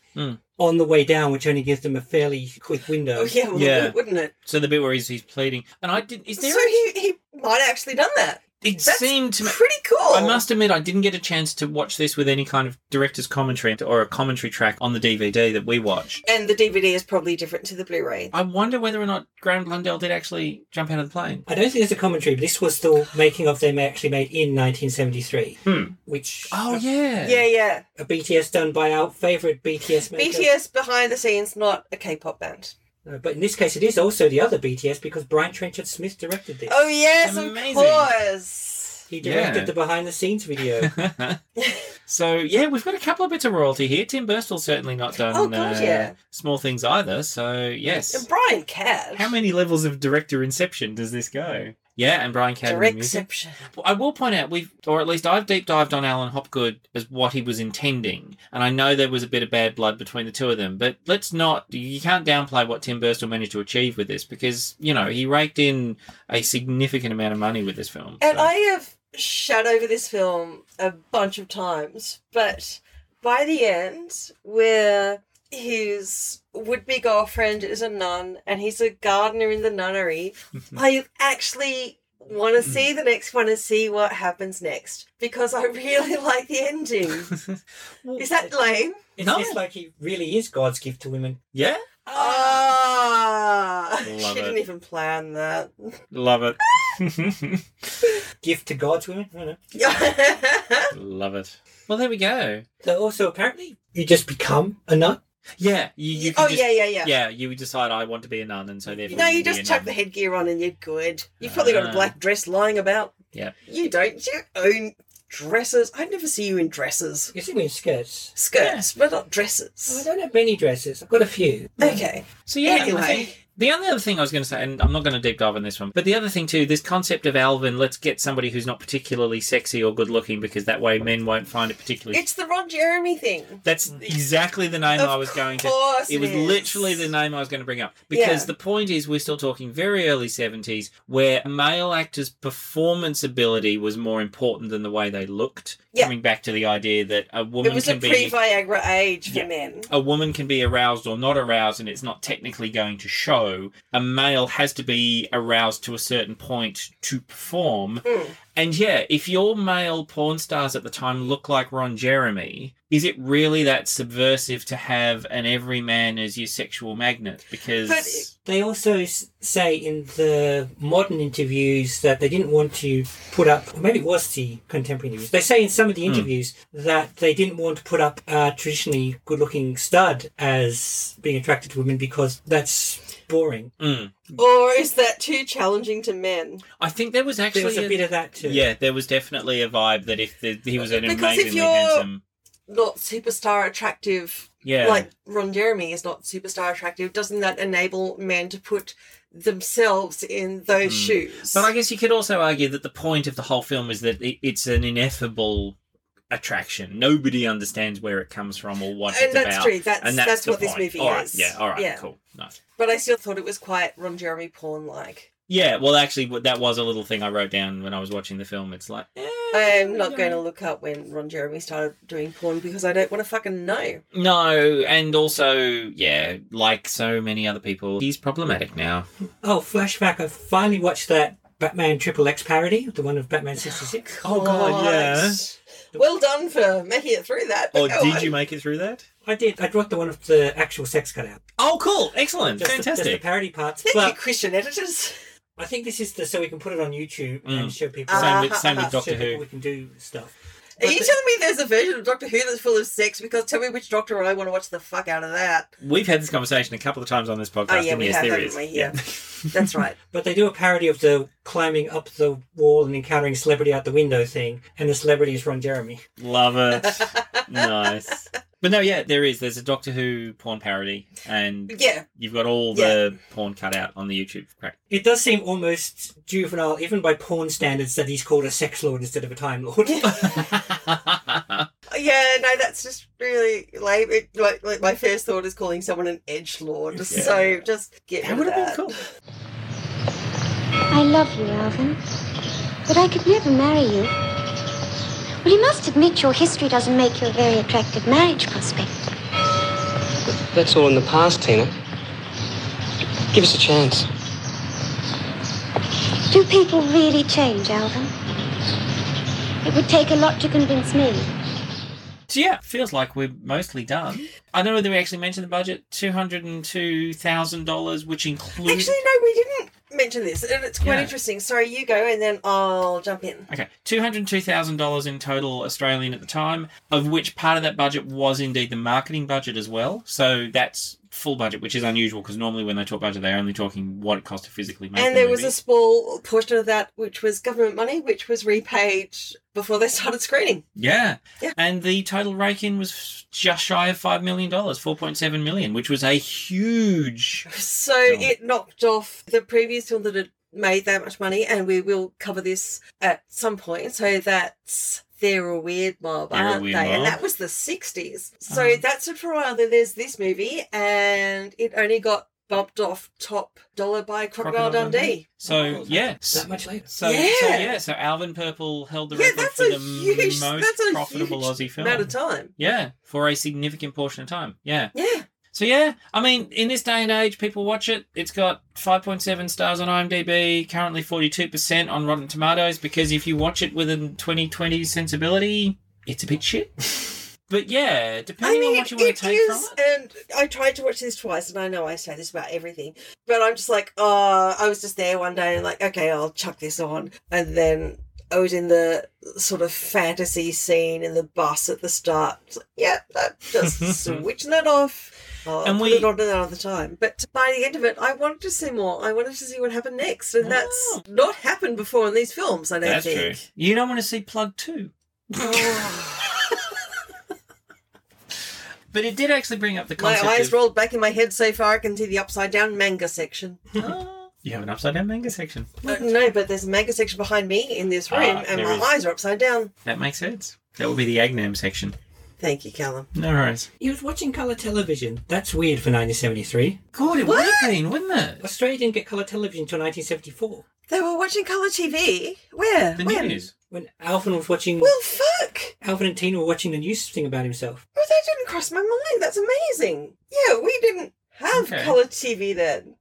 on the way down, which only gives them a fairly quick window.
Oh, yeah, well, wouldn't it?
so the bit where he's, he's pleading and i didn't is there
so he, he might have actually done that.
It seemed to me,
pretty cool.
I must admit, I didn't get a chance to watch this with any kind of director's commentary or a commentary track on the DVD that we watch.
And the DVD is probably different to the Blu-ray.
I wonder whether or not Graham Blundell did actually jump out of the plane.
I don't think there's a commentary, but this was the making of them actually made in 1973, which
oh yeah,
Yeah, yeah.
a BTS done by our favourite BTS maker.
BTS behind the scenes, not a K-pop band.
No, Uh, but in this case, it is also the other BTS because Brian Trenchard Smith directed this.
Oh yes,
Amazing.
of course.
He directed
Yeah.
the behind the scenes video.
So yeah, we've got a couple of bits of royalty here. Tim Burstall's certainly not done
Oh, God,
uh,
yeah.
small things either. So yes,
And Brian Cash.
how many levels of director inception does this go? Yeah, and Brian Cadman
Direct
music.
exception.
Well, I will point out we've, or at least I've deep dived on Alan Hopgood as what he was intending, and I know there was a bit of bad blood between the two of them. But let's not, you can't downplay what Tim Burstall managed to achieve with this because you know he raked in a significant amount of money with this film.
And I have shat over this film a bunch of times, but by the end, where his would be girlfriend is a nun and he's a gardener in the nunnery, I actually want to see the next one and see what happens next because I really like the ending. is that lame?
It's just like he really is God's gift to women.
Yeah,
Ah,
Love
she didn't
it.
even plan that.
love it,
Gift to God's women? I don't know.
love it. Well, there we go.
So also, apparently, you just become a nun.
Yeah, you. you
Oh,
can just-
yeah, yeah, yeah.
Yeah, you decide I want to be a nun, and so therefore
No, you
can be
just
a
chuck
nun.
the headgear on and you're good. You've probably got
Ah.
a black dress lying about.
Yeah.
You don't. You own dresses. I never see you in dresses.
You see me in skirts.
Skirts, but not dresses.
Oh, I don't have many dresses. I've got a few.
Okay.
So yeah, I
Anyway.
think the only other thing I was going to say, and I'm not going to deep dive on this one, but the other thing too, this concept of Alvin, let's get somebody who's not particularly sexy or good looking because that way men won't find it particularly.
It's the Ron Jeremy thing.
that's exactly the name
Of
I was going to.
course
It
it
was
is.
literally the name I was going to bring up because
Yeah.
the point is we're still talking very early 70s where a male actor's performance ability was more important than the way they looked.
Yeah.
Coming back to the idea that a woman
It was
can
a
be
pre Viagra age for
Yeah.
men.
a woman can be aroused or not aroused and it's not technically going to show show, a male has to be aroused to a certain point to perform.
Hmm.
And yeah, if your male porn stars at the time look like Ron Jeremy, is it really that subversive to have an everyman as your sexual magnet? Because
They also s- say in the modern interviews that they didn't want to put up, or maybe it was the contemporary interviews, they say in some of the
Hmm.
interviews that they didn't want to put up a traditionally good looking stud as being attracted to women because that's boring.
Mm.
Or is that too challenging to men?
I think there was actually uh,
was a bit of that too.
yeah, there was definitely a vibe that if the, he was an
Because if
amazingly
you're-
handsome,
Not superstar attractive.
Yeah.
Like Ron Jeremy is not superstar attractive. Doesn't that enable men to put themselves in those
Mm.
shoes?
But I guess you could also argue that the point of the whole film is that it, it's an ineffable attraction. Nobody understands where it comes from or what
And
it's
that's
about.
true. That's- that's
the
what this movie
All right,
is.
Yeah. All right.
Yeah.
Cool. Nice.
But I still thought it was quite Ron Jeremy porn like.
Yeah. Well, actually, what- that was a little thing I wrote down when I was watching the film. It's like, eh,
I'm not going to Um, look up when Ron Jeremy started doing porn because I don't want to fucking know.
no, and also, yeah, like so many other people, he's problematic now.
Oh, flashback, I finally watched that Batman Triple X parody, the one of Batman 66.
Oh, God,
yeah.
Well done for making it through that.
Oh,
but go on.
make it through that?
I did. I dropped the one of the actual sex cut out.
Oh, cool! Excellent,
Just the- just The,
fantastic.
parody parts.
Thank you,
But
Christian editors.
I think this is the so we can put it on YouTube and
Mm.
show people.
Ah,
Same with- same with
show
Doctor Who.
people We can do stuff.
Are you telling me there's a version of Doctor Who that's full of sex? Because tell me which Doctor and I want to watch the fuck out of that.
We've had this conversation a couple of times on this podcast.
Oh, yeah,
and
we
yes,
have,
there
haven't
is.
we? Yeah. That's right.
But they do a parody of the climbing up the wall and encountering celebrity out the window thing, and the celebrity is Ron Jeremy.
Love it. nice. But no, yeah, there is. There's a Doctor Who porn parody, and
Yeah.
you've got all the porn cut out on the YouTube. Correct.
It does seem almost juvenile, even by porn standards, that he's called a sex lord instead of a time lord.
Yeah, no, that's just really lame. It, like, like my first thought is calling someone an edge lord. So just get that rid of that.
Cool.
I love you, Alvin. But I could never marry you. Well, you must admit your history doesn't make you a very attractive marriage prospect.
That's all in the past, Tina. Give us a chance.
Do people really change, Alvin? It would take a lot to convince me.
So yeah, feels like we're mostly done. I don't know whether we actually mentioned the budget: two hundred and two thousand dollars, which includes.
Actually, no, we didn't mention this, and it's quite
Yeah.
interesting. Sorry, you go, and then I'll jump in.
Okay, two hundred two thousand dollars in total Australian at the time, of which part of that budget was indeed the marketing budget as well. So that's full budget, which is unusual because normally when they talk budget, they're only talking what it cost to physically make.
and
the
there was
movie.
a small portion of that which was government money, which was repaid before they started screening.
Yeah. And the total rake in was just shy of $5 million, $4.7 million, which was a huge.
So it knocked off the previous film that had made that much money, and we will cover this at some point. So that's they're a weird mob,
They're a
aren't
Weird
they? And
Mob. Uh-huh.
that was the sixties. So that's it for a while. Then there's this movie, and it only got bumped off top dollar by Crocodile, Dundee.
So, yeah.
That much later.
So yeah. so, yeah, so Alvin Purple held the
Yeah,
record
that's
for the
a huge-
most
that's a
profitable
huge
Aussie film.
amount of time.
Yeah, for a significant portion of time. Yeah.
Yeah.
So, yeah, I mean, in this day and age, people watch it. It's got 5.7 stars on IMDb, currently 42% on Rotten Tomatoes, because if you watch it with a 2020 sensibility, it's a bit shit. but yeah, depending on what you want to take from it.
and I tried to watch this twice, and I know I say this about everything, but I'm just like, oh, I was just there one day and like, okay, I'll chuck this on, and then I was in the sort of fantasy scene in the bus at the start. It's like, yeah, I'm just switching it off. I'll
And
put
we-
it on another time. But by the end of it, I wanted to see more. I wanted to see what happened next, and that's not happened before in these films. I don't
Oh. That's
think.
true. You don't want to see Plug 2. but it did actually bring up the concept
my eyes
of...
rolled back in my head so far I can see the upside down manga section.
You have an upside down manga section.
Uh, no, but there's a manga section behind me in this room,
Ah,
and
there
my
is.
eyes are upside down.
That makes sense. That would be the Agnam section.
Thank you, Callum.
No worries.
He was watching colour television. That's weird for 1973.
God, it would have been, wouldn't it?
Australia didn't get colour television until 1974.
They were watching colour TV. Where?
The
when?
news. When Alvin was watching.
Well, fuck!
Alvin and Tina were watching the news thing about himself.
Oh, that didn't cross my mind. That's amazing. Yeah, we didn't have
Okay.
colour TV then.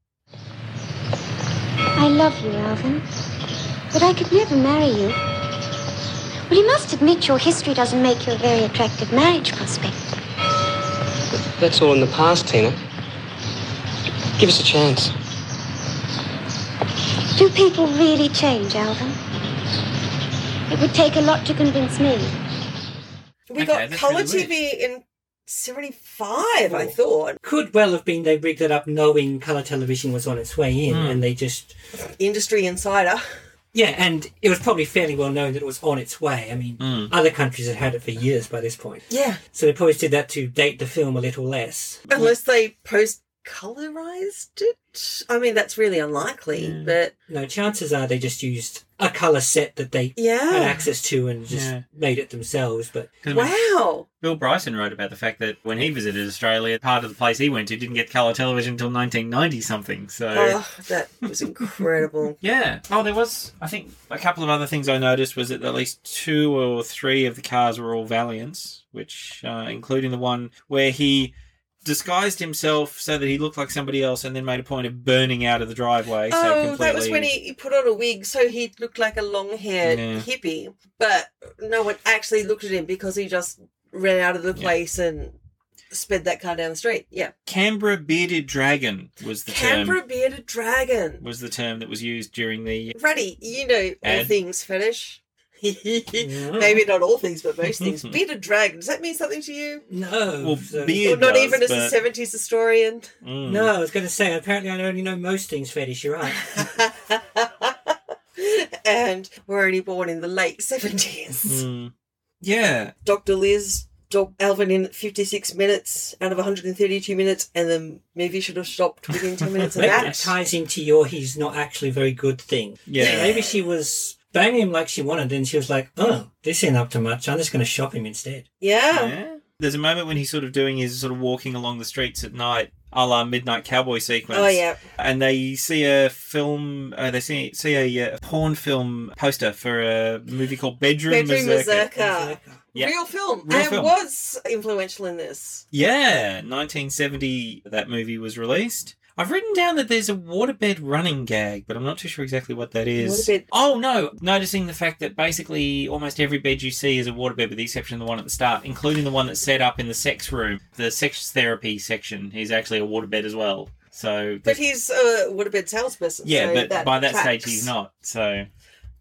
I love you, Alvin. But I could never marry you. Well, you must admit your history doesn't make you a very attractive marriage prospect.
That's all in the past, Tina. Give us a chance.
Do people really change, Alvin? It would take a lot to convince me.
We got
that's
colour
really
TV in 75, I thought.
Could well have been they rigged it up knowing colour television was on its way in
Hmm.
and they just.
Industry Insider.
Yeah, and it was probably fairly well known that it was on its way. I mean,
Hmm.
other countries had had it for years by this point.
Yeah.
So they probably did that to date the film a little less.
Unless they post colorized it. I mean, that's really unlikely, but
No, chances are they just used a colour set that they
Yeah.
had access to and just
Ah. Yeah.
made it themselves. But
wow.
Bill Bryson wrote about the fact that when he visited Australia, part of the place he went to didn't get colour television until 1990 something. So.
Oh, that was incredible.
Yeah. Oh, there was. I think a couple of other things I noticed was that at least two or three of the cars were all Valiants, which, uh, including the one where he disguised himself so that he looked like somebody else, and then made a point of burning out of the driveway. so
Oh,
completely...
that was when he, he put on a wig so he looked like a long haired
Yeah.
hippie, but no one actually looked at him because he just ran out of the place and sped that car down the street. Yeah.
Canberra bearded dragon was the
Canberra
term.
bearded dragon.
Was the term that was used during the
Ruddy, you know all
Ad.
things fetish. Maybe
Mm.
not all things, but most things. Bearded dragon. Does that mean something to you?
No.
Well,
so-
Or not even as a seventies historian.
mm,
No, I was going to say, apparently I only know most things fetish, you're right.
And were only born in the late seventies.
mm. Yeah.
Dr. Liz dog Alvin in 56 minutes out of 132 minutes, and the movie should have stopped within 10 minutes of
Maybe it
that.
ties into your he's not actually very good thing.
Yeah.
Maybe she was banging him like she wanted, and she was like, oh, this ain't up to much. I'm just going to shop him instead.
Yeah.
There's a moment when he's sort of doing his sort of walking along the streets at night, a la Midnight Cowboy sequence.
Oh, yeah.
And they see a film, uh, they see see a uh, porn film poster for a movie called Bedroom,
Bedroom
Mazurka.
Mazurka.
Yeah.
Real film.
Real
and
film.
was influential in this.
Yeah, 1970 that movie was released. I've written down that there's a waterbed running gag, but I'm not too sure exactly what that is.
Waterbed-
Oh no, noticing the fact that basically almost every bed you see is a waterbed with the exception of the one at the start, including the one that's set up in the sex room. The sex therapy section is actually a waterbed as well. So
But he's a waterbed salesperson.
yeah,
so
but by that stage
tracks.
he's not. So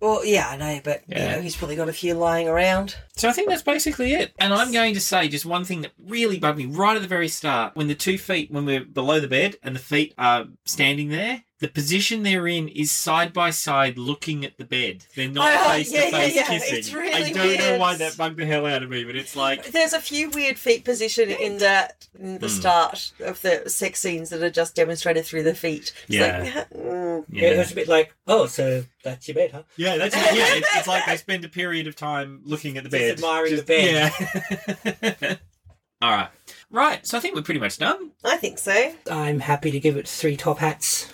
Well, yeah, I know, but you
Yeah.
know, he's probably got a few lying around.
So I think that's basically it. And I'm going to say just one thing that really bugged me right at the very start when the two feet, when we're below the bed and the feet are standing there, the position they're in is side by side looking at the bed. They're not
Oh,
face
yeah,
to
yeah,
face
yeah.
kissing.
It's really
I don't know
weird.
why that bugged the hell out of me, but it's like,
There's a few weird feet position in that in the
Mm.
start of the sex scenes that are just demonstrated through the feet. It's
Yeah.
like, mm.
It was a bit like, oh, so that's your bed, huh?
yeah, that's yeah. It's, it's like they spend a period of time looking at the bed,
admiring the
Just-
bed.
Yeah. All right, right. So I think we're pretty much done.
I think so.
I'm happy to give it three top hats.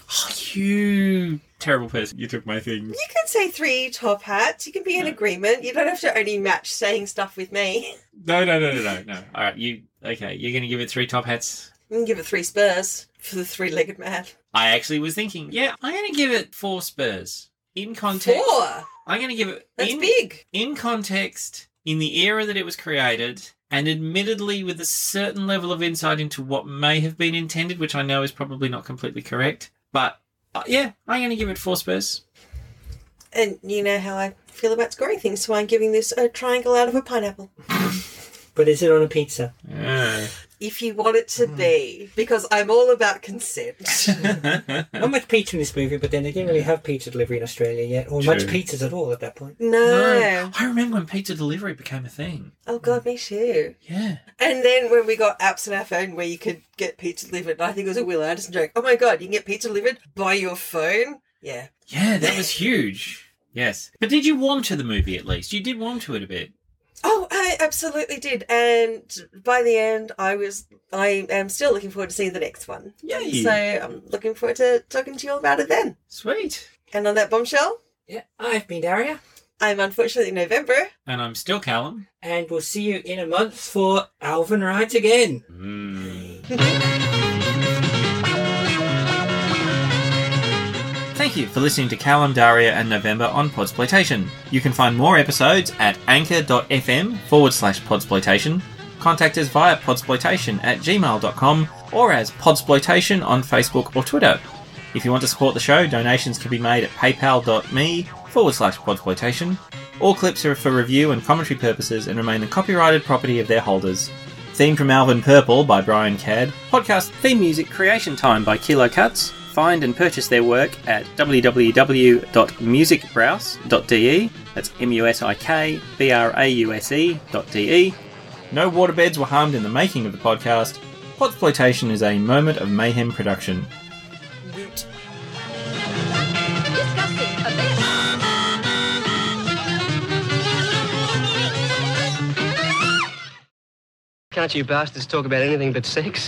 You terrible person. You took my thing.
You can say three top hats. You can be in agreement. You don't have to only match saying stuff with me.
No, no, no, no, no, no. All right, you okay? You're going to give it three top hats.
You can give it three spurs for the three-legged man.
I actually was thinking, yeah, I'm going to give it four Spurs in context.
Four?
I'm going to give it.
That's
in,
big.
In context, in the era that it was created, and admittedly with a certain level of insight into what may have been intended, which I know is probably not completely correct, but uh, yeah, I'm going to give it four Spurs.
And you know how I feel about scoring things, so I'm giving this a triangle out of a pineapple.
But is it on a pizza?
If you want it to be, because I'm all about consent.
Not much pizza in this movie, but then they didn't really have pizza delivery in Australia yet, or much
True.
pizzas at all at that point.
No.
I remember when pizza delivery became a thing.
Oh god, me too.
Yeah.
And then when we got apps on our phone where you could get pizza delivered, I think it was a Will Anderson joke. Oh my god, you can get pizza delivered by your phone? Yeah.
Yeah, that was huge. Yes. But did you warm to the movie at least? You did warm to it a bit.
Oh, I absolutely did. And by the end, I was, I am still looking forward to seeing the next one.
Yay.
So I'm looking forward to talking to you all about it then.
Sweet.
And on that bombshell,
yeah, I've been Daria.
I'm unfortunately November.
And I'm still Callum.
And we'll see you in a month for Alvin Wright again.
Mm. Thank you for listening to Callum, Daria, and November on Podsploitation. You can find more episodes at anchor.fm forward slash podsploitation. Contact us via podsploitation at gmail.com or as podsploitation on Facebook or Twitter. If you want to support the show, donations can be made at paypal.me forward slash podsploitation. All clips are for review and commentary purposes and remain the copyrighted property of their holders. Theme from Alvin Purple by Brian Caird. Podcast theme music creation time by Kilo Cuts. Find and purchase their work at www.musicbrowse.de. That's M U S I K B R A U S E dot de. No waterbeds were harmed in the making of the podcast. Podsploitation is a moment of mayhem production.
Can't you bastards talk about anything but sex?